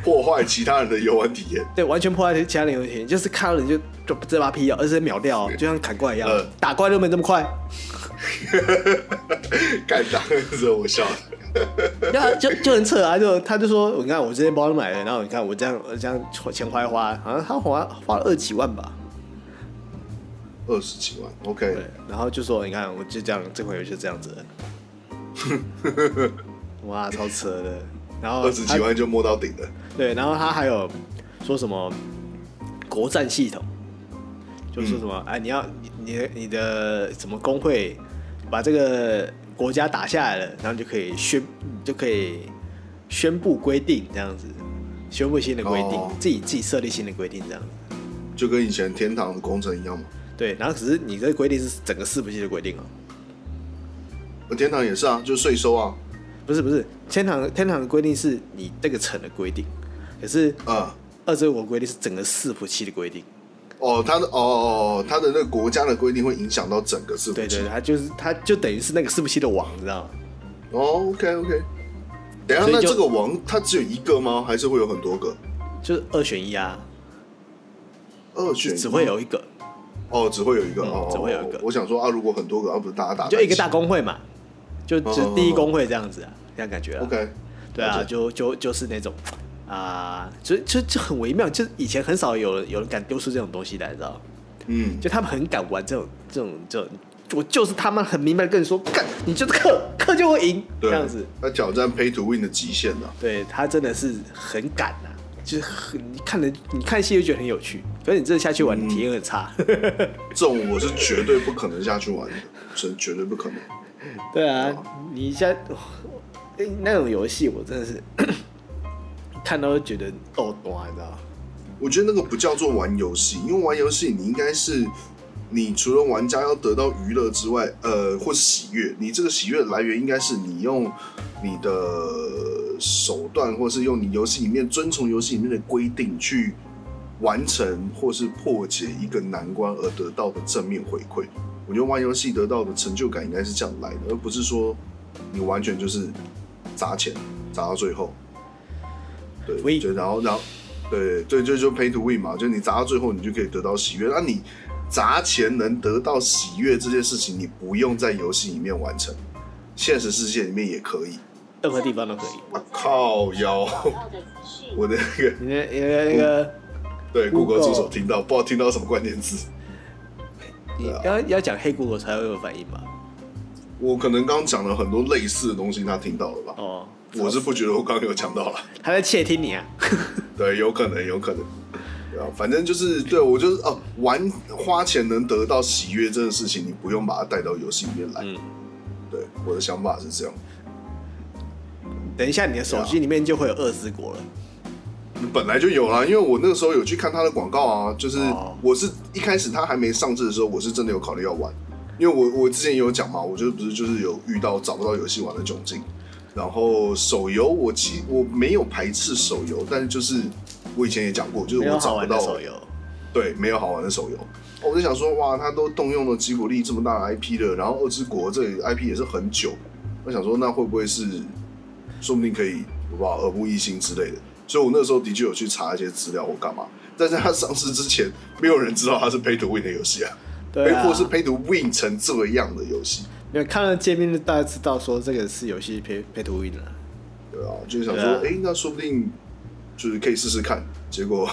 [SPEAKER 1] 破坏其他人的游玩体验。
[SPEAKER 3] 对，完全破坏其他人游戏，就是看到人就就不这把劈掉，而且秒掉，就像砍怪一样，
[SPEAKER 1] 嗯
[SPEAKER 3] 打怪都没这 么快。
[SPEAKER 1] 干当时我笑了。
[SPEAKER 3] 然后就就很扯啊，就他就说，你看我这些包都买了，然后你看我这样我这样钱花一花，好像他花花了二几万吧，
[SPEAKER 1] 二十几万，OK，
[SPEAKER 3] 对，然后就说你看，我就这样，这款游戏就这样 子了。哇，超扯的。然后
[SPEAKER 1] 二十几万就摸到顶了。
[SPEAKER 3] 他，对，然后他还有说什么国战系统，就说什么、
[SPEAKER 1] 嗯
[SPEAKER 3] 哎，你要你你你的什么工会把这个国家打下来了，然后你就可以宣你就可以宣布规定这样子，宣布新的规定，
[SPEAKER 1] 哦
[SPEAKER 3] 自己自己设立新的规定这样子。
[SPEAKER 1] 就跟以前天堂的工程一样嘛。
[SPEAKER 3] 对，然后只是你这个规定是整个伺服器的规定哦。
[SPEAKER 1] 呃天堂也是啊，就税收啊，
[SPEAKER 3] 不是不是，天堂天堂的规定是你这个城的规定，可是
[SPEAKER 1] 嗯，
[SPEAKER 3] 二之国规定是整个伺服器的规定。
[SPEAKER 1] 哦，他的哦哦，哦他的那个国家的规定会影响到整个伺服器。
[SPEAKER 3] 对对对，它就是它就等于是那个伺服器的网，你知道吗？
[SPEAKER 1] 哦，OK OK。等一下，
[SPEAKER 3] 所以
[SPEAKER 1] 那
[SPEAKER 3] 就
[SPEAKER 1] 这个王它只有一个吗？还是会有很多个？
[SPEAKER 3] 就是二选一啊，
[SPEAKER 1] 二
[SPEAKER 3] 就
[SPEAKER 1] 选一啊
[SPEAKER 3] 只会有一个，
[SPEAKER 1] 哦，只会有一个
[SPEAKER 3] 嗯
[SPEAKER 1] 哦，
[SPEAKER 3] 只会有一个
[SPEAKER 1] 我想说啊，如果很多个，啊，不是大家打
[SPEAKER 3] 就一个
[SPEAKER 1] 在
[SPEAKER 3] 大
[SPEAKER 1] 起
[SPEAKER 3] 工会嘛，就只
[SPEAKER 1] 哦
[SPEAKER 3] 第一工会这样子啊，这样感觉啊。
[SPEAKER 1] OK，
[SPEAKER 3] 对啊，
[SPEAKER 1] 了解
[SPEAKER 3] 就就就是那种啊，就就就很微妙，就是以前很少有有人敢丢出这种东西来，你知道吗？
[SPEAKER 1] 嗯，
[SPEAKER 3] 就他们很敢玩这种这种这种，我就是他们很明白地跟你说，干你就是氪氪就会赢
[SPEAKER 1] 对
[SPEAKER 3] 这样子。，
[SPEAKER 1] 他挑战 Pay to Win 的极限啊呢。
[SPEAKER 3] 对他真的是很敢啊，就是很你看的，你看戏就觉得很有趣，可是你真的下去玩，你体验很差。
[SPEAKER 1] 这种我是绝对不可能下去玩的，是绝对不可能。
[SPEAKER 3] 对啊，你下、哎那种游戏，我真的是 看到都觉得逗啊短，你知道吗？
[SPEAKER 1] 我觉得那个不叫做玩游戏，因为玩游戏你应该是，你除了玩家要得到娱乐之外，呃，或是喜悦，你这个喜悦的来源应该是你用你的手段，或是用你游戏里面遵从游戏里面的规定去完成或是破解一个难关而得到的正面回馈。我觉得玩游戏得到的成就感应该是这样来的，而不是说你完全就是砸钱砸到最后。对，
[SPEAKER 3] Win
[SPEAKER 1] 就然后然后对对，就就 pay to win 嘛，就你砸到最后，你就可以得到喜悦。那啊你砸钱能得到喜悦这件事情，你不用在游戏里面完成，现实世界里面也可以。
[SPEAKER 3] 任何地方都可以。
[SPEAKER 1] 啊靠腰，我的那个
[SPEAKER 3] 你那你那那个，
[SPEAKER 1] 对
[SPEAKER 3] Google
[SPEAKER 1] Google 助手听到，不知道听到什么关键字。
[SPEAKER 3] 你要要讲黑 Google 才会有反应吧？
[SPEAKER 1] 我可能刚讲了很多类似的东西，他听到了吧？
[SPEAKER 3] 哦，
[SPEAKER 1] 我是不觉得我刚刚有讲到 了。
[SPEAKER 3] 他在窃听你啊。
[SPEAKER 1] 对，有可能，有可能。对啊，反正就是对我就是哦、玩花钱能得到喜悦这件事情，你不用把它带到游戏里面来。
[SPEAKER 3] 嗯，
[SPEAKER 1] 对，我的想法是这样。
[SPEAKER 3] 等一下，你的手机里面就会有二之国了。
[SPEAKER 1] 本来就有啦，因为我那个时候有去看他的广告啊，就是
[SPEAKER 3] 哦
[SPEAKER 1] 我是一开始他还没上市的时候，我是真的有考虑要玩，因为我我之前也有讲嘛，我就不是就是有遇到找不到游戏玩的窘境，然后手游我其我没有排斥手游，但是就是我以前也讲过，就
[SPEAKER 3] 没
[SPEAKER 1] 是我
[SPEAKER 3] 有好
[SPEAKER 1] 找不
[SPEAKER 3] 玩的
[SPEAKER 1] 到
[SPEAKER 3] 手游，
[SPEAKER 1] 对，没有好玩的手游。我就想说，哇，他都动用了吉卜力这么大的 IP 了，然后二之国这里 IP 也是很久，我想说，那会不会是，说不定可以，好不好，耳目一新之类的。所以我那时候的确有去查一些资料或干嘛，但是它上市之前，没有人知道它是 Pay to Win 的游戏啊，
[SPEAKER 3] 对啊
[SPEAKER 1] 或，是 Pay to Win 成这样的游戏，
[SPEAKER 3] 因为看了界面就大概知道说这个是游戏配配图印了。
[SPEAKER 1] 对啊，就是想说，
[SPEAKER 3] 对啊
[SPEAKER 1] 哎、那说不定就是可以试试看。结果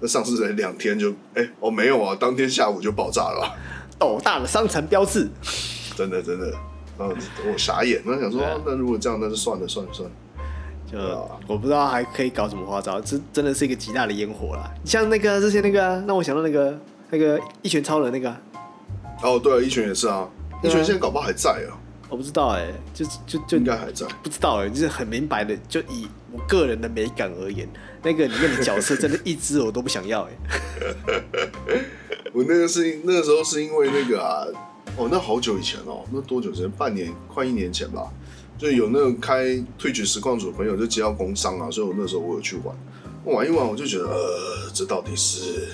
[SPEAKER 1] 那上市才两天就，哎、哦没有啊，当天下午就爆炸了啊、
[SPEAKER 3] 斗哦大的商城标志，
[SPEAKER 1] 真的真的，然后我傻眼，那想说、
[SPEAKER 3] 对啊
[SPEAKER 1] 啊那如果这样，那就算了算了算了。
[SPEAKER 3] 就
[SPEAKER 1] 啊
[SPEAKER 3] 我不知道还可以搞什么花招，这真的是一个极大的烟火啦。像那个之前那个啊、让我想到那个那个一拳超人那个啊、
[SPEAKER 1] 哦，对了，一拳也是啊，一
[SPEAKER 3] 对啊
[SPEAKER 1] 拳现在搞不好还在啊，
[SPEAKER 3] 我不知道哎、就就就
[SPEAKER 1] 应该还在。
[SPEAKER 3] 不知道哎、就是很明白的，就以我个人的美感而言，那个里面的角色真的一只我都不想要哎、
[SPEAKER 1] 我那个是那个时候是因为那个啊，哦，那好久以前哦，那多久之前？半年快一年前吧。就有那个开退局实况组的朋友就接到工商啊，所以我那时候我有去玩，我玩一玩我就觉得呃，这到底是，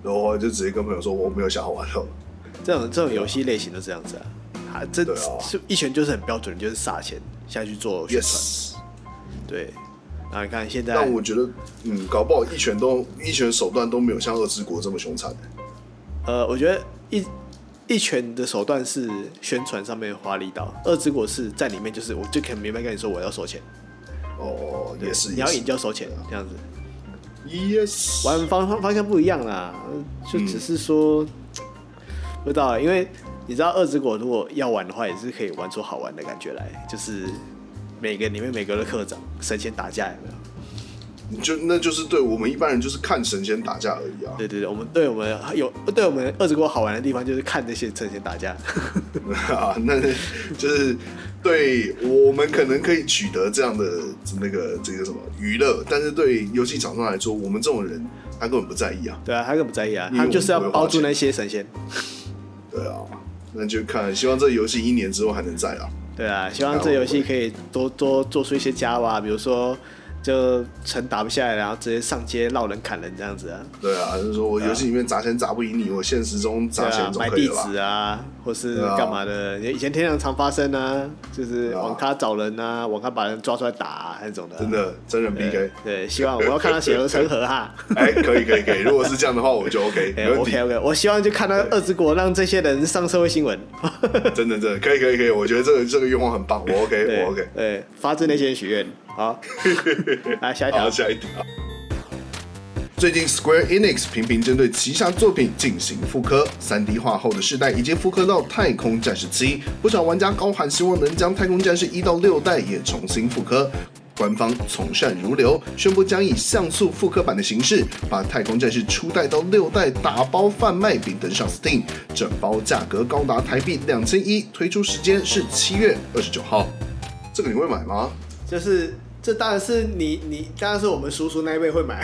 [SPEAKER 1] 然后我就直接跟朋友说我没有想要玩了。
[SPEAKER 3] 这种这种游戏类型都这样子啊，啊这
[SPEAKER 1] 对啊
[SPEAKER 3] 就一拳就是很标准，就是撒钱下去哎做宣传
[SPEAKER 1] Yes，
[SPEAKER 3] 对。然后你看现在，
[SPEAKER 1] 但我觉得嗯，搞不好一拳都一拳手段都没有像二之国这么凶残、
[SPEAKER 3] 呃，我觉得一一拳的手段是宣传上面花力道，二之国是在里面就是我就可以明白跟你说我要收钱，
[SPEAKER 1] 哦，
[SPEAKER 3] 对
[SPEAKER 1] 也是，
[SPEAKER 3] 你要
[SPEAKER 1] 也是
[SPEAKER 3] 赢就要收钱
[SPEAKER 1] 对啊
[SPEAKER 3] 这样子，
[SPEAKER 1] Yes，
[SPEAKER 3] 玩方方方向不一样啦，就只是说、不知道欸，因为你知道二之国如果要玩的话，也是可以玩出好玩的感觉来，就是每个里面每个的课长神仙打架有没有？
[SPEAKER 1] 你就那就是对我们一般人就是看神仙打架而已啊。
[SPEAKER 3] 对对对，我们对我们有对我们二之国好玩的地方就是看这些神仙打架。
[SPEAKER 1] 啊，那就是对我们可能可以取得这样的那个这个什么娱乐，但是对游戏厂商来说，我们这种人他根本不在意啊。
[SPEAKER 3] 对啊，他根本不在意啊，
[SPEAKER 1] 因为
[SPEAKER 3] 他就是要
[SPEAKER 1] 我们不会花
[SPEAKER 3] 包住
[SPEAKER 1] 钱
[SPEAKER 3] 那些神仙。
[SPEAKER 1] 对啊，那就看希望这游戏一年之后还能在啊。
[SPEAKER 3] 对啊，希望这游戏可以多多做出一些加吧，比如说就城打不下来，然后直接上街绕人砍人这样子啊，
[SPEAKER 1] 对啊，就是说我游戏里面砸钱砸不赢你，我现实中
[SPEAKER 3] 对
[SPEAKER 1] 砸
[SPEAKER 3] 啊
[SPEAKER 1] 钱，总
[SPEAKER 3] 买
[SPEAKER 1] 可以
[SPEAKER 3] 地
[SPEAKER 1] 了吧
[SPEAKER 3] 址？啊，或是
[SPEAKER 1] 对啊
[SPEAKER 3] 干嘛的，以前天常常发生啊，就是
[SPEAKER 1] 对啊
[SPEAKER 3] 网咖找人啊，网咖把人抓出来打、啊、那种的啊、
[SPEAKER 1] 真的真人
[SPEAKER 3] 对
[SPEAKER 1] PK，
[SPEAKER 3] 对，希望我要看到血流成河啊哈。
[SPEAKER 1] 哎，可以可以可以，如果是这样的话，我就 OK，
[SPEAKER 3] 哎
[SPEAKER 1] 没问题
[SPEAKER 3] OK。OK，我希望就看到二之国让这些人上社会 新闻。
[SPEAKER 1] 真的真的可以可以可以，我觉得这个这个愿望很棒，我 OK
[SPEAKER 3] 对
[SPEAKER 1] 我 OK。
[SPEAKER 3] 对，发自内心的许愿。 好，来下一条
[SPEAKER 1] 好，。下一条。最近 Square Enix 频频针对旗下作品进行复刻，3D 化后的世代已经复刻到《太空战士七》，不少玩家高喊希望能将《太空战士一到六代》也重新复刻。官方从善如流，宣布将以像素复刻版的形式，把《太空战士》初代到六代打包贩卖并登上 Steam，整包价格高达台币两千一，推出时间是七月二十九号。这个你会买吗？
[SPEAKER 3] 就是这当然是你你当然是我们叔叔那一辈 会买，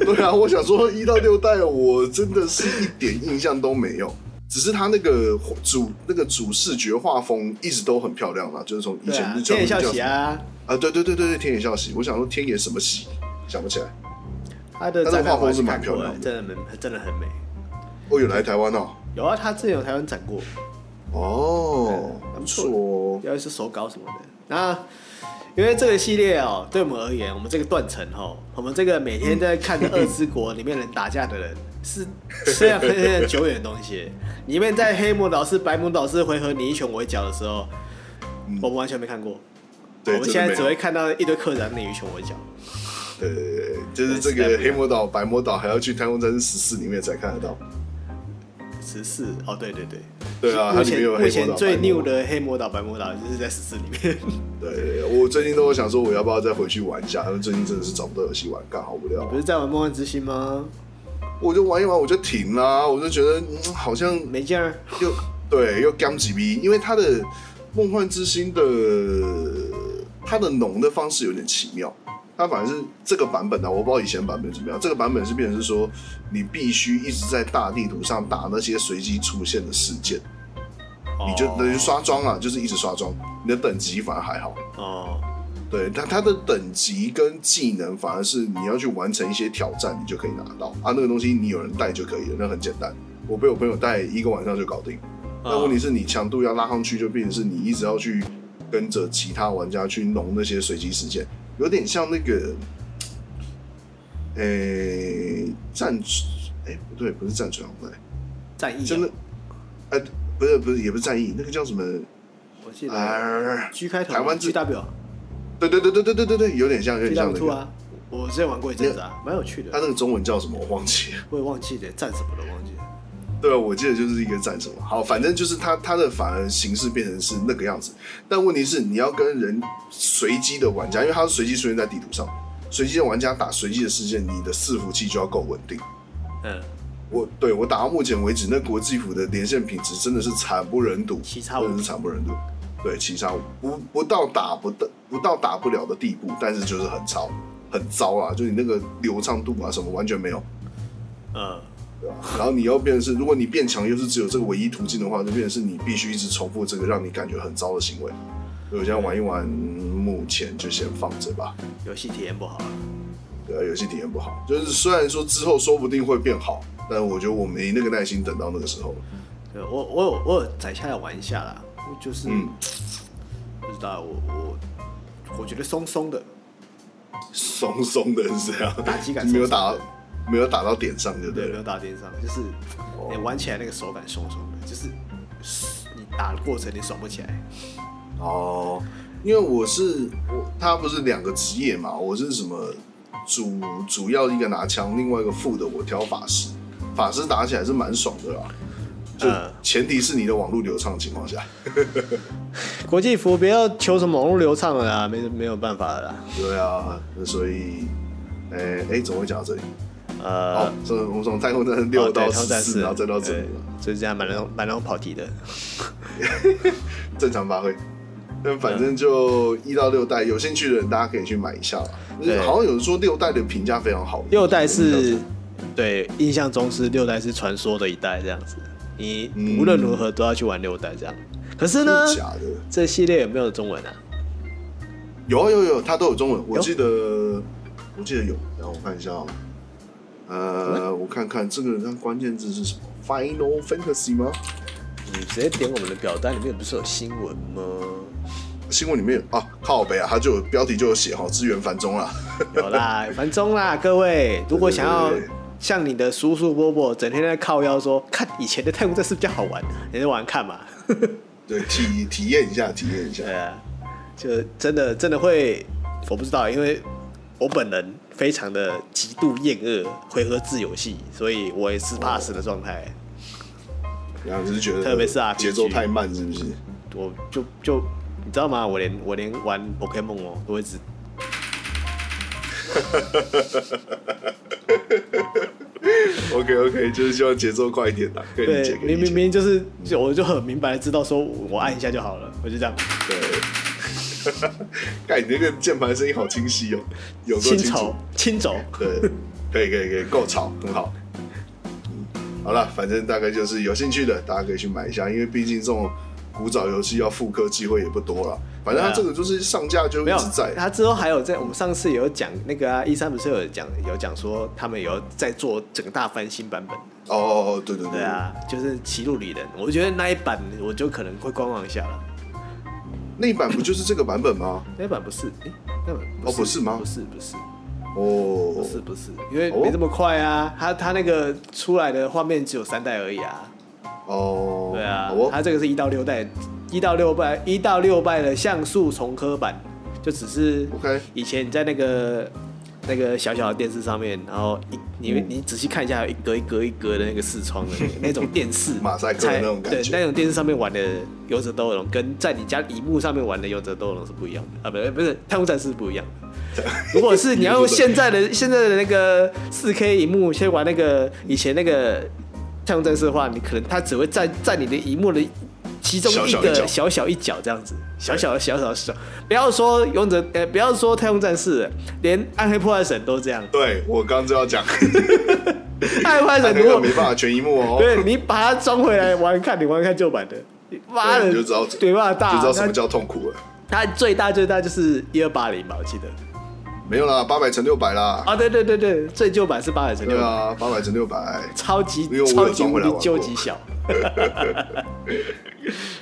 [SPEAKER 1] 对啊，我想说一到六代，哦我真的是一点印象都没有。只是他那个主那个主视觉画风一直都很漂亮啦，就是从以
[SPEAKER 3] 对
[SPEAKER 1] 前
[SPEAKER 3] 啊
[SPEAKER 1] 就，叫
[SPEAKER 3] 天
[SPEAKER 1] 叫
[SPEAKER 3] 野笑
[SPEAKER 1] 什
[SPEAKER 3] 喜
[SPEAKER 1] 么
[SPEAKER 3] 啊，
[SPEAKER 1] 啊，对对对对对，天野笑喜，我想说天野什么喜，想不起来。
[SPEAKER 3] 他的
[SPEAKER 1] 他的
[SPEAKER 3] 展览
[SPEAKER 1] 画风
[SPEAKER 3] 我
[SPEAKER 1] 是
[SPEAKER 3] 去
[SPEAKER 1] 蛮
[SPEAKER 3] 看过
[SPEAKER 1] 漂
[SPEAKER 3] 了
[SPEAKER 1] 亮的
[SPEAKER 3] 真的很真的很美。
[SPEAKER 1] 哦，有来台湾哦，
[SPEAKER 3] 有啊，他之前有台湾展过，
[SPEAKER 1] 哦，不错哦，
[SPEAKER 3] 要是手稿什么的。那因为这个系列哦，对我们而言，我们这个断层哦，我们这个每天在看《二之国》里面人打架的人，是虽然非常久远的东西。里面在黑魔导士、白魔导士回合你一拳我一脚的时候，我们完全没看过。
[SPEAKER 1] 嗯对，
[SPEAKER 3] 我们
[SPEAKER 1] 真的
[SPEAKER 3] 现
[SPEAKER 1] 没
[SPEAKER 3] 在
[SPEAKER 1] 有
[SPEAKER 3] 只会看到一堆客人你一拳我一脚。
[SPEAKER 1] 对对对，对就是这个黑魔导、白魔导还要去太空战士十四里面才看得到。
[SPEAKER 3] 十四哦，对对对，
[SPEAKER 1] 对啊，它
[SPEAKER 3] 目
[SPEAKER 1] 里面
[SPEAKER 3] 前
[SPEAKER 1] 有
[SPEAKER 3] 目
[SPEAKER 1] 黑魔
[SPEAKER 3] 前
[SPEAKER 1] 导、
[SPEAKER 3] 最
[SPEAKER 1] 白魔
[SPEAKER 3] new 的黑魔导、白魔导就是在十四里面。
[SPEAKER 1] 对对，对我最近都有想说我要不要再回去玩一下，因为最近真的是找不到游戏玩，干好无聊哦。
[SPEAKER 3] 不是在玩梦幻之星吗？
[SPEAKER 1] 我就玩一玩，我就停啦、我就觉得、嗯、好像
[SPEAKER 3] 没劲儿。
[SPEAKER 1] 又对又 gam 几逼，因为它的《梦幻之星》的它的浓的方式有点奇妙，它反而是这个版本的、我不知道以前版本怎么样。这个版本是变成是说，你必须一直在大地图上打那些随机出现的事件，
[SPEAKER 3] 哦
[SPEAKER 1] 你就等于刷装啊，就是一直刷装。你的等级反而还好，
[SPEAKER 3] 哦，
[SPEAKER 1] 对它它的等级跟技能反而是你要去完成一些挑战，你就可以拿到啊。那个东西你有人带就可以了，那很简单。我被我朋友带一个晚上就搞定。
[SPEAKER 3] 啊
[SPEAKER 1] 那
[SPEAKER 3] 哦
[SPEAKER 1] 问题是你强度要拉上去，就变成是你一直要去跟着其他玩家去弄那些随机事件，有点像那个，诶、战，哎、不对，不是战锤，不对，
[SPEAKER 3] 战役
[SPEAKER 1] 真的，哎、不是不是也不是战役，那个叫什么？
[SPEAKER 3] 我记得、
[SPEAKER 1] 啊，
[SPEAKER 3] G 开头
[SPEAKER 1] 台湾
[SPEAKER 3] G
[SPEAKER 1] 最
[SPEAKER 3] W
[SPEAKER 1] 对对对对对对对对，有点像有
[SPEAKER 3] G
[SPEAKER 1] 点像
[SPEAKER 3] W
[SPEAKER 1] 那
[SPEAKER 3] Two
[SPEAKER 1] 个，
[SPEAKER 3] 啊，我之前玩过一阵子啊，蛮有趣
[SPEAKER 1] 它
[SPEAKER 3] 的，
[SPEAKER 1] 那个中文叫什么我忘记了。
[SPEAKER 3] 我也忘记了战什么了，忘记了。
[SPEAKER 1] 对啊，我记得就是一个战什么，好，反正就是它它的反而形式变成是那个样子。但问题是，你要跟人随机的玩家，因为它是随机出现在地图上，随机的玩家打随机的事件，你的伺服器就要够稳定。
[SPEAKER 3] 嗯，
[SPEAKER 1] 我对我打到目前为止，那国际服的连线品质真的是惨不忍睹，
[SPEAKER 3] 奇差无比
[SPEAKER 1] 真的是惨不忍睹。对，奇差无不不到打不到不到打不了的地步，但是就是很糟很糟啊，就是你那个流畅度啊什么完全没有。
[SPEAKER 3] 嗯，
[SPEAKER 1] 对吧？ 然后你要变成是，如果你变强又是只有这个唯一途径的话，就变成是你必须一直重复这个让你感觉很糟的行为。所以我现在玩一玩，目前就先放着吧。
[SPEAKER 3] 游戏体验不好啊。
[SPEAKER 1] 对啊，游戏体验不好，就是虽然说之后说不定会变好，但我觉得我没那个耐心等到那个时候了。
[SPEAKER 3] 对我我有我有载下来玩一下啦，就是、
[SPEAKER 1] 嗯
[SPEAKER 3] 不知道啊我我我觉得松松的，
[SPEAKER 1] 松松的是这样，
[SPEAKER 3] 打击感
[SPEAKER 1] 就没有
[SPEAKER 3] 松松
[SPEAKER 1] 打
[SPEAKER 3] 的，
[SPEAKER 1] 没有打到点上，对不
[SPEAKER 3] 对，
[SPEAKER 1] 对
[SPEAKER 3] 没
[SPEAKER 1] 了？
[SPEAKER 3] 有打电上，就是
[SPEAKER 1] 哦
[SPEAKER 3] 你、玩起来那个手感松松的，就是你打的过程你爽不起来。
[SPEAKER 1] 哦，因为我是我，他不是两个职业嘛，我是什么主主要一个拿枪，另外一个副的我挑法师，法师打起来是蛮爽的啦。就
[SPEAKER 3] 呃
[SPEAKER 1] 前提是你的网络流畅的情况下，
[SPEAKER 3] 国际服不要求什么网络流畅了啦，没没有办法了啦。
[SPEAKER 1] 对啊，那所以，哎、哎、怎么会讲到这里？
[SPEAKER 3] 呃，
[SPEAKER 1] 哦，从我们从太空战六到
[SPEAKER 3] 啊哦对
[SPEAKER 1] 十
[SPEAKER 3] 挑战
[SPEAKER 1] 四，
[SPEAKER 3] 四，
[SPEAKER 1] 然后再到这里
[SPEAKER 3] 对，所以这样蛮让蛮让我跑题的。
[SPEAKER 1] 正常发挥。但反正就一到六代，有兴趣的人大家可以去买一下啦。就是
[SPEAKER 3] 嗯对
[SPEAKER 1] 好像有人说六代的评价非常好，
[SPEAKER 3] 六代是，对，印象中是六代是传说的一代这样子，你
[SPEAKER 1] 嗯
[SPEAKER 3] 无论如何都要去玩六代这样。可是
[SPEAKER 1] 真
[SPEAKER 3] 呢
[SPEAKER 1] 的，假的？
[SPEAKER 3] 这系列有没有中文啊？
[SPEAKER 1] 有啊有有，它都有中文，我
[SPEAKER 3] 有
[SPEAKER 1] 记得我记得有，然后我看一下、哦，呃，我看看这个它关键字是什么？Final Fantasy 吗？
[SPEAKER 3] 你直接点我们的表单，里面不是有新闻 吗？
[SPEAKER 1] 新闻里面有啊，靠北啊，它就有标题就有写哈，资源繁中啊啦。
[SPEAKER 3] 有啦，繁中啦，各位，如果想要
[SPEAKER 1] 对对对
[SPEAKER 3] 像你的叔叔伯伯整天在靠腰说，看以前的太空战士比较好玩，你就玩看嘛。
[SPEAKER 1] 对，体体验一下，体验一下。
[SPEAKER 3] 对啊，就真的真的会，我不知道，因为我本人非常的极度厌恶回合制游戏，所以我也是怕死的状态。
[SPEAKER 1] 然后只是觉得，
[SPEAKER 3] 特别是 RPG
[SPEAKER 1] 节奏太慢，是不是？
[SPEAKER 3] 我就就你知道吗？我连我连玩 Pokemon 哦，都会只
[SPEAKER 1] OK OK，就是希望节奏快一点啦，可以理解，
[SPEAKER 3] 对，
[SPEAKER 1] 可以
[SPEAKER 3] 明
[SPEAKER 1] 理
[SPEAKER 3] 明
[SPEAKER 1] 解。
[SPEAKER 3] 明就是，就我就很明白地知道说，我按一下就好了，我就这样
[SPEAKER 1] 对， 看你那个键盘声音好清晰哦，有够
[SPEAKER 3] 轻
[SPEAKER 1] 清
[SPEAKER 3] 轴
[SPEAKER 1] 楚。
[SPEAKER 3] 轻轴。
[SPEAKER 1] 对，可以可以可以，够吵，很好。嗯，好了，反正大概就是有兴趣的，大家可以去买一下，因为毕竟这种古早游戏要复刻机会也不多了。反正它
[SPEAKER 3] 对啊
[SPEAKER 1] 这个就是上架就
[SPEAKER 3] 没
[SPEAKER 1] 一
[SPEAKER 3] 有
[SPEAKER 1] 直在，，
[SPEAKER 3] 他之后还有在我们上次有讲那个啊，一三不是有讲有讲说他们有在做整个大翻新版本，
[SPEAKER 1] 哦哦哦，对对对
[SPEAKER 3] 对，啊，就是《歧路里人》，我觉得那一版我就可能会观望一下了。
[SPEAKER 1] 那一版不就是这个版本吗？
[SPEAKER 3] 那一版不是，诶，那版
[SPEAKER 1] 哦不是吗
[SPEAKER 3] 不是，不是，
[SPEAKER 1] 哦
[SPEAKER 3] 不，是，不是，因为
[SPEAKER 1] 哦
[SPEAKER 3] 没这么快啊。他他那个出来的画面只有三代而已啊。
[SPEAKER 1] 哦，
[SPEAKER 3] 对啊
[SPEAKER 1] 好，哦
[SPEAKER 3] 他这个是一到六代，一到六代，一到六代的像素重刻版，就只是
[SPEAKER 1] OK
[SPEAKER 3] 以前你在那个那个小小的电视上面，然后一你、
[SPEAKER 1] 嗯
[SPEAKER 3] 你仔细看一下，有一格一格一格的那个视窗的那个那种电视，
[SPEAKER 1] 马赛克的
[SPEAKER 3] 才
[SPEAKER 1] 那种感觉
[SPEAKER 3] 对，那种电视上面玩的《勇者斗恶龙》跟在你家荧幕上面玩的《勇者斗恶龙》是不一样的啊，不是不是，《太空战士》不一样。如果是你要用现在的 现在的那个四 K 荧幕去玩那个以前那个太空战士的话，你可能它只会在在你的荧幕的。其中一
[SPEAKER 1] 小小一
[SPEAKER 3] 个
[SPEAKER 1] 角
[SPEAKER 3] 小小一角这样子，小小的小小的小，不要说勇者，呃，不要说太空战士了，连暗黑破坏神都这样。
[SPEAKER 1] 对我刚刚就要 讲，
[SPEAKER 3] 暗黑破坏
[SPEAKER 1] 那
[SPEAKER 3] 神如
[SPEAKER 1] 个
[SPEAKER 3] 果
[SPEAKER 1] 没办法全一幕哦。
[SPEAKER 3] 对你把它装回来玩看，你玩看旧版的，妈的，
[SPEAKER 1] 对你就知道
[SPEAKER 3] 对吧？大，
[SPEAKER 1] 就知道什
[SPEAKER 3] 它
[SPEAKER 1] 么叫痛苦了。
[SPEAKER 3] 它最大最大就是一二八零吧，我记得。
[SPEAKER 1] 没有啦，八百乘六百啦。
[SPEAKER 3] 啊，对对对对，最旧版是八百乘六
[SPEAKER 1] 对，啊，八百乘六百。
[SPEAKER 3] 超级
[SPEAKER 1] 因为我有
[SPEAKER 3] 超级
[SPEAKER 1] 装
[SPEAKER 3] 无
[SPEAKER 1] 回来玩
[SPEAKER 3] 敌
[SPEAKER 1] 过
[SPEAKER 3] 究极小。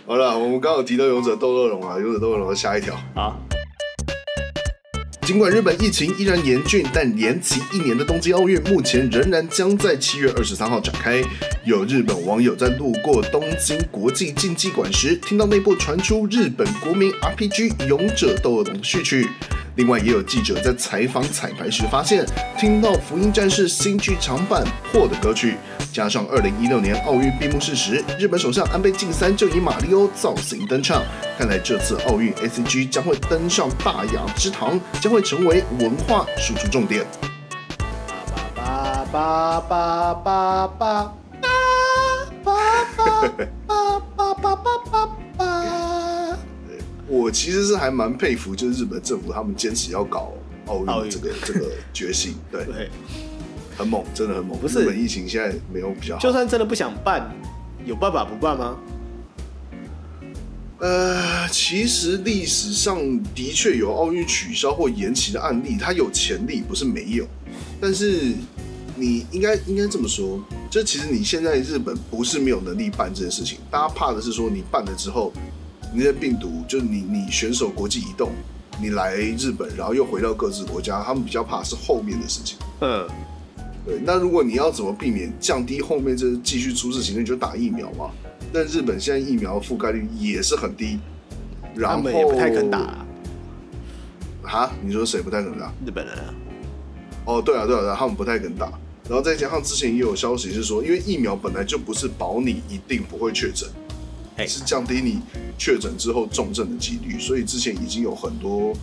[SPEAKER 1] 好了，我们刚刚有提到勇者斗恶龙啊，勇者斗恶龙下一条。
[SPEAKER 3] 好，
[SPEAKER 1] 尽管日本疫情依然严峻，但延期一年的东京奥运目前仍然将在七月二十三号展开。有日本网友在路过东京国际竞技馆时，听到内部传出日本国民 RPG《勇者斗恶龙》的序曲。另外，也有记者在采访彩排时发现，听到《福音战士》新剧场版《破》的歌曲，加上二零一六年奥运闭幕式时，日本首相安倍晋三就以马里奥造型登场。看来这次奥运 S G 将会登上大雅之堂，将会成为文化输出重点。
[SPEAKER 3] 叭叭叭叭叭叭叭叭叭叭叭叭叭。
[SPEAKER 1] 我其实是还蛮佩服，就是日本政府他们坚持要搞奥
[SPEAKER 3] 奥
[SPEAKER 1] 运
[SPEAKER 3] 运
[SPEAKER 1] 这个这个决心， 对，
[SPEAKER 3] 对，
[SPEAKER 1] 很猛，真的很猛。
[SPEAKER 3] 不是
[SPEAKER 1] 日本疫情现在没有比较好，
[SPEAKER 3] 就算真的不想办，有办法不办吗？
[SPEAKER 1] 呃，其实历史上的确有奥运取消或延期的案例，它有潜力，不是没有。但是你应该应该这么说，就其实你现在日本不是没有能力办这件事情，大家怕的是说你办了之后，你的病毒就你你选手国际移动，你来日本，然后又回到各自国家，他们比较怕的是后面的事情。
[SPEAKER 3] 嗯，
[SPEAKER 1] 对，那如果你要怎么避免降低后面这继续出事情，那你就打疫苗嘛。但日本现在疫苗覆盖率也是很低，然
[SPEAKER 3] 他
[SPEAKER 1] 后
[SPEAKER 3] 们也不太肯打啊
[SPEAKER 1] 哈，你说谁不太肯打？
[SPEAKER 3] 日本人啊。
[SPEAKER 1] 哦，对啊，对啊，对啊他们不太肯打。然后再加上之前也有消息是说，因为疫苗本来就不是保你一定不会确诊，
[SPEAKER 3] 哎
[SPEAKER 1] 是降低你确诊之后重症的几率。所以之前已经有很多，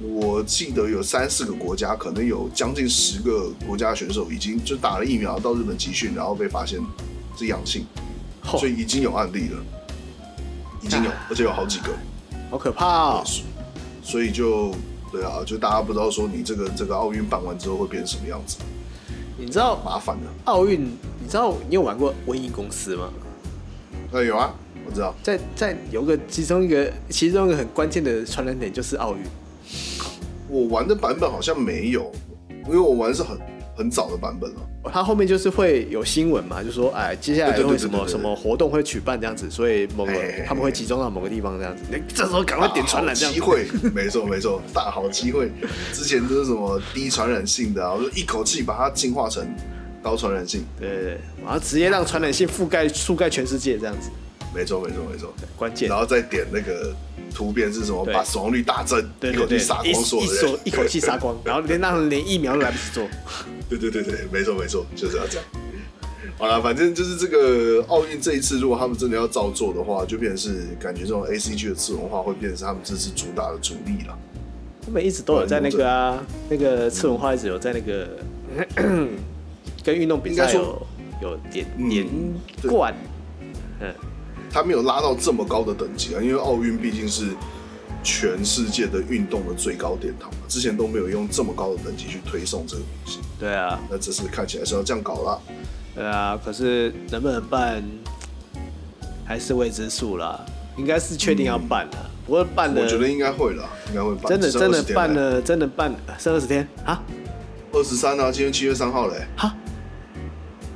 [SPEAKER 1] 我记得有三四个国家，可能有将近十个国家选手已经就打了疫苗到日本集训，然后被发现是阳性，
[SPEAKER 3] 吼
[SPEAKER 1] 所以已经有案例了，已经有，而且有好几个。啊
[SPEAKER 3] 好可怕哦！
[SPEAKER 1] 所以就对啊，就大家不知道说你这个这个奥运办完之后会变成什么样子，
[SPEAKER 3] 你知道
[SPEAKER 1] 麻烦了。
[SPEAKER 3] 奥运？你知道你有玩过瘟疫公司吗？
[SPEAKER 1] 呃，有啊，我知道，
[SPEAKER 3] 在在有个其中一个其中一个很关键的传染点就是奥运。
[SPEAKER 1] 我玩的版本好像没有，因为我玩的是很很早的版本了、
[SPEAKER 3] 它后面就是会有新闻嘛，就说哎，接下来
[SPEAKER 1] 对对对
[SPEAKER 3] 会什么
[SPEAKER 1] 对对对
[SPEAKER 3] 什么活动会举办这样子，所以某个
[SPEAKER 1] 嘿嘿嘿
[SPEAKER 3] 他们会集中到某个地方这样 子。你哦这时候赶快点啊传染这
[SPEAKER 1] 大好
[SPEAKER 3] 样
[SPEAKER 1] 机
[SPEAKER 3] 子。
[SPEAKER 1] 会，没错没错，大好机会。之前都是什么低传染性的、啊，我就一口气把它进化成高传染性，
[SPEAKER 3] 对对对，然后直接让传染性覆盖覆盖全世界这样子，
[SPEAKER 1] 没错没错没错。
[SPEAKER 3] 关键
[SPEAKER 1] 然。后再点那个图片是什么，
[SPEAKER 3] 对
[SPEAKER 1] 把死亡率大增，
[SPEAKER 3] 对
[SPEAKER 1] 一
[SPEAKER 3] 对
[SPEAKER 1] 口
[SPEAKER 3] 对，
[SPEAKER 1] 气杀光所
[SPEAKER 3] 一
[SPEAKER 1] 有
[SPEAKER 3] 一
[SPEAKER 1] 的
[SPEAKER 3] 手
[SPEAKER 1] 人。
[SPEAKER 3] 一口气杀 光，然后连让人连疫苗都来不及做。
[SPEAKER 1] 对对对对，没错没错，就是要这样。好了，反正就是这个奥运这一次，如果他们真的要照做的话，就变成是感觉这种 A C G 的次文化会变成是他们这次主打的主力了。
[SPEAKER 3] 他们一直都有在那个啊，那个次文化一直有在那 个跟运动比
[SPEAKER 1] 应该
[SPEAKER 3] 赛有
[SPEAKER 1] 说
[SPEAKER 3] 有连
[SPEAKER 1] 嗯
[SPEAKER 3] 连
[SPEAKER 1] 对
[SPEAKER 3] 贯。嗯，
[SPEAKER 1] 他没有拉到这么高的等级啊，因为奥运毕竟是全世界的运动的最高殿堂嘛，之前都没有用这么高的等级去推送这个东西。
[SPEAKER 3] 对啊，
[SPEAKER 1] 那这次看起来是要这样搞啦。
[SPEAKER 3] 对啊，可是能不能办还是未知数啦，应该是确定要办了。不过办了，
[SPEAKER 1] 我觉得应该会啦，应该会办。
[SPEAKER 3] 真的
[SPEAKER 1] 只剩
[SPEAKER 3] 真的
[SPEAKER 1] 20天
[SPEAKER 3] 办，了，真的办了，剩二十天啊
[SPEAKER 1] 二十三啊，今天七月三号嘞、
[SPEAKER 3] 哈，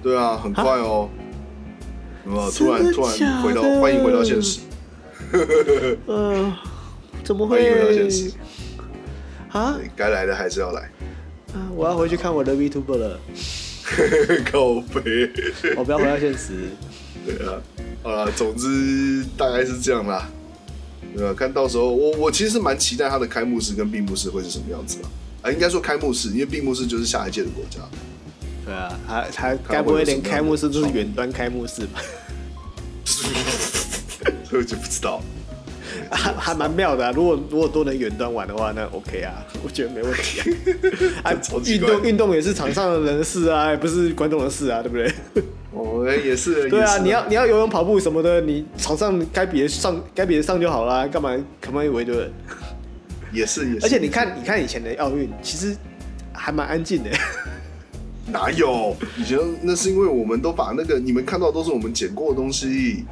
[SPEAKER 1] 对啊，很快哦。有没有
[SPEAKER 3] 真
[SPEAKER 1] 突
[SPEAKER 3] 的
[SPEAKER 1] 然突
[SPEAKER 3] 假
[SPEAKER 1] 然
[SPEAKER 3] 的
[SPEAKER 1] 回到欢迎回到现实，
[SPEAKER 3] 呃，怎么
[SPEAKER 1] 欢迎回到哎现
[SPEAKER 3] 会
[SPEAKER 1] 实，
[SPEAKER 3] 啊
[SPEAKER 1] 对该来的还是要来。
[SPEAKER 3] 啊！我要回去看我的 Vtuber 了，
[SPEAKER 1] 靠背，
[SPEAKER 3] 我不要回到现实。
[SPEAKER 1] 对啊，好啦，总之大概是这样啦。对啊，看到时候我我其实是蛮期待它的开幕式跟闭幕式会是什么样子啦。啊，应该说开幕式，因为闭幕式就是下一届的国家。
[SPEAKER 3] 对啊，他他该不会连开幕式都是远端开幕式吧？
[SPEAKER 1] 我就不知道，
[SPEAKER 3] 还还蛮妙的啊。如果如果都能远端玩的话，那 OK 啊，我觉得没问 题啊。啊
[SPEAKER 1] 超，奇
[SPEAKER 3] 运
[SPEAKER 1] 怪
[SPEAKER 3] 动运动也是场上的人的事啊，也不是观众的事啊，对不对？
[SPEAKER 1] 哦，哎也是，
[SPEAKER 3] 对
[SPEAKER 1] 也
[SPEAKER 3] 啊，
[SPEAKER 1] 是
[SPEAKER 3] 你要你要游泳、跑步什么的，你场上该别上该别上就好啦，干嘛干嘛一围堆人？
[SPEAKER 1] 也是也是，
[SPEAKER 3] 而且你看，你看以前的奥运，其实还蛮安静的。
[SPEAKER 1] 哪有？以前那是因为我们都把那个你们看到都是我们捡过的东西，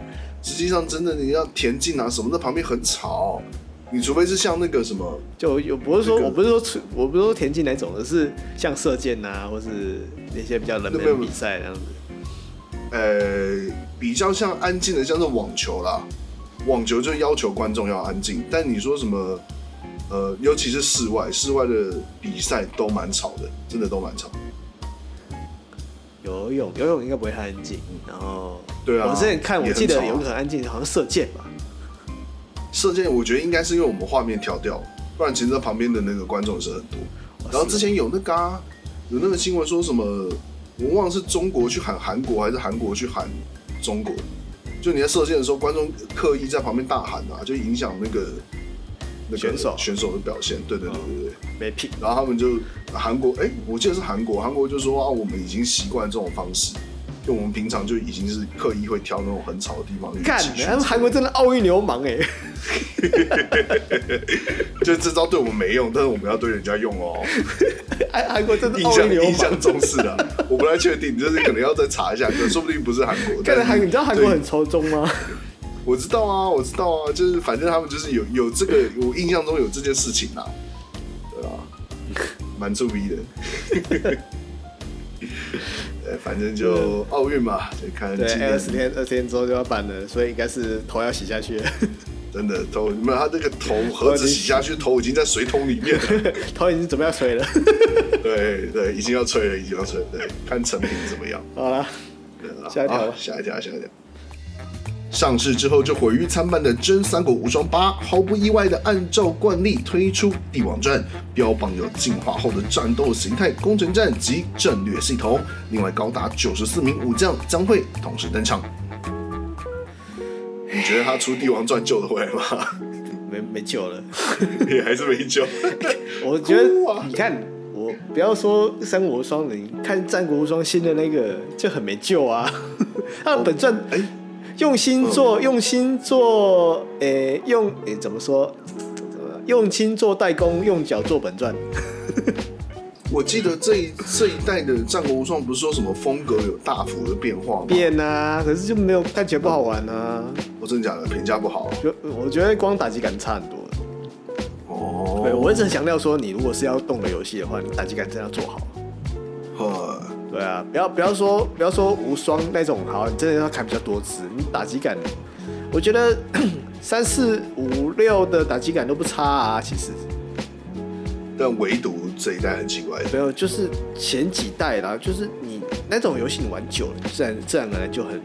[SPEAKER 1] 实际上真的你要田径啊什么，那旁边很吵。你除非是像那个什么，
[SPEAKER 3] 就有不是说
[SPEAKER 1] 这个
[SPEAKER 3] 我不是说出我不是说田径那种的，是像射箭呐、或是那些比较冷门
[SPEAKER 1] 没
[SPEAKER 3] 的
[SPEAKER 1] 有
[SPEAKER 3] 比赛这样子。
[SPEAKER 1] 呃，比较像安静的，像是网球啦。网球就要求观众要安静，但你说什么，呃，尤其是室外，室外的比赛都蛮吵的，真的都蛮吵。
[SPEAKER 3] 游泳游泳应该不会太安静，然后
[SPEAKER 1] 对啊
[SPEAKER 3] 我之前看我
[SPEAKER 1] 也很
[SPEAKER 3] 记得
[SPEAKER 1] 吵啊
[SPEAKER 3] 有一个很安静，好像射箭吧，
[SPEAKER 1] 射箭，我觉得应该是因为我们画面调掉了，不然其实旁边的那个观众是很多。
[SPEAKER 3] 哦
[SPEAKER 1] 然后之前有那个、啊、有那个新闻说什么，我忘了是中国去喊韩国还是韩国去喊中国，就你在射箭的时候，观众刻意在旁边大喊啊，就影响那个那个
[SPEAKER 3] 选手哦
[SPEAKER 1] 选手的表现。对对对对对。
[SPEAKER 3] 没屁。
[SPEAKER 1] 然后他们就韩国，哎、我记得是韩国，韩国就说啊，我们已经习惯这种方式，就我们平常就已经是刻意会挑那种很吵的地方去
[SPEAKER 3] 干
[SPEAKER 1] 集，训
[SPEAKER 3] 他们韩国真的奥运流氓哎、
[SPEAKER 1] 就这招对我们没用，但是我们要对人家用哦。
[SPEAKER 3] 韩韩 国真的
[SPEAKER 1] 印
[SPEAKER 3] 奥
[SPEAKER 1] 象
[SPEAKER 3] 运流
[SPEAKER 1] 印
[SPEAKER 3] 氓。
[SPEAKER 1] 象中是的 啊，我不太确定，就是可能要再查一下，可能说不定不是韩国。但是
[SPEAKER 3] 干韩，你知道韩国
[SPEAKER 1] 对
[SPEAKER 3] 很仇中吗？
[SPEAKER 1] 我知道啊，我知道啊，就是反正他们就是有有这个，我印象中有这件事情啊，对啊， 蛮注意的。 呃，反正就奥运嘛，就看
[SPEAKER 3] 嗯 对
[SPEAKER 1] 今，
[SPEAKER 3] 二十
[SPEAKER 1] 年
[SPEAKER 3] 天二十天之后就要办了，所以应该是头要洗下去了，
[SPEAKER 1] 真的头，没有他这个头盒子洗下去，头已经在水桶里 面了。
[SPEAKER 3] 头已经准备要吹 了。
[SPEAKER 1] 对对，已经要吹了，已经要吹了。对，看成品怎么样。
[SPEAKER 3] 好了，
[SPEAKER 1] 对啊
[SPEAKER 3] 下一条
[SPEAKER 1] 啊下一条，下一条。上市之后就毁誉参半的《真三国无双八》，毫不意外的按照惯例推出帝王战，标榜有进化后的战斗形态、攻城战及战略系统。另外，高达九十四名武将将会同时登场。你觉得他出帝王传救得回来吗？
[SPEAKER 3] 没没救了。
[SPEAKER 1] 也还是没 救。
[SPEAKER 3] 我觉得
[SPEAKER 1] 哭啊
[SPEAKER 3] 你看，我不要说《三国无双》了，你看《战国无双》新的那个就很没救 啊。他本传
[SPEAKER 1] 哎、嗯
[SPEAKER 3] 用心做，用心做，诶、用诶、怎么说？怎么用心做代工，用脚做本传。
[SPEAKER 1] 我记得这一这一代的《战国无双》不是说什么风格有大幅的变化吗？
[SPEAKER 3] 变啊，可是就没有看起来不好玩啊。
[SPEAKER 1] 我哦真的假的？评价不好
[SPEAKER 3] 就我觉得光打击感差很多。
[SPEAKER 1] 哦。
[SPEAKER 3] 对我一直很强调说，你如果是要动的游戏的话，你打击感真的要做好。
[SPEAKER 1] 呃，
[SPEAKER 3] 对啊，不要不要说不要说无双那种，好，你真的要砍比较多只，你打击感，我觉得 三四五六的打击感都不差啊。其实
[SPEAKER 1] 但唯独这一代很奇怪，
[SPEAKER 3] 没有，就是前几代啦，就是你那种游戏你玩久了，自然自然而然就很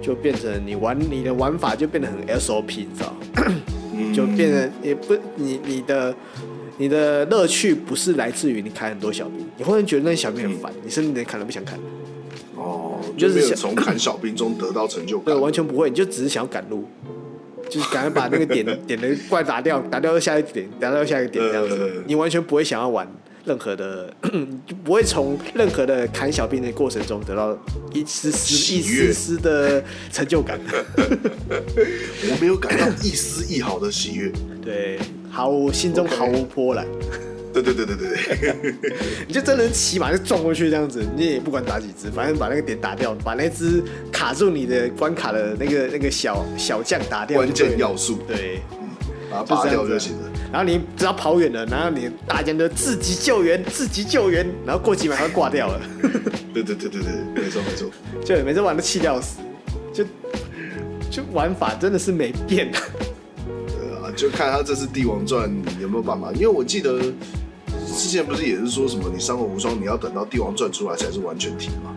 [SPEAKER 3] 就变成你玩你的玩法就变得很 SOP，你知道吗？
[SPEAKER 1] 嗯
[SPEAKER 3] 就变成也不你你的你的乐趣不是来自于你砍很多小兵，你会觉得那小兵很烦，你甚至连砍都不想砍。
[SPEAKER 1] 哦，
[SPEAKER 3] 就
[SPEAKER 1] 就是没有
[SPEAKER 3] 像
[SPEAKER 1] 从砍小兵中得到成就感，
[SPEAKER 3] 对，完全不会，你就只是想要赶路，就是赶快把那个点 点的怪打掉，打掉又下一个点，打掉又下一个点这样
[SPEAKER 1] 呃
[SPEAKER 3] 子，你完全不会想要玩任何的， 你就不会从任何的砍小兵的过程中得到一丝丝一
[SPEAKER 1] 喜悦
[SPEAKER 3] 丝丝的成 就感，
[SPEAKER 1] 我没有感到一丝一毫的喜悦。
[SPEAKER 3] 对，毫无心中
[SPEAKER 1] OK
[SPEAKER 3] 毫无波澜，
[SPEAKER 1] 对对对对对 对，
[SPEAKER 3] 你就真的骑马就撞过去这样子，你也不管打几只，反正把那个点打掉，把那只卡住你的关卡的那个那个小小将打掉就
[SPEAKER 1] 关
[SPEAKER 3] 对了，
[SPEAKER 1] 键要素
[SPEAKER 3] 对。
[SPEAKER 1] 把它
[SPEAKER 3] 就
[SPEAKER 1] 拔
[SPEAKER 3] 这样
[SPEAKER 1] 掉
[SPEAKER 3] 子
[SPEAKER 1] 就
[SPEAKER 3] 啊
[SPEAKER 1] 行了。。
[SPEAKER 3] 然后你只要跑远了，然后你大家就自己救援，自己救援，然后过几秒它就挂掉了，
[SPEAKER 1] 对对对对对，没错没错。
[SPEAKER 3] 就每次玩都气到死，就就玩法真的是没变。
[SPEAKER 1] 对啊，就看他这次《帝王传》有没有办法，因为我记得之前不是也是说什么你《三国无双》你要等到《帝王传》出来才是完全体嘛？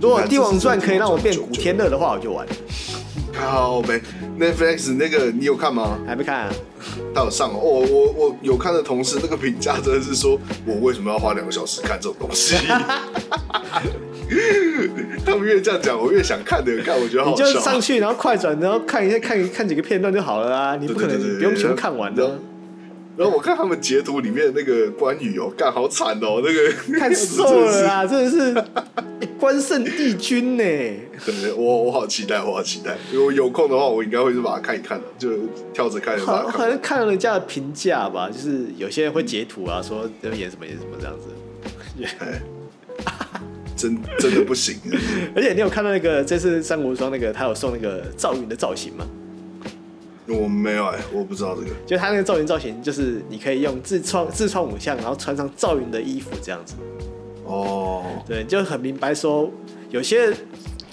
[SPEAKER 3] 如果
[SPEAKER 1] 你
[SPEAKER 3] 《
[SPEAKER 1] 看
[SPEAKER 3] 帝王传》可以让我变
[SPEAKER 1] 这次
[SPEAKER 3] 古
[SPEAKER 1] 这次
[SPEAKER 3] 天乐的话，我就玩。
[SPEAKER 1] 靠呗，Netflix 那个你有看吗？
[SPEAKER 3] 还没看啊？
[SPEAKER 1] 他有上哦，我我我有看的同 事那个评价真的是说，我为什么要花两个小时看这种东西？他们越这样讲，我越想看的，看我觉得好
[SPEAKER 3] 你
[SPEAKER 1] 笑。
[SPEAKER 3] 就上去，然后快转，然后看一下看一看几个片段就好了啊！你
[SPEAKER 1] 对，
[SPEAKER 3] 不可能
[SPEAKER 1] 对
[SPEAKER 3] 不用全部看完。啊
[SPEAKER 1] 对对
[SPEAKER 3] 的
[SPEAKER 1] 对，然后然后我看他们截图里面那个关羽哦，干好惨哦，那个
[SPEAKER 3] 看瘦了啦，真的是欸关圣帝君呢、
[SPEAKER 1] 对，我我好期待，我好期待。如果有空的话，我应该会去把它看一看的，就跳着看着把
[SPEAKER 3] 好
[SPEAKER 1] 它
[SPEAKER 3] 好
[SPEAKER 1] 看。
[SPEAKER 3] 像看了人家的评价吧，就是有些人会截图啊，说要演什么演什么这样子。
[SPEAKER 1] 真真的不行，
[SPEAKER 3] 而且你有看到那个这次三国无双那个，他有送那个赵云的造型吗？
[SPEAKER 1] 我没有哎、我不知道这个。
[SPEAKER 3] 就他那个赵云造型，就是你可以用自创自创五项，然后穿上赵云的衣服这样子。
[SPEAKER 1] 哦，
[SPEAKER 3] 对，就很明白说，有些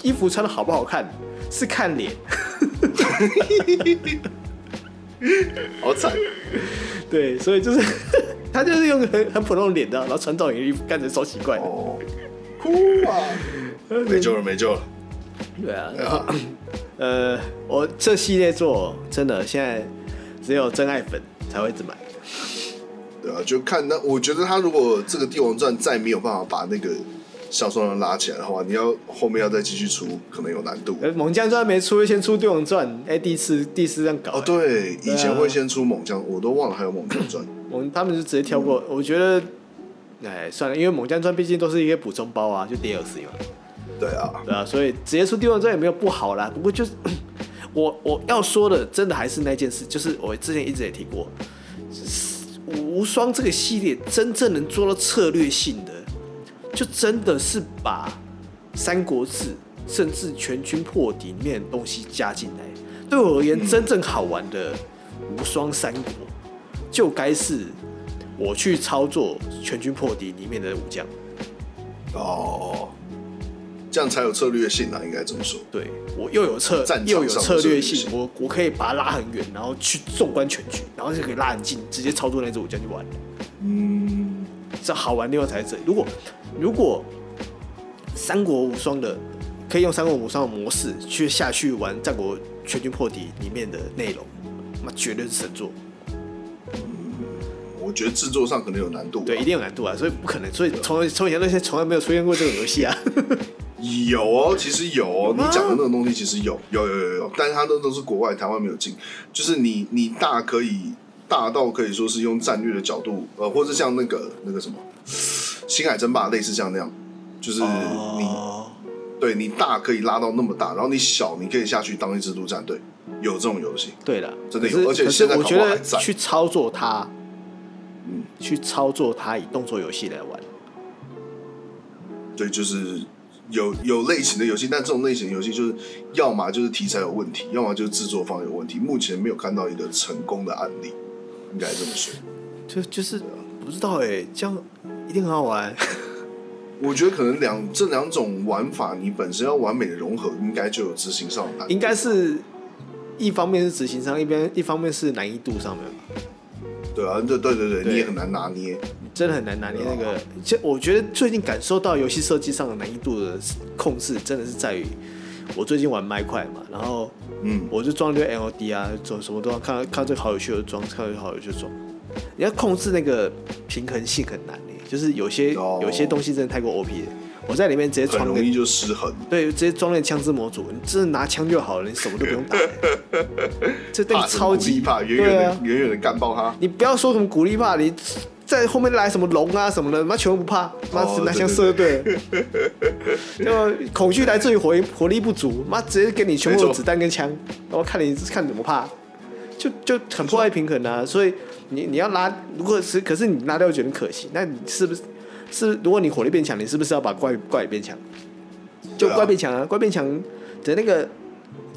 [SPEAKER 3] 衣服穿的好不好看是看脸。
[SPEAKER 1] 好惨，
[SPEAKER 3] 对，所以就是 他就是用很很普通的脸的，然后穿赵云的衣服，看着超奇 怪的。
[SPEAKER 1] 哦，哭啊！没救了，没救了。
[SPEAKER 3] 对啊，
[SPEAKER 1] 对啊，
[SPEAKER 3] 呃，我这系列作真的现在只有真爱粉才会一直买。
[SPEAKER 1] 对啊，就看那，我觉得他如果这个帝王传再没有办法把那个小双人拉起来的话，你要后面要再继续出，可能有难度。
[SPEAKER 3] 呃，猛将传没出，先出帝王传，哎、第一次第一次这样搞、
[SPEAKER 1] 哦，
[SPEAKER 3] 哎
[SPEAKER 1] 对，以前
[SPEAKER 3] 对啊
[SPEAKER 1] 会先出猛将，我都忘了还有猛将传。
[SPEAKER 3] 我们他们就直接跳过。
[SPEAKER 1] 嗯
[SPEAKER 3] 我觉得，哎，算了，因为猛将传毕竟都是一个补充包啊，就 DLC 嘛，
[SPEAKER 1] 对啊，
[SPEAKER 3] 对啊，所以直接出帝王传也没有不好啦。不过就是 我我要说的，真的还是那件事，就是我之前一直也提过，无双这个系列真正能做到策略性的，就真的是把《三国志》甚至全军破敌里面的东西加进来。对我而言，真正好玩的无双三国，就该是我去操作全军破敌里面的武将。
[SPEAKER 1] 哦，这样才有策略性啊，应该这么说。
[SPEAKER 3] 对我又有策
[SPEAKER 1] 战场
[SPEAKER 3] 又有
[SPEAKER 1] 上的
[SPEAKER 3] 策略
[SPEAKER 1] 策略
[SPEAKER 3] 性，我我可以把它拉很远，然后去纵观全局，然后就可以拉很近，直接操作那只武将去玩。
[SPEAKER 1] 嗯，
[SPEAKER 3] 这好玩的地方才是这里。如果如果三国无双的可以用三国无双的模式去下去玩《战国全军破敌》里面的内容，那绝对是神作。
[SPEAKER 1] 我觉得制作上可能有难度吧。
[SPEAKER 3] 对，一定有难度啊，所以不可能，所以从从以前到现在从来没有出现过这种游戏啊。
[SPEAKER 1] 有哦，其实有哦，你
[SPEAKER 3] 吗
[SPEAKER 1] 讲的那种东西其实有，有有有有，但是它都都是国外，台湾没有进。就是你你大可以大到可以说是用战略的角度，呃，或者像那个那个什么《星海争霸》类似像那样，就是你、哦对你大可以拉到那么大，然后你小你可以下去当一支陆战队，有这种游戏。
[SPEAKER 3] 对了，
[SPEAKER 1] 真的有
[SPEAKER 3] 可是
[SPEAKER 1] 而且
[SPEAKER 3] 可是
[SPEAKER 1] 现在
[SPEAKER 3] 我
[SPEAKER 1] 搞
[SPEAKER 3] 觉
[SPEAKER 1] 不好还
[SPEAKER 3] 得
[SPEAKER 1] 在
[SPEAKER 3] 去操作它，
[SPEAKER 1] 嗯
[SPEAKER 3] 去操作它以动作游戏来玩，
[SPEAKER 1] 对，就是有有类型的游戏，但这种类型的游戏就是要么就是题材有问题，要么就是制作方有问题。目前没有看到一个成功的案例，应该这么说。
[SPEAKER 3] 就就是不知道哎、这样一定很好 玩。
[SPEAKER 1] 我觉得可能两这两种玩法，你本身要完美的融合，应该就有执行上的难度。
[SPEAKER 3] 应该是一方面是执行上，一边一方面是难易度上面吧，
[SPEAKER 1] 对啊，对对对对，
[SPEAKER 3] 对
[SPEAKER 1] 你也很难拿捏。
[SPEAKER 3] 真的很难拿捏那个。就我觉得最近感受到游戏设计上的难易度的控制，真的是在于我最近玩麦块嘛，然后
[SPEAKER 1] 嗯，
[SPEAKER 3] 我就装一堆 LD 啊，装什么都要看到看到这个好有趣就装，看到这个好有趣就装。你要控制那个平衡性很难、欸、就是有些、
[SPEAKER 1] 哦
[SPEAKER 3] 有些东西真的太过 OP 了。我在里面直接
[SPEAKER 1] 很
[SPEAKER 3] 装
[SPEAKER 1] 容易
[SPEAKER 3] 那
[SPEAKER 1] 就失衡。
[SPEAKER 3] 对，直接装那枪支模组，你真的拿枪就好了，你什么都不用打、欸。 这对
[SPEAKER 1] 怕
[SPEAKER 3] 你
[SPEAKER 1] 什么
[SPEAKER 3] 超
[SPEAKER 1] 鼓励
[SPEAKER 3] 级
[SPEAKER 1] 怕远远
[SPEAKER 3] 对
[SPEAKER 1] 的、
[SPEAKER 3] 啊
[SPEAKER 1] 远远的干爆他。
[SPEAKER 3] 你不要说什么鼓励怕，你在后面来什么龙啊什么的，妈全部不怕，妈
[SPEAKER 1] 哦
[SPEAKER 3] 只拿枪射就对了。就恐惧来自于活力活力不足，妈直接给你全部
[SPEAKER 1] 没
[SPEAKER 3] 的
[SPEAKER 1] 错
[SPEAKER 3] 子弹跟枪，然后看你看怎么怕，就就很破坏平衡啊。所以你你要拉，如果是可是你拉掉觉得很可惜，那你是不是是如果你火力变强，你是不是要把怪怪也变强？就
[SPEAKER 1] 对啊
[SPEAKER 3] 怪变强啊，怪变强的那个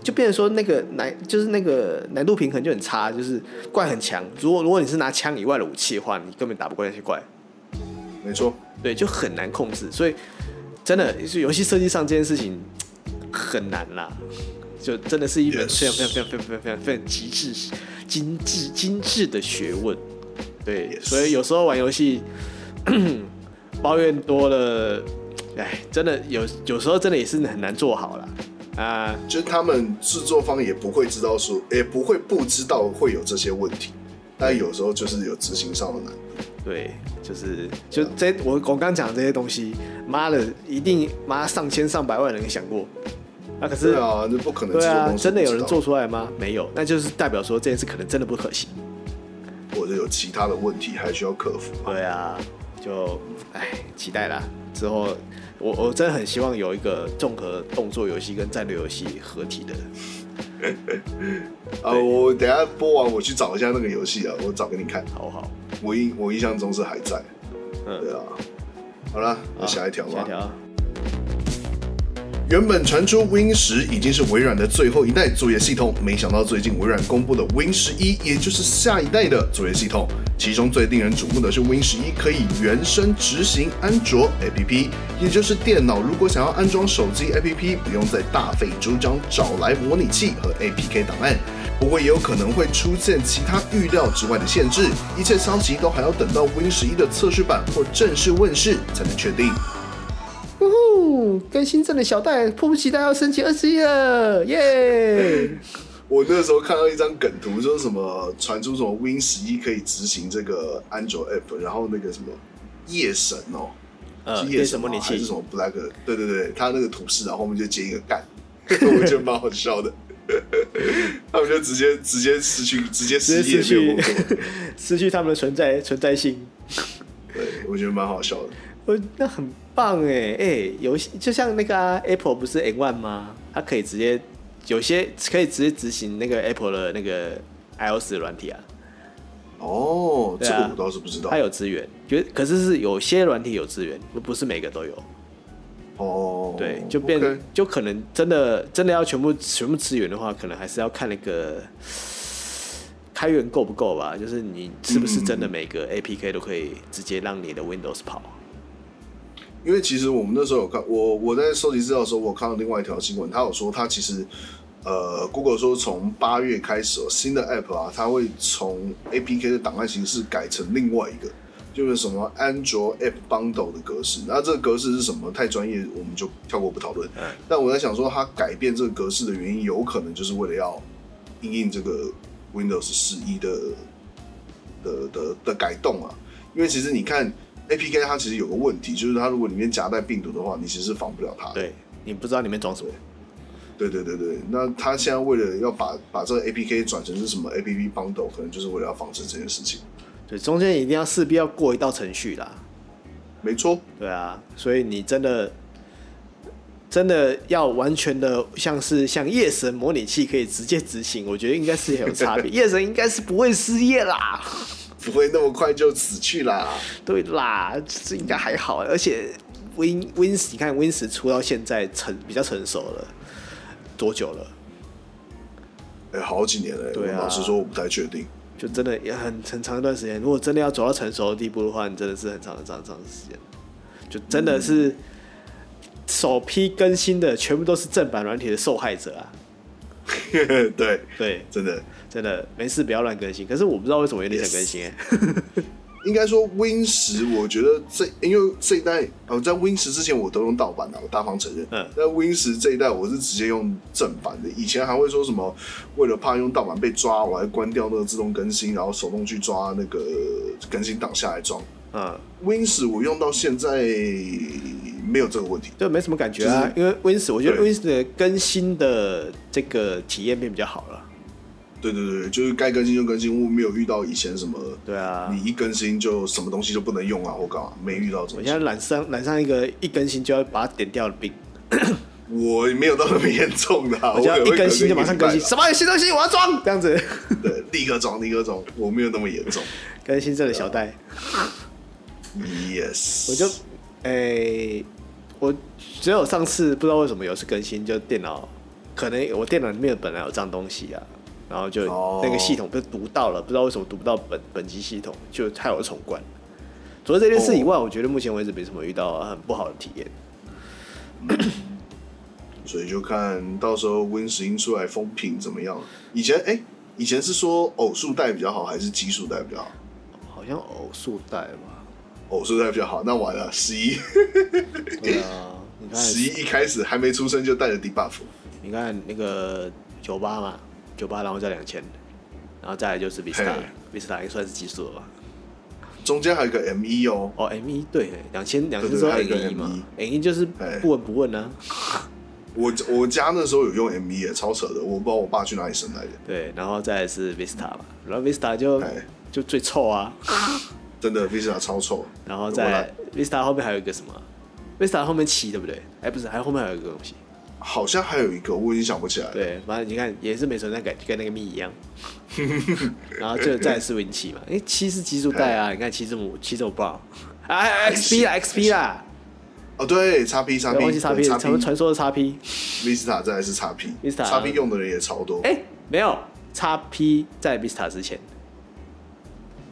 [SPEAKER 3] 就变成说那个难，就是那个难度平衡就很差，就是怪很强。如果如果你是拿枪以外的武器的话，你根本打不过那些怪，
[SPEAKER 1] 没错，
[SPEAKER 3] 对，就很难控制。所以真的，就是游戏设计上这件事情很难啦，就真的是一门
[SPEAKER 1] Yes
[SPEAKER 3] 非常非常非常非常非常非常极致、精致、精致的学问。对
[SPEAKER 1] Yes
[SPEAKER 3] 所以有时候玩游戏 抱怨多了，哎，真的有有时候真的也是很难做好啦。啊。
[SPEAKER 1] 就是他们制作方也不会知道说，也不会不知道会有这些问题，但有时候就是有执行上的难度。
[SPEAKER 3] 对，就是就这我我刚讲这些东西，妈的，一定妈上千上百万人想过，啊可是
[SPEAKER 1] 对啊，这不可能。
[SPEAKER 3] 对
[SPEAKER 1] 这种
[SPEAKER 3] 啊
[SPEAKER 1] 东，西
[SPEAKER 3] 真的
[SPEAKER 1] 不
[SPEAKER 3] 有
[SPEAKER 1] 知
[SPEAKER 3] 人
[SPEAKER 1] 道
[SPEAKER 3] 做，出来吗？没有，那就是代表说这件事可能真的不可行。
[SPEAKER 1] 或者有其他的问题还需要克服。
[SPEAKER 3] 对啊，就哎，期待啦。之后我我真的很希望有一个综合动作游戏跟战略游戏合体的。
[SPEAKER 1] 啊，我等一下播完我去找一下那个游戏啊，我找给你看。
[SPEAKER 3] 好好，
[SPEAKER 1] 我印我印象中是还在。
[SPEAKER 3] 嗯
[SPEAKER 1] 对啊。好了，那下一条吧。
[SPEAKER 3] 啊下一条啊，
[SPEAKER 1] 原本传出 Win 十已经是微软的最后一代作业系统，没想到最近微软公布的 Win 十一，也就是下一代的作业系统。其中最令人瞩目的是 Win 十一可以原生执行安卓 APP，也就是电脑如果想要安装手机 APP，不用再大费周章找来模拟器和 APK 档案。不过也有可能会出现其他预料之外的限制，一切消息都还要等到 Win 十一的测试版或正式问世才能确定。
[SPEAKER 3] 呜呼！更新这的小戴迫不及待要升级二十一了，耶！
[SPEAKER 1] 我那时候看到一张梗图，就是什么传出什么 Win 十一可以执行这个安卓 App，然后那个什么夜神哦，
[SPEAKER 3] 呃，
[SPEAKER 1] 是
[SPEAKER 3] 对
[SPEAKER 1] 夜
[SPEAKER 3] 什
[SPEAKER 1] 神
[SPEAKER 3] 么
[SPEAKER 1] 吗
[SPEAKER 3] 你
[SPEAKER 1] 还是什
[SPEAKER 3] 气？
[SPEAKER 1] 么 Black？对对对，他那个图示，然后后面就接一个干， 我觉得蛮好笑的。 他们就直接直接失去直接失业
[SPEAKER 3] 直接失去
[SPEAKER 1] 没有工作，
[SPEAKER 3] 失去他们的存在存在性，
[SPEAKER 1] 对我觉得蛮好笑的。
[SPEAKER 3] 我哦那很棒哎哎，游戏就像那个、啊、Apple 不是 N One 吗？它可以直接有些可以直接执行那个 Apple 的那个 iOS 的软体啊。
[SPEAKER 1] 哦，
[SPEAKER 3] 对
[SPEAKER 1] 这
[SPEAKER 3] 啊
[SPEAKER 1] 个我倒是不知道
[SPEAKER 3] 它。有资源，可可是是有些软体有资源，不是每个都有。
[SPEAKER 1] 哦，
[SPEAKER 3] 对，就变
[SPEAKER 1] OK
[SPEAKER 3] 就可能真的真的要全部全部资源的话，可能还是要看那个开源够不够吧。就是你是不是真的每个 APK 都可以直接让你的 Windows 跑？
[SPEAKER 1] 因为其实我们那时候有看，我我在收集资料的时候，我有看到另外一条新闻，他有说他其实，呃，Google 说从八月开始、哦，新的 App 啊，它会从 APK 的档案形式改成另外一个，就是什么安卓 App Bundle 的格式。那这个格式是什么？太专业，我们就跳过不讨论。但我在想说，它改变这个格式的原因，有可能就是为了要因应这个 Windows 十一的的的的改动啊。因为其实你看 APK 它其实有个问题，就是它如果里面夹带病毒的话，你其实是防不了它的。
[SPEAKER 3] 对你不知道里面装什么。
[SPEAKER 1] 对对对对，那它现在为了要把把这个 APK 转成是什么 APP bundle，可能就是为了要防止这件事情。
[SPEAKER 3] 对，中间一定要势必要过一道程序啦。
[SPEAKER 1] 没错，
[SPEAKER 3] 对啊，所以你真的真的要完全的像是像夜神模拟器可以直接执行，我觉得应该是有差别。夜神应该是不会失业啦，
[SPEAKER 1] 不会那么快就死去啦。
[SPEAKER 3] 对啦，这应该还好。而且 Win Win 10你看 Win 十出到现在成比较成熟了，多久了？
[SPEAKER 1] 哎、好几年了、哎
[SPEAKER 3] 对啊
[SPEAKER 1] 我老实说，我不太确定。
[SPEAKER 3] 就真的也很很长一段时间。如果真的要走到成熟的地步的话，你真的是很长很长很长的时间，就真的是首批更新的全部都是正版软体的受害者啊！
[SPEAKER 1] 对，
[SPEAKER 3] 对，
[SPEAKER 1] 真的，
[SPEAKER 3] 真的没事不要乱更新。可是我不知道为什么有点想更新、欸，
[SPEAKER 1] 应该说 Win 十，我觉得这因为这一代，呃，在 Win 十之前我都用盗版的，我大方承认。
[SPEAKER 3] 嗯
[SPEAKER 1] 但 Win 十这一代我是直接用正版的，以前还会说什么为了怕用盗版被抓，我还关掉那个自动更新，然后手动去抓那个更新档下来装。
[SPEAKER 3] 嗯，
[SPEAKER 1] Win 十我用到现在没有这个问题。
[SPEAKER 3] 就没什么感觉啊。因为 Win 十，我觉得 Win
[SPEAKER 1] 对
[SPEAKER 3] 十的更新的这个体验变比较好了。
[SPEAKER 1] 对对对，对就是该更新就更新，我没有遇到以前什么。
[SPEAKER 3] 对啊，
[SPEAKER 1] 你一更新就什么东西就不能用啊，或干嘛？没遇到这种
[SPEAKER 3] 我现
[SPEAKER 1] 情
[SPEAKER 3] 在
[SPEAKER 1] 况，
[SPEAKER 3] 染上染上一个一更新就要把它点掉的病，
[SPEAKER 1] 我没有到那么严重的、啊。
[SPEAKER 3] 我就要
[SPEAKER 1] 可能
[SPEAKER 3] 一
[SPEAKER 1] 会
[SPEAKER 3] 更新就马上更新，
[SPEAKER 1] 一个礼拜吧啊
[SPEAKER 3] 什么有新东西我要装，这样子
[SPEAKER 1] 对，立刻装，立刻装，我没有那么严重。
[SPEAKER 3] 更新这个小袋。
[SPEAKER 1] Yes，
[SPEAKER 3] 我就，诶、我只有上次不知道为什么有一次更新，就电脑可能我电脑里面本来有脏东西啊，然后就
[SPEAKER 1] 哦
[SPEAKER 3] 那个系统被读到了，不知道为什么读不到本本机系统，就害我重关。除了这件事以外，我觉得目前为止没什么遇到啊很不好的体验。
[SPEAKER 1] 所以就看到时候 Win 十音出来风评怎么样了。以前哎、以前是说偶数带比较好，还是奇数带比较好？
[SPEAKER 3] 好像偶数带吧？
[SPEAKER 1] 偶数带比较好，那完了，十 一
[SPEAKER 3] 对啊，你看，
[SPEAKER 1] 哦十一一开始还没出生就带着 debuff，
[SPEAKER 3] 你看那个九八嘛，九八然后再两千，然后再来就是 Vista，Vista 也算是技术了吧？
[SPEAKER 1] 中间还有一个 M 一哦，
[SPEAKER 3] 哦，M 一对，两千两
[SPEAKER 1] 对对
[SPEAKER 3] 千之后
[SPEAKER 1] 还有一个
[SPEAKER 3] M 一
[SPEAKER 1] M1
[SPEAKER 3] 嘛，M 一就是
[SPEAKER 1] 哎
[SPEAKER 3] 不闻不问啊。
[SPEAKER 1] 我我家那时候有用 M E 一耶，超扯的，我不知道我爸去哪里生来的，
[SPEAKER 3] 对，然后再来是 Vista 嘛，然后 Vista 就
[SPEAKER 1] 哎
[SPEAKER 3] 就最臭啊，
[SPEAKER 1] 真的 Visa 超臭，
[SPEAKER 3] 然后
[SPEAKER 1] 我
[SPEAKER 3] 再
[SPEAKER 1] 来
[SPEAKER 3] Vista 后面还有一个什么？Vista 啊后面七对不对？哎，不是，还有后面还有一个东西。
[SPEAKER 1] 好像还有一个我已经想不起来了，
[SPEAKER 3] 对，反正你看也是没存在感，就跟那个蜜 E 一 样。然后就再来是 Win 七嘛，因为七是技术带
[SPEAKER 1] 哎
[SPEAKER 3] 啊，你看七字母七字母 bar，哎，XP 啦 XP 啦，
[SPEAKER 1] 哦对，x P 叉
[SPEAKER 3] 不
[SPEAKER 1] P
[SPEAKER 3] 要忘记叉 P，
[SPEAKER 1] 叉
[SPEAKER 3] 咱们传说的叉 P，
[SPEAKER 1] Vista 再来是叉 P
[SPEAKER 3] Vista
[SPEAKER 1] 叉 P 用的人也超多，
[SPEAKER 3] 哎，没有叉 P 在 Vista 之前，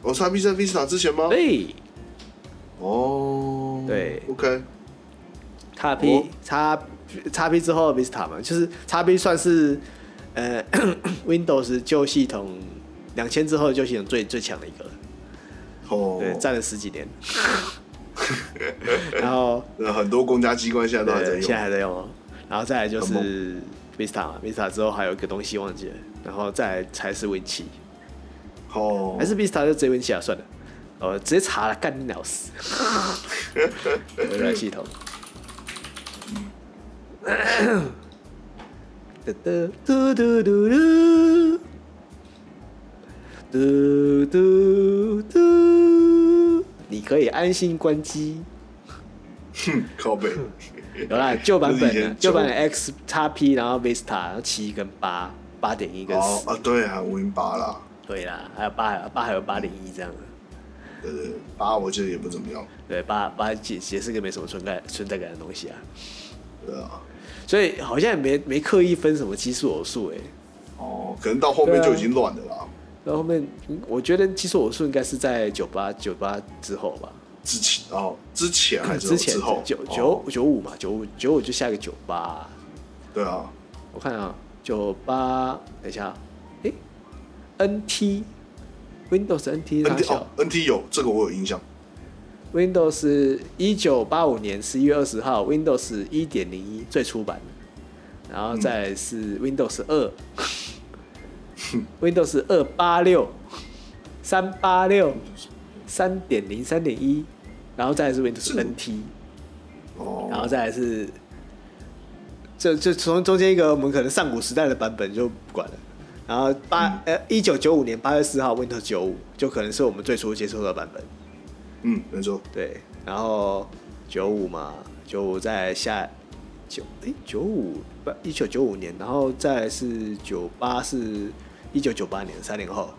[SPEAKER 1] 哦叉 P 在 Vista 之前吗？
[SPEAKER 3] 对，
[SPEAKER 1] 哦，
[SPEAKER 3] 对
[SPEAKER 1] ，OK，
[SPEAKER 3] 叉
[SPEAKER 1] 哦
[SPEAKER 3] P 叉叉 P 之后的 Vista 嘛，就是叉 P 算是呃 Windows 旧系统两千之后的旧系统最最强的一个了，
[SPEAKER 1] 哦，
[SPEAKER 3] 对，占了 十几年。然后
[SPEAKER 1] 呃很多公家机关现在都还在
[SPEAKER 3] 对，
[SPEAKER 1] 用，
[SPEAKER 3] 现在还在用哦。然后再来就
[SPEAKER 1] 很
[SPEAKER 3] 是 Vista 嘛，Vista 之后还有一个东西忘记了，然后再来才是 Win 七，
[SPEAKER 1] 哦，
[SPEAKER 3] 还是 Vista 就直接 Win 七啊？算了，呃，直接查了，干你老 师，微软系统。 嘟嘟嘟嘟嘟嘟，嘟嘟嘟，你可以安心关机。
[SPEAKER 1] 嗯靠 背，哦
[SPEAKER 3] 有啦，旧版
[SPEAKER 1] 就是以
[SPEAKER 3] 本的
[SPEAKER 1] 前旧
[SPEAKER 3] 旧版的 X 叉 P，然后 Vista，然后七跟八，八点一跟
[SPEAKER 1] 哦
[SPEAKER 3] 四，
[SPEAKER 1] 啊对啊，我已经拔啦，
[SPEAKER 3] 对啦，还有八八还有八点一这样，
[SPEAKER 1] 对对，对拔我觉得也不怎么样，
[SPEAKER 3] 对，八八也也是个没什么存在存在感的东西啊，
[SPEAKER 1] 对啊，
[SPEAKER 3] 所以好像也没没刻意分什么奇数偶数哎、
[SPEAKER 1] 哦，可能到后面
[SPEAKER 3] 对啊
[SPEAKER 1] 就已经乱了啦，
[SPEAKER 3] 然后后面嗯我觉得奇数偶数应该是在九八九八之后吧，
[SPEAKER 1] 之前哦之前还是
[SPEAKER 3] 之前
[SPEAKER 1] 之后
[SPEAKER 3] 九
[SPEAKER 1] 哦
[SPEAKER 3] 九九五嘛，九五九五就下一个九八、
[SPEAKER 1] 对啊，
[SPEAKER 3] 我看啊，九八，等一下，哎、n t Windows NT 大
[SPEAKER 1] N T
[SPEAKER 3] 小
[SPEAKER 1] 哦。N T 有这个我有印象，
[SPEAKER 3] Windows 一九八五年十一月二十号，Windows 一点零一最初版的，然后再来是 Windows 二、Windows 二八六、三八六、三点零、三点一，然后再来是 Windows
[SPEAKER 1] 是
[SPEAKER 3] NT，
[SPEAKER 1] 哦，
[SPEAKER 3] 然后再来是，就就从中间一个我们可能上古时代的版本就不管了。然后八呃一九九五年八月四号 Windows 九五就可能是我们最初接触的版本，
[SPEAKER 1] 嗯，没错，
[SPEAKER 3] 对，然后九五嘛，九五在下九诶九五不一九九五年，然后再来是九八是一九九八年，三年后，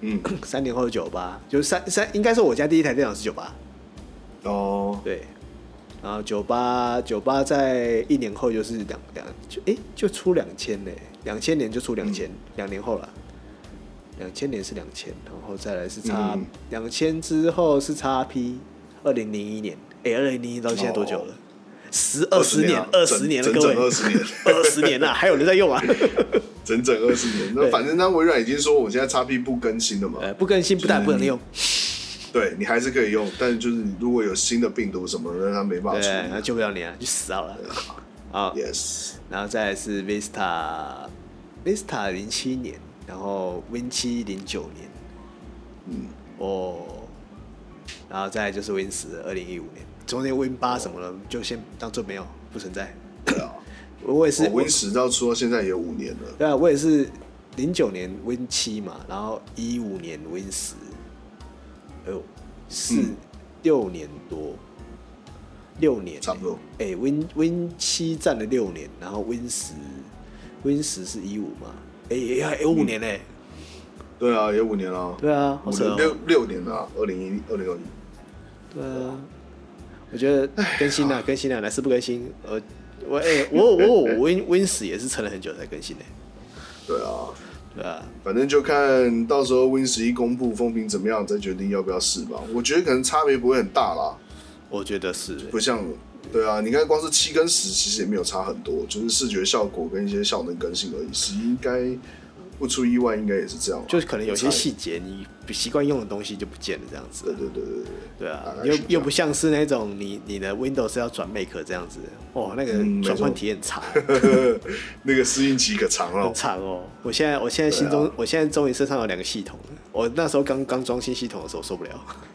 [SPEAKER 1] 嗯，
[SPEAKER 3] 三年后九八就是三三应该是我家第一台电脑是九八，
[SPEAKER 1] 哦，
[SPEAKER 3] 对，然后九八九八在一年后就是两两就诶就出两千呢，两千年就出
[SPEAKER 1] 嗯
[SPEAKER 3] 两千、两年后了。两千年是两千，然后再来是差
[SPEAKER 1] 嗯
[SPEAKER 3] 两千、0之后是差 P，二零零一年，哎、2二零零一到现在多久了？十二十年，二十
[SPEAKER 1] 20年
[SPEAKER 3] 年了，
[SPEAKER 1] 啊
[SPEAKER 3] 各
[SPEAKER 1] 整
[SPEAKER 3] 位，
[SPEAKER 1] 整20年
[SPEAKER 3] 二十年了，还有人在 用啊？
[SPEAKER 1] 整整二十年，那
[SPEAKER 3] 对
[SPEAKER 1] 反正那微软已经说我现在叉 P 不更新了嘛，
[SPEAKER 3] 呃，不更新不但不能用，
[SPEAKER 1] 对你还是可以用，但就是你如果有新的病毒什么的，那它没办法
[SPEAKER 3] 对，
[SPEAKER 1] 处
[SPEAKER 3] 然后
[SPEAKER 1] 理。
[SPEAKER 3] 救不了你啊，就死好了。
[SPEAKER 1] 嗯
[SPEAKER 3] 好，
[SPEAKER 1] Yes，
[SPEAKER 3] 然后再来是 Vista，Vista 零七年，然后 Win 七零九年，嗯，哦，然后再来就是 Win 十二零一五年，中间 Win 八什么的就先当做没有不存在。
[SPEAKER 1] 对啊，
[SPEAKER 3] 我我
[SPEAKER 1] 我
[SPEAKER 3] 也是
[SPEAKER 1] Win 十到出到现在也有五年了，
[SPEAKER 3] 对啊，我也是零九年 Win 七嘛，然后一五年 Win 十，哎呦，四
[SPEAKER 1] 嗯
[SPEAKER 3] 六年多，六年欸、
[SPEAKER 1] 差不多
[SPEAKER 3] 哎、w i n Win 七占了六年，然后 Win 十，Win 十是一五嘛，哎、也还有
[SPEAKER 1] 嗯
[SPEAKER 3] 五年嘞、
[SPEAKER 1] 对啊，也有五年了，
[SPEAKER 3] 对啊，好
[SPEAKER 1] 五
[SPEAKER 3] 扯、
[SPEAKER 1] 年
[SPEAKER 3] 哦，
[SPEAKER 1] 六六年了，二零一二零二一。
[SPEAKER 3] 对啊，我觉得更新啊，更新啊，哪次不更新？呃，我哎、我我我 Win Win 十也是撑了很久才更新嘞、
[SPEAKER 1] 对啊，
[SPEAKER 3] 对啊，
[SPEAKER 1] 反正就看到时候 Win 十一公布风评怎么样，再决定要不要试吧。我觉得可能差别不会很大啦，
[SPEAKER 3] 我觉得是、
[SPEAKER 1] 不像对啊，你看光是七跟十其实也没有差很多，就是视觉效果跟一些效能更新而已。十一应该不出意外，应该也是这样啦，啊
[SPEAKER 3] 就是可能有些
[SPEAKER 1] 差
[SPEAKER 3] 细节你不习惯用的东西就不见了，这样
[SPEAKER 1] 别。
[SPEAKER 3] 子。
[SPEAKER 1] 对对对对对
[SPEAKER 3] 对啊
[SPEAKER 1] 大，概
[SPEAKER 3] 又
[SPEAKER 1] 是这样
[SPEAKER 3] 又不像是那种你你的 Windows 要转 Mac 这样子，哦，那个
[SPEAKER 1] 嗯没错
[SPEAKER 3] 转换体验 很长
[SPEAKER 1] 那个适应期可长了
[SPEAKER 3] 很。长哦。我现
[SPEAKER 1] 啊
[SPEAKER 3] 在我现在心中，我现在终于身上有两个系统了。我那时候刚刚装新系统的时候受不了，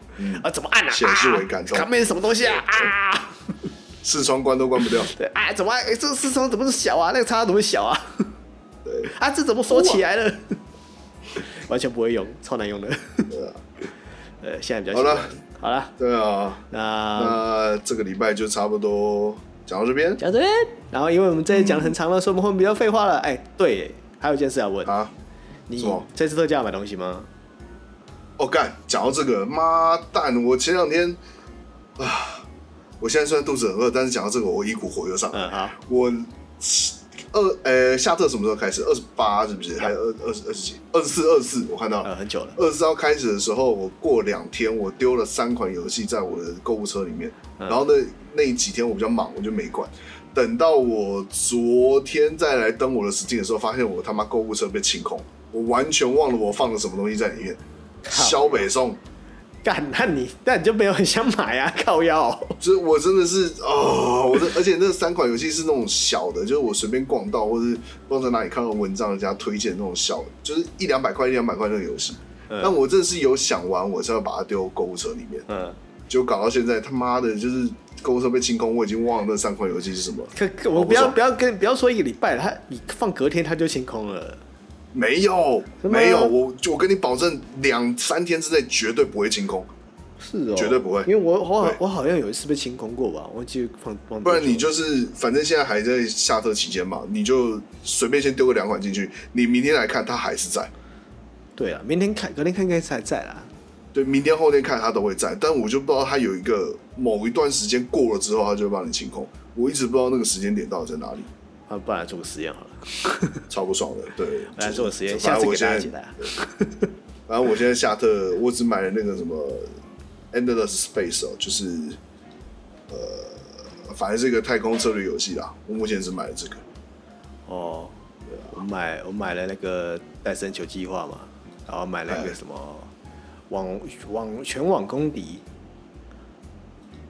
[SPEAKER 3] 啊，怎么按啊？
[SPEAKER 1] 嗯显示为感动
[SPEAKER 3] 啊、卡面什么东西啊？啊，
[SPEAKER 1] 视窗关都关不掉。
[SPEAKER 3] 对啊，怎么按、哎这个视窗怎么小啊？那个叉怎么小啊？
[SPEAKER 1] 对，
[SPEAKER 3] 啊，这怎么锁起来了？ 完全不会用，超难用的。
[SPEAKER 1] 对啊
[SPEAKER 3] 呃，现在比
[SPEAKER 1] 好
[SPEAKER 3] 较
[SPEAKER 1] 了
[SPEAKER 3] 习惯，好了，
[SPEAKER 1] 对啊，
[SPEAKER 3] 那
[SPEAKER 1] 那这个礼拜就差不多讲到这边
[SPEAKER 3] 讲到这边，然后因为我们这里讲得很长了，所以我们会比较废话了。哎，对耶，还有一件事要问，
[SPEAKER 1] 啊。
[SPEAKER 3] 你
[SPEAKER 1] 什么
[SPEAKER 3] 这次特价买东西吗？
[SPEAKER 1] 哦，干，讲到这个，妈蛋！我前两天啊，啊我现在虽然肚子很饿，但是讲到这个，我一股火又上来。
[SPEAKER 3] 嗯，好，
[SPEAKER 1] 我二呃，下特什么时候开始？二十八是不是？还有二二十二十几？二十四二十四，我看到
[SPEAKER 3] 呃，
[SPEAKER 1] 了。
[SPEAKER 3] 很久了，
[SPEAKER 1] 二十号开始的时候，我过两天我丢了三款游戏在我的购物车里面，
[SPEAKER 3] 嗯
[SPEAKER 1] 然后呢那几天我比较忙，我就没管。等到我昨天再来登我的 Steam 的时候，发现我他妈购物车被清空，我完全忘了我放了什么东西在里面。
[SPEAKER 3] 靠
[SPEAKER 1] 小北送，
[SPEAKER 3] 干，那你那你就没有很想买啊？ 靠腰哦，
[SPEAKER 1] 就是我真的是哦，我这而且那三款游戏是那种小的，就是我随便逛到或是不知道在哪里看到文章人家推荐那种小的，就是一两百块一两百块那个游戏。
[SPEAKER 3] 嗯
[SPEAKER 1] 但我真的是有想玩，我才要把它丢购物车里面。
[SPEAKER 3] 嗯，
[SPEAKER 1] 就搞到现在，他妈的，就是购物车被清空，我已经忘了那三款游戏是什么了。
[SPEAKER 3] 可可我
[SPEAKER 1] 我不
[SPEAKER 3] 不要
[SPEAKER 1] 爽
[SPEAKER 3] 不要跟不要说一个礼拜了，他你放隔天他就清空了，
[SPEAKER 1] 没有，
[SPEAKER 3] 真的吗
[SPEAKER 1] 没有，我就我跟你保证，两三天之内绝对不会清空，
[SPEAKER 3] 是哦，
[SPEAKER 1] 绝对不会
[SPEAKER 3] 因为我我好
[SPEAKER 1] 对
[SPEAKER 3] 我好像有一次被清空过吧，我记得放放多久，
[SPEAKER 1] 不然你就是反正现在还在下特期间嘛，你就随便先丢个两款进去，你明天来看它还是在，
[SPEAKER 3] 对啊，明天看隔天看应该是还在啦，
[SPEAKER 1] 对，明天后天看它都会在，但我就不知道它有一个某一段时间过了之后，它就会帮你清空，我一直不知道那个时间点到底在哪里，
[SPEAKER 3] 啊，不然来做个实验好了，
[SPEAKER 1] 超不爽的，对，就
[SPEAKER 3] 来
[SPEAKER 1] 是
[SPEAKER 3] 做个实验，
[SPEAKER 1] 反
[SPEAKER 3] 下
[SPEAKER 1] 正
[SPEAKER 3] 次
[SPEAKER 1] 我
[SPEAKER 3] 给
[SPEAKER 1] 现
[SPEAKER 3] 大
[SPEAKER 1] 在
[SPEAKER 3] 家解答。
[SPEAKER 1] 然后我现在下特，我只买了那个什么 Endless Space 哦，就是呃，反正是一个太空策略游戏啦。我目前只买了这个。
[SPEAKER 3] 哦，我买我买了那个戴森球计划嘛，然后买了一个
[SPEAKER 1] 哎
[SPEAKER 3] 什么网网全网公敌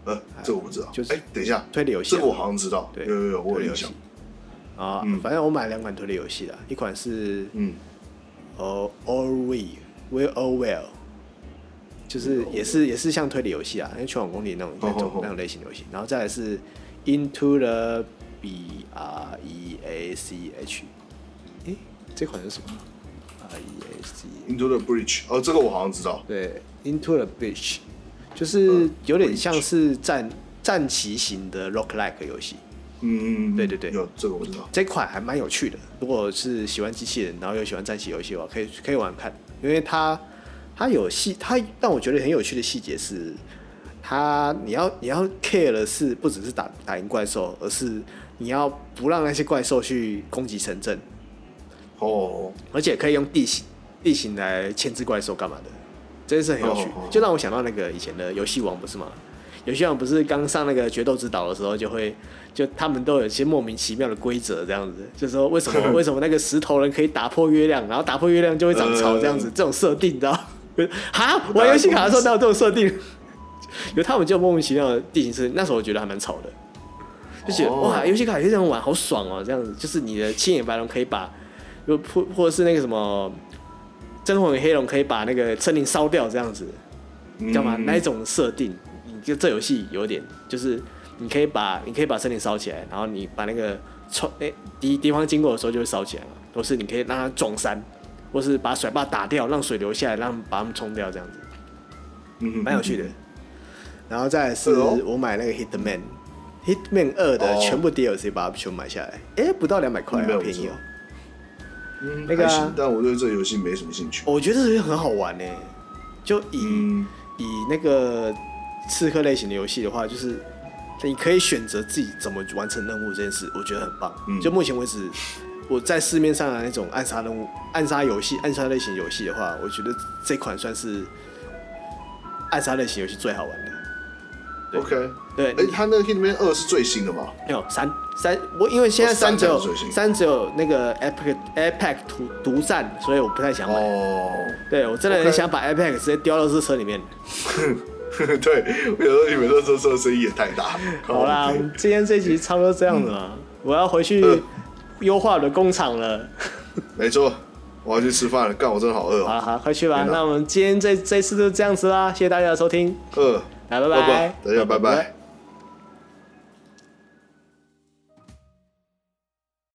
[SPEAKER 1] 呃，这个我不知道。
[SPEAKER 3] 就是
[SPEAKER 1] 哎，等一下，
[SPEAKER 3] 推理游戏
[SPEAKER 1] 这
[SPEAKER 3] 啊，
[SPEAKER 1] 个我好像知道。
[SPEAKER 3] 对
[SPEAKER 1] 有有有，我
[SPEAKER 3] 推
[SPEAKER 1] 有
[SPEAKER 3] 理游
[SPEAKER 1] 印
[SPEAKER 3] 戏
[SPEAKER 1] 象。
[SPEAKER 3] 啊，反正我买了两款推理游戏啦，一款是
[SPEAKER 1] 嗯，
[SPEAKER 3] 哦 All We Will All Well，就是也是也是像推理游戏啊，因为全网公敌那种那
[SPEAKER 1] 哦
[SPEAKER 3] 种
[SPEAKER 1] 哦哦
[SPEAKER 3] 那种类型的游戏，然后再来是 Into the B R E A C H，诶，这款是什么？R E A C H
[SPEAKER 1] Into the Breach，哦，这个我好像知道。
[SPEAKER 3] 对，Into the Beach，就是有点像是战战棋型的 rock like 游戏。
[SPEAKER 1] 嗯嗯，嗯
[SPEAKER 3] 对对对
[SPEAKER 1] 有这个我知道。
[SPEAKER 3] 这款还蛮有趣的，如果是喜欢机器人，然后又喜欢战棋游戏的话，可以可以玩玩看，因为它它有细，它让我觉得很有趣的细节是，它你要你要 care 的是不只是打打赢怪兽，而是你要不让那些怪兽去攻击城镇，
[SPEAKER 1] 哦，
[SPEAKER 3] 而且可以用地形地形来牵制怪兽干嘛的，真是很有趣
[SPEAKER 1] 哦哦哦。
[SPEAKER 3] 就让我想到那个以前的游戏王不是吗？游戏王不是刚上那个决斗之岛的时候，就会就他们都有一些莫名其妙的规则，这样子，就说为 什么为什么那个石头人可以打破月亮，然后打破月亮就会长草这样子，
[SPEAKER 1] 呃
[SPEAKER 3] 这种设定，你知道？ 哈，玩游戏卡的时候哪有这种设定？ 有他们就莫名其妙的地形设定，那时候我觉得还蛮吵的。就觉得、
[SPEAKER 1] 哦
[SPEAKER 3] 哇，游戏卡也这样玩好爽哦，这样子就是你的青眼白龙可以把，就或或者是那个什么真红与黑龙可以把那个森林烧掉这样子，
[SPEAKER 1] 嗯
[SPEAKER 3] 你知道吗？那一种设定，你就这游戏有点就是你可以把你可以把森林烧起来，然后你把那个冲诶敌敌方经过的时候就会烧起来嘛，或是你可以让它撞山，或是把水坝打掉，让水流下来，让把它们冲掉这样子，
[SPEAKER 1] 嗯
[SPEAKER 3] 蛮有趣的。。然后再来是
[SPEAKER 1] 是哦
[SPEAKER 3] 我买那个 Hitman。Hitman 二的
[SPEAKER 1] 哦
[SPEAKER 3] 全部 DLC 把它全部买下来，诶，不到两百块，
[SPEAKER 1] 嗯没
[SPEAKER 3] 好
[SPEAKER 1] 有
[SPEAKER 3] 便宜哦、
[SPEAKER 1] 嗯，
[SPEAKER 3] 那个啊
[SPEAKER 1] 还行但我对这游戏没什么兴趣。
[SPEAKER 3] 我觉得这游戏很好玩呢、就以、
[SPEAKER 1] 嗯，
[SPEAKER 3] 以那个刺客类型的游戏的话，就是你可以选择自己怎么完成任务这件事，我觉得很棒。
[SPEAKER 1] 嗯
[SPEAKER 3] 就目前为止，我在市面上的那种暗杀任务、暗杀游戏、暗杀类型游戏的话，我觉得这款算是暗杀类型游戏最好玩的。对
[SPEAKER 1] OK。
[SPEAKER 3] 对，
[SPEAKER 1] 哎，它那个 Hitman 二是最新的嘛？
[SPEAKER 3] 没有三三，我因为现在
[SPEAKER 1] 哦三
[SPEAKER 3] 三只有
[SPEAKER 1] 才是最新
[SPEAKER 3] 三只有那个 Epic Epic 独独占，所以我不太想买。
[SPEAKER 1] 哦，
[SPEAKER 3] 对我真的很
[SPEAKER 1] OK
[SPEAKER 3] 想把 Epic 直接丢到这车里面。
[SPEAKER 1] 对，我有时候你们那时候说声音也太大。
[SPEAKER 3] 好啦，我们今天这集差不多这样子了，我要回去
[SPEAKER 1] 嗯
[SPEAKER 3] 优化我的工厂了。
[SPEAKER 1] 没错，我要去吃饭了，干我真的好饿
[SPEAKER 3] 好
[SPEAKER 1] 哦，
[SPEAKER 3] 了，好了，快去吧。
[SPEAKER 1] 天哪
[SPEAKER 3] 那我们今天这这次就这样子啦，谢谢大家的收听，
[SPEAKER 1] 饿，
[SPEAKER 3] 来，拜
[SPEAKER 1] 饿吧，大家拜拜。